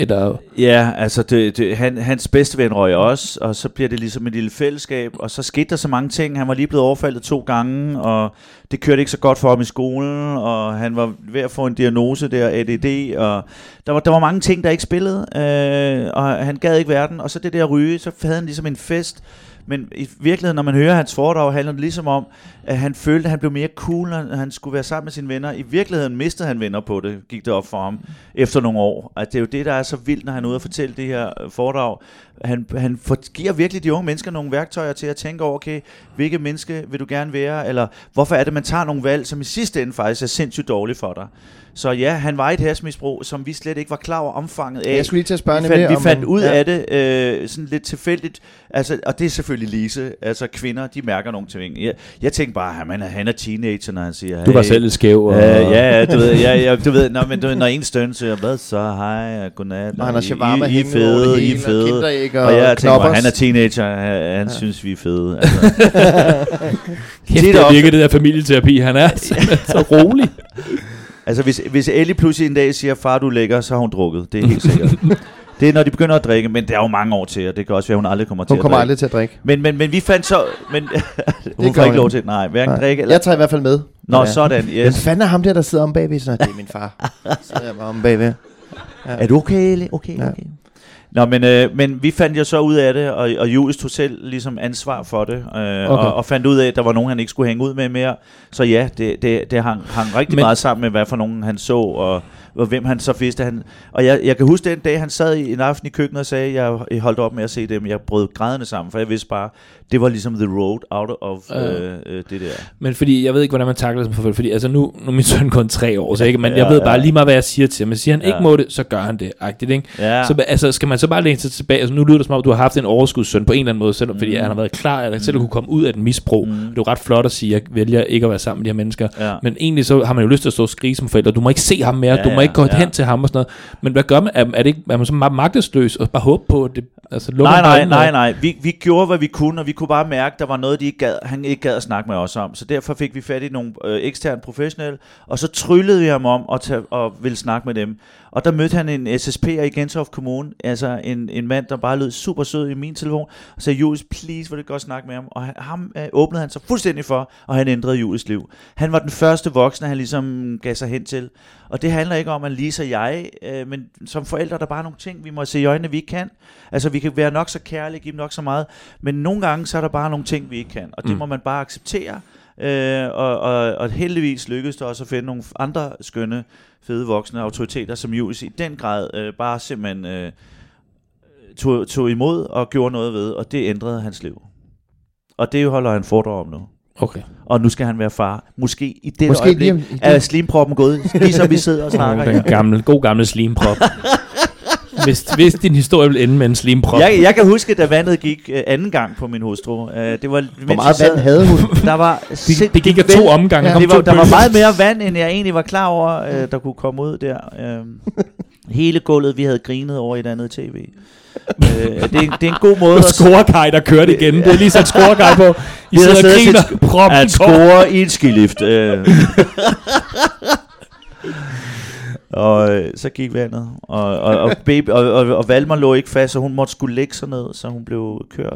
Speaker 3: Eller,
Speaker 4: Ja, altså det, det, han, hans bedste ven røg også, og så bliver det ligesom et lille fællesskab, og så skete der så mange ting. Han var lige blevet overfaldet to gange, og det kørte ikke så godt for ham i skolen, og han var ved at få en diagnose der, ADD, og der var, der var mange ting, der ikke spillede, øh, og han gad ikke verden, og så det der ryge, så havde han ligesom en fest, men i virkeligheden, når man hører hans foredrag, handler det ligesom om, at han følte, at han blev mere cool, når han skulle være sammen med sine venner. I virkeligheden mistede han venner på det, gik det op for ham efter nogle år. At det er jo det, der er så vildt, når han er ude og fortælle det her øh, foredrag. Han, han for, giver virkelig de unge mennesker nogle værktøjer til at tænke over, okay, hvilket menneske vil du gerne være, eller hvorfor er det, man tager nogle valg, som i sidste ende faktisk er sindssygt dårlige for dig. Så ja, han var i et hashmisbrug, som vi slet ikke var klar over omfanget af
Speaker 5: Jeg skulle lige til at spørge
Speaker 4: vi
Speaker 5: nemlig
Speaker 4: fandt, vi
Speaker 5: om-
Speaker 4: fandt ud
Speaker 5: ja.
Speaker 4: af det øh, sådan lidt tilfældigt, altså, og det er selvfølgelig Lise. Altså kvinder, de mærker nogle ting. Jeg, jeg tænkte bare, at han er, han er teenager, når han siger...
Speaker 3: du var
Speaker 4: "Hey."
Speaker 3: selv lidt skæv. Og,
Speaker 4: Øh, ja, ja, du ved, ja, ja, du ved, når, men, du ved, når en støn siger, hvad så, hej, og godnat,
Speaker 5: Og han har
Speaker 4: I-
Speaker 5: shawarma
Speaker 4: I, I er
Speaker 5: hængende over det
Speaker 4: fede, I er
Speaker 5: hele, og
Speaker 4: fede,
Speaker 5: kinderæg
Speaker 4: jeg
Speaker 5: og
Speaker 4: tænker bare,
Speaker 5: knoppers.
Speaker 4: han er teenager, han, han ja. synes, vi er fede. Altså,
Speaker 3: Kæft,
Speaker 4: Tit
Speaker 3: det
Speaker 4: ofte.
Speaker 3: virker det der familieterapi, han er simpelthen så rolig.
Speaker 4: altså hvis, hvis Ellie pludselig en dag siger, far, du er lækker, så har hun drukket, det er helt sikkert. det er, når de begynder at drikke, men det er jo mange år til, og det kan også være, hun aldrig kommer til
Speaker 5: Hun
Speaker 4: at
Speaker 5: kommer
Speaker 4: drikke.
Speaker 5: aldrig til at drikke.
Speaker 4: Men, men, men vi fandt så... Men, hun får
Speaker 5: gør
Speaker 4: ikke lov
Speaker 5: hun.
Speaker 4: til... Nej, hverken
Speaker 5: Nej.
Speaker 4: drikke eller...
Speaker 5: Jeg tager i hvert fald med.
Speaker 4: Nå,
Speaker 5: Ja.
Speaker 4: sådan.
Speaker 5: Hvem
Speaker 4: Yes.
Speaker 5: fanden er ham der, der sidder om bagved? Sådan, det er min far. Så sidder jeg bare om bagved.
Speaker 4: Er du okay, Eli? Okay,
Speaker 5: Ja.
Speaker 4: okay. Nå, men, øh, men vi fandt jo så ud af det, og, og Julius tog selv ligesom ansvar for det, øh, okay. og, og fandt ud af, at der var nogen, han ikke skulle hænge ud med mere. Så ja, det, det, det hang, hang rigtig
Speaker 3: Men-
Speaker 4: men, meget sammen med, hvad for nogen han så, og, og hvem han så vidste. Han, og jeg, jeg kan huske den dag, han sad i, en aften i køkkenet og sagde, at jeg holdt op med at se dem. Jeg brød grædende sammen, for jeg vidste bare, det var ligesom the road out of
Speaker 3: Ja.
Speaker 4: øh, øh, det der.
Speaker 3: Men fordi, jeg ved ikke, hvordan man takler som forfølger. Fordi altså nu, nu er min søn kun tre år, så ikke? Men
Speaker 4: Ja,
Speaker 3: jeg ved
Speaker 4: ja.
Speaker 3: bare lige meget, hvad jeg siger til ham. Men siger han ikke
Speaker 4: Ja.
Speaker 3: må det, så gør han det. Agtigt, ikke?
Speaker 4: Ja.
Speaker 3: Så altså, skal man så bare læne sig tilbage? Altså, nu lyder det som om, du har haft en overskudssøn på en eller anden måde, selvom,
Speaker 4: Mm.
Speaker 3: fordi han har været klar, at selv kunne komme ud af den misbrug. Mm. Det er jo ret flot at sige, at jeg vælger ikke at være sammen med de her mennesker.
Speaker 4: Ja.
Speaker 3: Men egentlig så har man jo lyst til at stå og skrige som forældre. Du må ikke se ham mere.
Speaker 4: Ja,
Speaker 3: du må
Speaker 4: ja,
Speaker 3: ikke går
Speaker 4: ja.
Speaker 3: hen til ham og sådan noget. Men hvad gør man? Er, er, det ikke, er man så meget magtesløs og bare håbe på, at det altså, lukker
Speaker 4: Nej, nej,
Speaker 3: øjnene
Speaker 4: nej,
Speaker 3: og-
Speaker 4: nej. Vi, vi gjorde, hvad vi kunne, og vi kunne bare mærke, der var noget, de ikke gad, han ikke gad at snakke med os om. Så derfor fik vi fat i nogle øh, eksterne professionelle, og så tryllede vi ham om og, tage, og ville snakke med dem. Og der mødte han en SSP'er i Gentofte Kommune, altså en, en mand, der bare lød super sød i min telefon, og sagde, Julius, please, hvor det godt snakke med ham. Og han, ham øh, åbnede han sig fuldstændig for, og han ændrede Julius liv. Han var den første voksne, han ligesom gav sig hen til. Og det handler ikke om, at Lisa og jeg, øh, men som forældre, der er bare nogle ting, vi må se i øjnene, vi ikke kan. Altså, vi kan være nok så kærlige, give dem nok så meget, men nogle gange, så er der bare nogle ting, vi ikke kan, og det mm. må man bare acceptere. Øh, og, og, og heldigvis lykkedes det også at finde nogle andre skønne, fede voksne autoriteter, som Julius i den grad øh, bare simpelthen øh, tog, tog imod og gjorde noget ved, og det ændrede hans liv. Og det holder han foredrag om nu.
Speaker 3: Okay.
Speaker 4: Og nu skal han være far. Måske i det
Speaker 5: Måske
Speaker 4: øjeblik
Speaker 5: lige om- i det-
Speaker 4: er slimproppen gået, ligesom vi sidder og snakker.
Speaker 3: Oh, den gamle, god gamle slimprop. hvis, hvis din historie vil ende med en slimprop.
Speaker 4: Jeg, jeg kan huske, da vandet gik øh, anden gang på min hustru. Øh, det var,
Speaker 5: Hvor meget vand havde hun?
Speaker 4: Der var sind-
Speaker 3: det, det gik af to omgange.
Speaker 5: Ja.
Speaker 3: Kom
Speaker 4: det var,
Speaker 3: to
Speaker 4: der var
Speaker 3: bølger.
Speaker 4: meget mere vand, end jeg egentlig var klar over, øh, der kunne komme ud der. Øh, hele gulvet, vi havde grinet over i et andet tv. Øh, det, er- det er en god måde
Speaker 3: Det
Speaker 4: at
Speaker 3: var scorekaj, der kørte igen. Det er lige sat scorekaj på.
Speaker 4: Vi
Speaker 3: I
Speaker 4: havde
Speaker 3: sidder og
Speaker 4: siddet
Speaker 3: griner.
Speaker 4: til
Speaker 3: Proppen
Speaker 4: at score i et skilift. Øh. og øh, så gik vandet, og, og, og, baby, og, og, og Valmer lå ikke fast, så hun måtte skulle lægge sig ned, så hun blev kørt.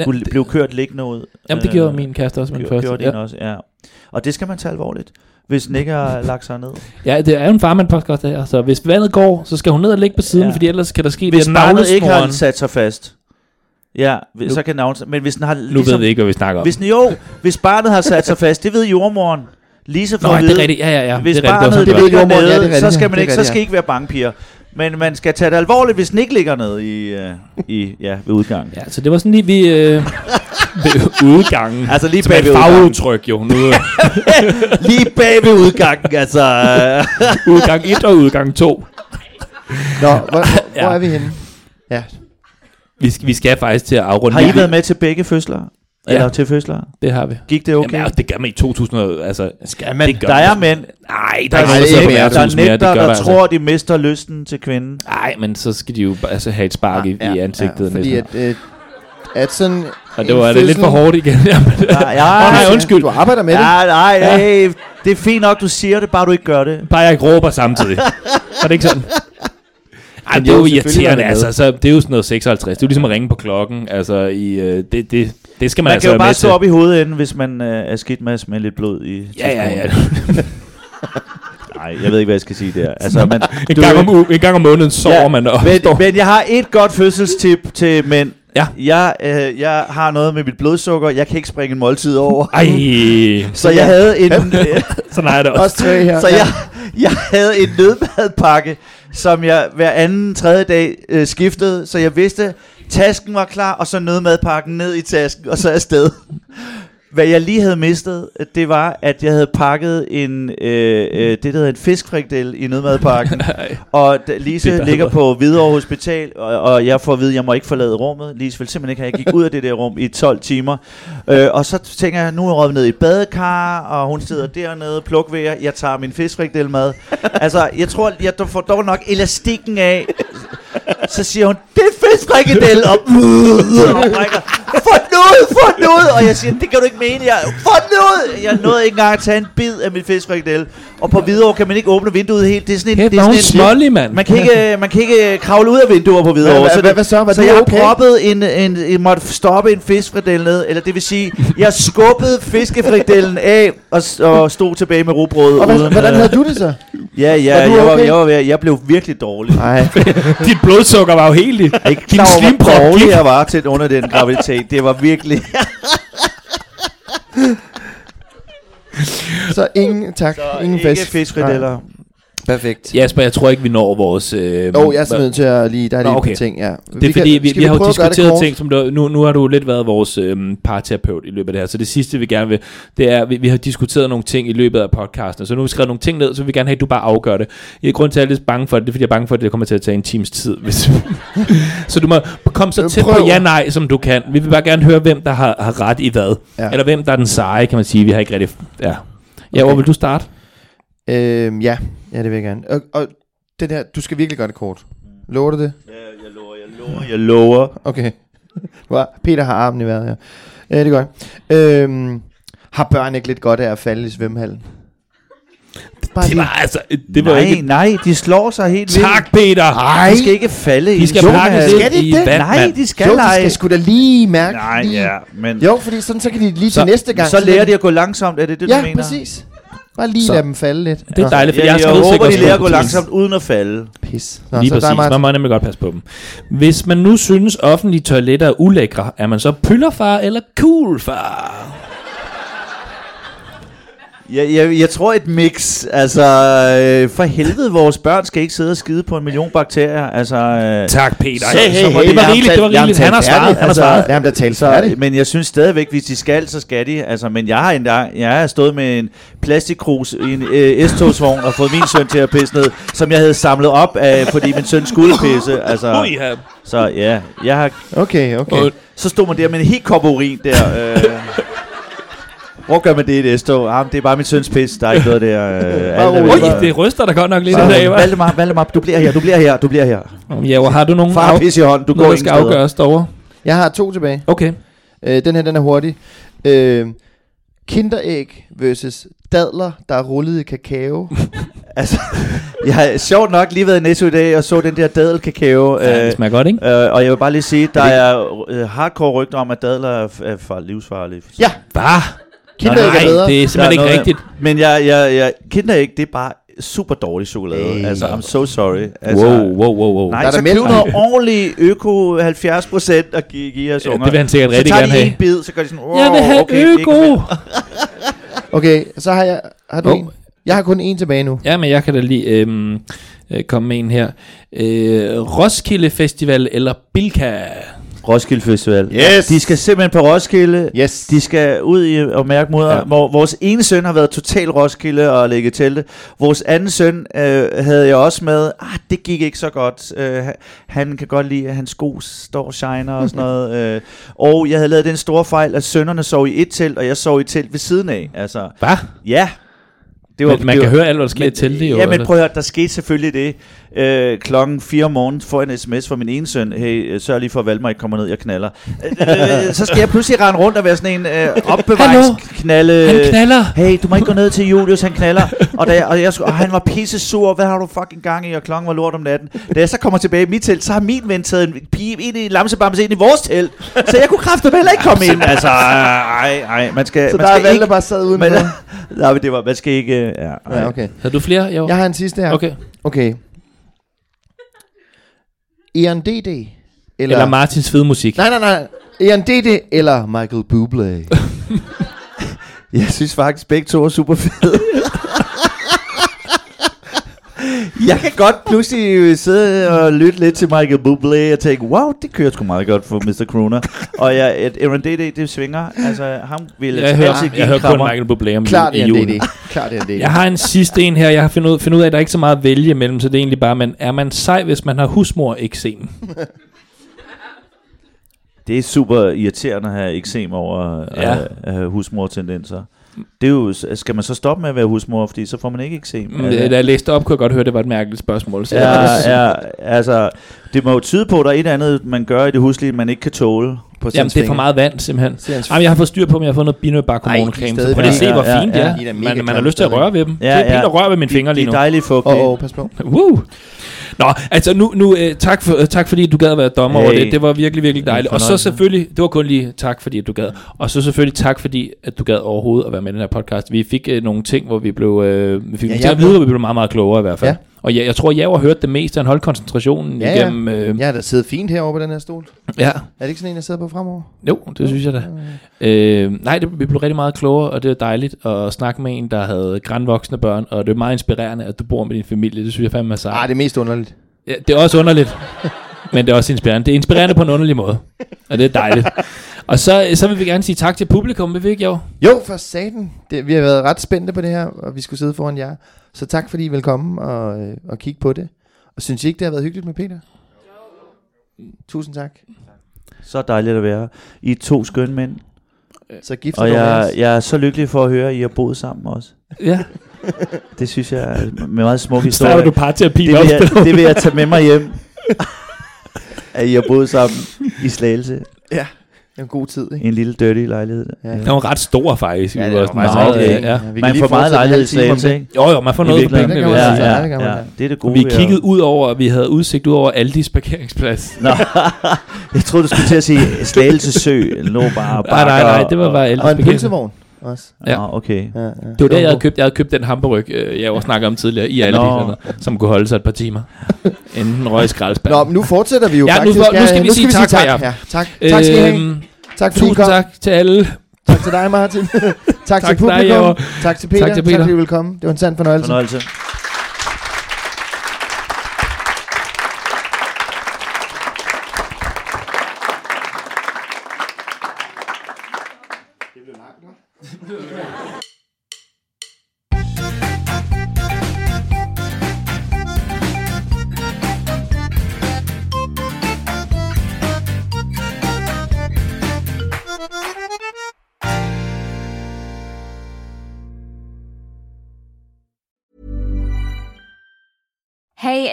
Speaker 4: Skulle,
Speaker 3: Ja, det-
Speaker 4: blev kørt liggende ud.
Speaker 3: Jamen, det
Speaker 4: Øh,
Speaker 3: gjorde min kæreste også, min
Speaker 4: gjorde-
Speaker 3: første.
Speaker 4: Gjorde den
Speaker 3: ja.
Speaker 4: også, ja. Og det skal man tage alvorligt, hvis den ikke har lagt sig ned.
Speaker 3: ja, det er jo en farmand podcast, det her. Så hvis vandet går, så skal hun ned og ligge på siden,
Speaker 4: Ja.
Speaker 3: ja. fordi ellers kan der ske
Speaker 4: Hvis
Speaker 3: det
Speaker 4: navnet ikke har
Speaker 3: navlesnoren.
Speaker 4: sat sig fast, ja, nu,
Speaker 3: Nu-
Speaker 4: så kan navnet... Men hvis den har ligesom-
Speaker 3: Nu ved vi ikke, hvad vi snakker om.
Speaker 4: Hvis, den- jo, hvis barnet har sat sig fast, det ved jordmoren. Lisa får
Speaker 3: Nå, ja,
Speaker 4: at
Speaker 3: det
Speaker 4: vide,
Speaker 3: er rigtigt. Ja, ja, ja.
Speaker 4: Hvis
Speaker 3: det er rigtigt,
Speaker 4: barnet
Speaker 3: det
Speaker 4: det
Speaker 3: var
Speaker 5: ved
Speaker 3: sådan,
Speaker 4: ligger
Speaker 5: jordemoderen, ja,
Speaker 4: nede,
Speaker 5: det er
Speaker 4: så
Speaker 5: rigtigt,
Speaker 4: skal
Speaker 5: ja.
Speaker 4: man
Speaker 5: Det er
Speaker 4: ikke, så
Speaker 5: rigtigt,
Speaker 4: skal I ikke være bange, piger. Men man skal tage det alvorligt, hvis den ikke ligger nede i, øh, i, ja, ved udgangen.
Speaker 3: det var. Ja, så det var sådan lige, vi... Øh, ved udgangen.
Speaker 4: Altså lige
Speaker 3: Som er
Speaker 4: bag
Speaker 3: et
Speaker 4: ved udgangen.
Speaker 3: fagudtryk, jo. Nu, øh,
Speaker 4: Lige bag ved udgangen, altså. øh.
Speaker 3: udgang 1 og udgang 2.
Speaker 5: Nå, hvor, hvor, hvor
Speaker 3: Ja.
Speaker 5: er vi henne? Ja,
Speaker 3: Vi skal, vi skal faktisk til at afrunde.
Speaker 4: Har I
Speaker 3: Ja,
Speaker 4: været med til begge fødsler?
Speaker 3: Ja.
Speaker 4: Eller til fødsler?
Speaker 3: Det har vi.
Speaker 4: Gik det okay?
Speaker 3: Jamen, altså, det gør man i 2000. og- Altså, skal man? Det gør
Speaker 4: der er
Speaker 3: man.
Speaker 4: mænd,
Speaker 3: Nej, der
Speaker 4: der,
Speaker 3: er
Speaker 4: der,
Speaker 3: ikke
Speaker 5: ikke
Speaker 3: noget,
Speaker 4: der,
Speaker 5: mere.
Speaker 3: der, der,
Speaker 4: der
Speaker 3: mere. Det
Speaker 4: nægter,
Speaker 3: gør
Speaker 4: der
Speaker 3: man
Speaker 4: tror, de mister lysten til kvinden.
Speaker 3: Altså. Nej, men så skal de jo bare- altså, have et spark i, i ansigtet ja,
Speaker 5: fordi
Speaker 3: næsten.
Speaker 5: at, øh, at sådan...
Speaker 3: og det var det er lidt for hårdt igen. Jamen,
Speaker 4: Ja, ja,
Speaker 3: Åh, nej, undskyld.
Speaker 5: Du arbejder med det.
Speaker 4: ja, nej,
Speaker 3: Ja.
Speaker 4: hey, det er fint nok, du siger det, bare du ikke gør det.
Speaker 3: bare jeg ikke råber samtidig. Var det ikke sådan? Ej,
Speaker 5: Men
Speaker 3: det er jo
Speaker 5: jo, selvfølgelig var
Speaker 3: irriterende,
Speaker 5: det med.
Speaker 3: altså. Så, det er jo sådan noget 56. Det er jo ligesom at ringe på klokken. Altså, i, øh, det, det, det skal man,
Speaker 4: Man
Speaker 3: altså
Speaker 4: kan jo
Speaker 3: være
Speaker 4: bare
Speaker 3: med
Speaker 4: stå
Speaker 3: til.
Speaker 4: op i hovedenden, hvis man øh, er skidt med at smage lidt blod i
Speaker 3: Ja, ja, ja.
Speaker 4: Nej, jeg ved ikke, hvad jeg skal sige der. Altså, man,
Speaker 3: En gang om, u- en gang om måneden sover man og står.
Speaker 4: men, men jeg har et godt fødselstip til mænd.
Speaker 3: Ja.
Speaker 4: Jeg, øh, jeg har noget med mit blodsukker. Jeg kan ikke springe en måltid over.
Speaker 3: Ej,
Speaker 4: Så jeg havde en, øh,
Speaker 3: sådan er det også.
Speaker 5: Også tre her.
Speaker 4: så jeg, jeg havde en nødmadpakke, som jeg hver anden tredje dag øh, skiftede, så jeg vidste, tasken var klar, og så nødmadpakken ned i tasken, og så afsted. Hvad jeg lige havde mistet, øh, det var, at jeg havde pakket en, øh, øh, det der hedder en fiskfrikdel i nødmadpakken. og da
Speaker 3: Det er
Speaker 4: Lise
Speaker 3: bedre.
Speaker 4: ligger på Hvidovre Hospital, og, og jeg får at vide, at jeg må ikke forlade rummet. Lise vil simpelthen ikke have, at jeg gik ud af det der rum i 12 timer. Øh, og så tænker jeg, nu er jeg røget ned i et badekar, og hun sidder dernede, pluk ved jer, jeg tager min fiskfrikdel med. altså, jeg tror, jeg får dog nok elastikken af. Så siger hun, det er fiskfrikadel, og, og brækker, få den ud, få den ud, og jeg siger, det kan du ikke mene, jeg, få den ud, jeg nåede ikke engang at tage en bid af min fiskfrikadel, og på Hvidovre kan man ikke åbne vinduet helt, det er sådan en,
Speaker 3: Kæft,
Speaker 4: det er
Speaker 3: hvor er hun
Speaker 4: sådan en,
Speaker 3: smålig, mand.
Speaker 4: man kan ikke, øh, man kan ikke kravle ud af vinduer på Hvidovre,
Speaker 5: Hvad-
Speaker 4: så,
Speaker 5: hvad-
Speaker 4: det-
Speaker 5: hvad så? Var
Speaker 4: så
Speaker 5: du
Speaker 4: jeg har
Speaker 5: okay?
Speaker 4: proppet en, en, en, måtte stoppe en fiskfrikadel ned, eller det vil sige, jeg skubbede fiskefrikadellen af, og, s- og stod tilbage med robrød.
Speaker 5: Og hvad,
Speaker 4: uden,
Speaker 5: hvordan
Speaker 4: øh,
Speaker 5: havde du det så?
Speaker 4: Ja, ja,
Speaker 5: Var
Speaker 4: jeg,
Speaker 5: du
Speaker 4: var,
Speaker 5: okay?
Speaker 4: jeg, var, ved- jeg blev virkelig dårlig.
Speaker 5: Nej,
Speaker 3: Dit blodsukker var jo helt i.
Speaker 4: Jeg er ikke
Speaker 3: Din
Speaker 4: klar over,
Speaker 3: slimprop
Speaker 4: hvor dårlig
Speaker 3: gik.
Speaker 4: jeg var til under den graviditet. Det var virkelig...
Speaker 5: så ingen tak. ingen
Speaker 4: ikke
Speaker 5: fisk.
Speaker 4: fiskfrikadeller.
Speaker 5: Nej, Perfekt.
Speaker 3: Jasper, jeg tror ikke, vi når vores... Øh,
Speaker 5: Jo, jeg er simpelthen nødt til at lige... Der er
Speaker 3: Nå,
Speaker 5: lige
Speaker 3: okay.
Speaker 5: okay. ting, ja.
Speaker 3: Det er vi fordi, vi, vi,
Speaker 5: skal
Speaker 3: vi har jo
Speaker 5: prøve at gøre det
Speaker 3: diskuteret
Speaker 5: kort?
Speaker 3: ting, som du, nu, nu har du lidt været vores øhm, parterapeut i løbet af det her, så det sidste vi gerne vil, det er, vi, vi har diskuteret nogle ting i løbet af podcasten, så nu har vi skrevet nogle ting ned, så vi vil gerne have, at du bare afgør det. Jeg grund til, at jeg er lidt bange for det, det er, fordi jeg er bange for, at det kommer til at tage en times tid. Hvis så du må komme så
Speaker 5: Øh,
Speaker 3: tæt på
Speaker 5: prøv.
Speaker 3: ja-nej, som du kan. Vi vil bare gerne høre, hvem der har, har ret i hvad,
Speaker 5: Ja.
Speaker 3: eller hvem der er den seje, kan man sige, vi har ikke rigtig... Ja. Ja, hvor vil du starte?
Speaker 5: Øhm, ja. ja, det vil jeg gerne. Og, og den her, du skal virkelig gøre det kort. Lover du det?
Speaker 4: Jeg lover, jeg lover, jeg lover.
Speaker 5: Okay. Du har- Peter har armen i vejret her. Ja, det er godt. Øhm, har børn ikke lidt godt af at falde i svømmehallen? Bare
Speaker 2: Det
Speaker 5: lige-
Speaker 2: var altså... Det var
Speaker 4: nej,
Speaker 2: ikke...
Speaker 4: nej, de slår sig helt
Speaker 2: Tak, Peter!
Speaker 4: vildt.
Speaker 2: Hej!
Speaker 4: De skal ikke falde i
Speaker 2: De skal
Speaker 4: en
Speaker 2: pakkes
Speaker 4: svømmehal.
Speaker 2: ind
Speaker 5: Skal de
Speaker 2: i
Speaker 5: ikke det?
Speaker 2: vand,
Speaker 4: Nej,
Speaker 2: mand.
Speaker 4: de skal
Speaker 5: jo, de
Speaker 4: lege.
Speaker 5: skal sgu da lige mærke.
Speaker 4: Nej,
Speaker 5: lige.
Speaker 4: ja, men...
Speaker 5: Jo, fordi sådan, så kan de lige så, til næste gang.
Speaker 4: Så lærer
Speaker 5: kan
Speaker 4: de at gå langsomt, er det det, du
Speaker 5: Ja,
Speaker 4: mener?
Speaker 5: præcis. Bare lige
Speaker 3: Så.
Speaker 5: lade dem falde lidt.
Speaker 3: Det er dejligt, for
Speaker 4: Jeg,
Speaker 3: jeg,
Speaker 4: jeg,
Speaker 3: har
Speaker 4: håber, de
Speaker 3: skridsikker
Speaker 4: lærer at gå
Speaker 3: skridsikker.
Speaker 4: langsomt uden at falde.
Speaker 5: Pis. Nå,
Speaker 3: Lige
Speaker 5: så der er
Speaker 3: præcis. Man
Speaker 5: meget...
Speaker 3: må nemlig godt passe på dem. Hvis man nu synes, offentlige toiletter er ulækre, er man så pyllerfar eller coolfar?
Speaker 4: Jeg, jeg, jeg tror et mix. Altså, øh, for helvede, vores børn skal ikke sidde og skide på en million bakterier. Altså, øh,
Speaker 2: Tak, Peter.
Speaker 4: Så- hey, hey,
Speaker 3: det var
Speaker 4: jeg har
Speaker 3: rigeligt, det var
Speaker 4: talt- jeg har
Speaker 3: rigeligt. Han har
Speaker 4: talt
Speaker 3: svaret,
Speaker 4: færdigt,
Speaker 3: han har
Speaker 4: altså.
Speaker 3: svaret.
Speaker 5: Lad ham da tale
Speaker 4: så,
Speaker 5: færdigt.
Speaker 4: men jeg synes stadigvæk, hvis de skal, så skal de. Altså, men jeg har endda jeg har stået med en plastikkrus i en øh, S-togsvogn og fået min søn til at pisse ned, som jeg havde samlet op, øh, fordi min søn skulle pisse. Altså,
Speaker 2: Ui, her.
Speaker 4: så ja, jeg har
Speaker 5: Okay, okay.
Speaker 2: Og-
Speaker 4: Så stod man der med en helt kop urin der. Øh. Hvor gør man det i det stå? Ah, men det er bare min søns pis, der er ikke noget der. Øh, alt er
Speaker 5: rolig.
Speaker 4: vel
Speaker 2: Ui,
Speaker 4: bare-
Speaker 2: det ryster der godt nok lidt i dag,
Speaker 4: Så,
Speaker 2: hva'?
Speaker 4: Valdemar, Valdemar, du bliver her, du bliver her, du bliver her.
Speaker 3: Ja, og har du nogen
Speaker 4: Far
Speaker 3: af,
Speaker 4: har pis i hånden, du
Speaker 3: noget,
Speaker 4: går
Speaker 3: der
Speaker 4: ingen
Speaker 3: skal
Speaker 4: steder.
Speaker 3: afgøres derovre?
Speaker 5: Jeg har to tilbage.
Speaker 3: Okay.
Speaker 5: Øh, den her, den er hurtig. Øh, kinderæg versus dadler, der er rullet i kakao.
Speaker 4: Altså, jeg har sjovt nok lige været i Netto i dag og så den der dadelkakao.
Speaker 3: Ja,
Speaker 4: Øh,
Speaker 3: det smager godt, ikke?
Speaker 4: øh, og jeg vil bare lige sige, der er øh, hardcore rygter om, at dadler er, f- er for livsfarlige.
Speaker 5: Ja,
Speaker 3: Bare.
Speaker 5: kinderæg er bedre.
Speaker 3: det er
Speaker 4: Der
Speaker 3: simpelthen ikke
Speaker 4: noget-
Speaker 3: rigtigt.
Speaker 4: Men jeg, jeg, jeg kender ikke, det er bare super dårlig chokolade.
Speaker 5: Ej.
Speaker 4: Altså, I'm so sorry. Altså,
Speaker 3: Wow, wow, wow, wow.
Speaker 4: Nej,
Speaker 5: Der er
Speaker 4: så
Speaker 5: da mælk.
Speaker 4: køb noget ordentlig øko 70 procent og gi- giv os
Speaker 3: Ja,
Speaker 4: unger.
Speaker 3: det vil han sikkert
Speaker 4: så
Speaker 3: rigtig gerne
Speaker 4: Så tager
Speaker 3: have.
Speaker 4: de en bid, så gør de sådan, wow,
Speaker 3: Jeg vil have
Speaker 4: okay, det er ikke
Speaker 3: øko.
Speaker 4: mælk.
Speaker 5: Okay, så har jeg... Har du
Speaker 3: Åh.
Speaker 5: en? Jeg har kun en tilbage nu.
Speaker 3: Ja, men jeg kan da lige øhm, øh, komme med en her. Øh, Roskilde Festival eller Bilka?
Speaker 4: Roskilde Festival.
Speaker 5: Yes.
Speaker 4: De skal simpelthen på Roskilde.
Speaker 5: Yes.
Speaker 4: De skal ud i og mærke moder.
Speaker 3: Ja.
Speaker 4: Ja. Hvor vores ene søn har været total Roskilde og ligge i telte. Vores anden søn øh, havde jeg også med. Ah, det gik ikke så godt. Øh, han- han kan godt lide, at hans sko står og shiner og sådan noget. Øh, og jeg havde lavet den store fejl, at sønnerne sov i et telt, og jeg sov i et telt ved siden af. Altså,
Speaker 3: Hvad?
Speaker 4: ja. Det
Speaker 3: Men man
Speaker 4: det
Speaker 3: kan høre alt, hvad der sker til det jo.
Speaker 4: Ja, men
Speaker 3: eller-
Speaker 4: prøv at høre, der skete selvfølgelig det. Øh, klokken 4 om morgenen får jeg en sms fra min ene søn. Hey, øh, sørg lige for, at Valmar ikke kommer ned, jeg knaller. Øh, øh, så skal jeg pludselig rende rundt og være sådan en øh, opbevaringsknalle.
Speaker 3: Han knaller.
Speaker 4: Hey, du må ikke gå ned til Julius, han knaller. Og, da jeg, og, jeg, skulle- og han var pisse sur, hvad har du fucking gang i? Og klokken var lort om natten. Da jeg så kommer tilbage i mit telt, så har min ven taget en pige ind i lamsebamse ind i vores telt. Så jeg kunne kraftedeme heller ikke komme ind. Altså, ej, ej, man skal,
Speaker 5: Så
Speaker 4: man
Speaker 5: der er
Speaker 4: skal
Speaker 5: valg,
Speaker 4: ikke...
Speaker 5: der bare sad uden
Speaker 4: Man,
Speaker 5: for.
Speaker 4: nej, men det var, man skal ikke... øh, Ja, ej.
Speaker 5: Ja, okay.
Speaker 3: Har du flere? Jo.
Speaker 5: Jeg har en sidste her.
Speaker 3: Okay.
Speaker 5: Okay. ENDD eller...
Speaker 3: Eller Martins fede musik.
Speaker 5: nej, nej, nej. ENDD eller Michael Bublé.
Speaker 4: Jeg synes faktisk, begge to er super fede. jeg kan godt pludselig øh, sidde og lytte lidt til Michael Bublé og tænke, wow, det kører sgu meget godt for Mr. Crooner. og jeg, at Aaron D.D., det svinger. Altså, ham vil
Speaker 3: Jeg hører, jeg hører kun Michael Bublé om
Speaker 5: Klart
Speaker 3: i julen.
Speaker 5: ENDD. Klart ENDD.
Speaker 3: Jeg har en sidste en her. Jeg har fundet ud, fundet ud af, at der er ikke så meget at vælge imellem, så det er egentlig bare, men er man sej, hvis man har husmor eksem?
Speaker 4: Det er super irriterende at have eksem over
Speaker 3: Ja.
Speaker 4: ja. at, at have husmor-tendenser. Det er jo, skal man så stoppe med at være husmor, fordi så får man ikke eksem.
Speaker 3: Mm,
Speaker 4: Altså-
Speaker 3: øh, Da jeg læste op, kunne jeg godt høre, at det var et mærkeligt spørgsmål. Så
Speaker 4: Ja, ja, altså, det må jo tyde på, at der er et eller andet, man gør i det huslige, man ikke kan tåle.
Speaker 5: På
Speaker 3: Jamen, det er for meget vand, simpelthen.
Speaker 5: Se hans-
Speaker 3: Jamen, jeg har fået styr på dem. Jeg har fået noget binøbar
Speaker 5: Ej, de er
Speaker 3: kommunecreme, så
Speaker 5: stadig
Speaker 3: prøv lige at se,
Speaker 4: klamme.
Speaker 3: hvor
Speaker 4: Ja, ja,
Speaker 3: fint
Speaker 4: ja.
Speaker 3: det er.
Speaker 5: De er da mega
Speaker 3: Man, man har
Speaker 5: klamme
Speaker 3: lyst til at
Speaker 5: stadig.
Speaker 3: røre ved dem. Ja, det er pænt at røre ved mine fingre
Speaker 4: de,
Speaker 3: lige nu.
Speaker 4: De er dejligt fugtige.
Speaker 5: Åh, oh, pas på.
Speaker 3: Woo! Nå, altså nu, nu øh, tak, for, øh, tak fordi du gad at være dommer hey. over
Speaker 4: Hey.
Speaker 3: det. Det var virkelig, virkelig dejligt. Og så
Speaker 4: fornøjelse.
Speaker 3: selvfølgelig, det var kun lige tak fordi at du gad. Og så selvfølgelig tak fordi at du gad overhovedet at være med i den her podcast. Vi fik øh, nogle ting, hvor vi blev, øh, vi fik ja,
Speaker 5: jeg
Speaker 3: til at
Speaker 5: blev-
Speaker 3: vide, hvor vi blev meget, meget klogere i hvert fald. Ja.
Speaker 5: Ja.
Speaker 3: Og ja, jeg tror, jeg har hørt det meste, han holdt koncentrationen
Speaker 5: Ja,
Speaker 3: ja,
Speaker 5: ja.
Speaker 3: igennem. Øh, ja.
Speaker 5: Jeg har da siddet fint herovre på den her stol.
Speaker 3: ja.
Speaker 5: Er det ikke sådan en, jeg sidder på fremover?
Speaker 3: Jo, det synes jeg da. Øh, nej, det, vi blev rigtig meget klogere, og det er dejligt at snakke med en, der havde grænvoksne børn. Og det er meget inspirerende, at du bor med din familie. Det synes jeg fandme er sejt.
Speaker 5: Nej, Ah, det er mest underligt.
Speaker 3: Ja, det er også underligt, men det er også inspirerende. Det er inspirerende på en underlig måde, og det er dejligt. Og så, så vil vi gerne sige tak til publikum, vil vi ikke, jo?
Speaker 5: Jo, for satan. Det, vi har været ret spændte på det her, og vi skulle sidde foran jer. Så tak fordi I vil komme og, øh, og kigge på det. Og synes I ikke, det har været hyggeligt med Peter? Tusind tak.
Speaker 4: Så dejligt at være her. I er to skønne mænd.
Speaker 5: Så gift
Speaker 4: Og jeg, jeg er så lykkelig for at høre, at I har boet sammen også.
Speaker 3: Ja.
Speaker 4: Det synes jeg er en meget smuk historie.
Speaker 3: Starter du parterapi
Speaker 4: det, vil
Speaker 3: også?
Speaker 4: jeg, det vil jeg tage med mig hjem. at I har boet sammen i Slagelse.
Speaker 5: Det er en god tid,
Speaker 4: I
Speaker 5: ikke?
Speaker 4: en lille dirty lejlighed.
Speaker 5: Ja.
Speaker 3: Den var ret stor faktisk.
Speaker 5: Ja,
Speaker 3: Vi
Speaker 5: det
Speaker 3: var
Speaker 5: var
Speaker 3: sådan
Speaker 5: faktisk
Speaker 3: meget,
Speaker 4: rigtig-
Speaker 3: øh, ja.
Speaker 5: Ja, vi kan
Speaker 4: Man
Speaker 5: lige
Speaker 4: får meget
Speaker 5: fortsætte en
Speaker 4: lejlighed i
Speaker 5: halv time om
Speaker 4: Slagelse,
Speaker 5: det.
Speaker 4: ikke?
Speaker 3: Jo, jo, man får
Speaker 4: I
Speaker 3: noget på
Speaker 4: virkeligheden.
Speaker 3: pengene.
Speaker 5: Det kan
Speaker 3: vil
Speaker 5: man
Speaker 4: ja, ja,
Speaker 5: sige.
Speaker 3: jeg sige.
Speaker 5: Ja, det kan man
Speaker 4: ja.
Speaker 5: sige.
Speaker 4: Det er det gode.
Speaker 3: Vi
Speaker 4: ved at-
Speaker 3: kiggede ud over, at vi havde udsigt ud over Aldis parkeringsplads.
Speaker 4: Nå, jeg troede, du skulle til at sige Slagelse Sø. Lå bare og
Speaker 3: Nej, nej, nej, det var bare Aldis
Speaker 5: Og en
Speaker 3: parkeringsplads.
Speaker 5: pølsevogn også.
Speaker 4: Ja.
Speaker 3: Ja.
Speaker 4: Nå, okay.
Speaker 5: Ja, ja.
Speaker 3: Det var der, jeg havde købt. Jeg havde købt den hamburg, øh, jeg også snakkede om tidligere, i Aldi,
Speaker 4: Nå.
Speaker 3: eller noget, som kunne holde sig et par timer. Inden den røg i skraldespanden.
Speaker 5: Nå, men nu fortsætter vi jo
Speaker 3: Ja, nu
Speaker 5: faktisk.
Speaker 3: for- nu skal vi sige tak for jer.
Speaker 5: Ja, tak. Tak skal I have.
Speaker 3: Øhm,
Speaker 5: Tak fordi I
Speaker 3: Tusind
Speaker 5: kom.
Speaker 3: tak til alle.
Speaker 5: Tak til dig, Martin. tak til
Speaker 3: dig, Jacob.
Speaker 5: publikum. Tak til Peter.
Speaker 3: Tak
Speaker 5: Tak
Speaker 3: til Peter.
Speaker 5: fordi I ville komme. Det var en sand fornøjelse.
Speaker 4: Fornøjelse.
Speaker 6: Hey,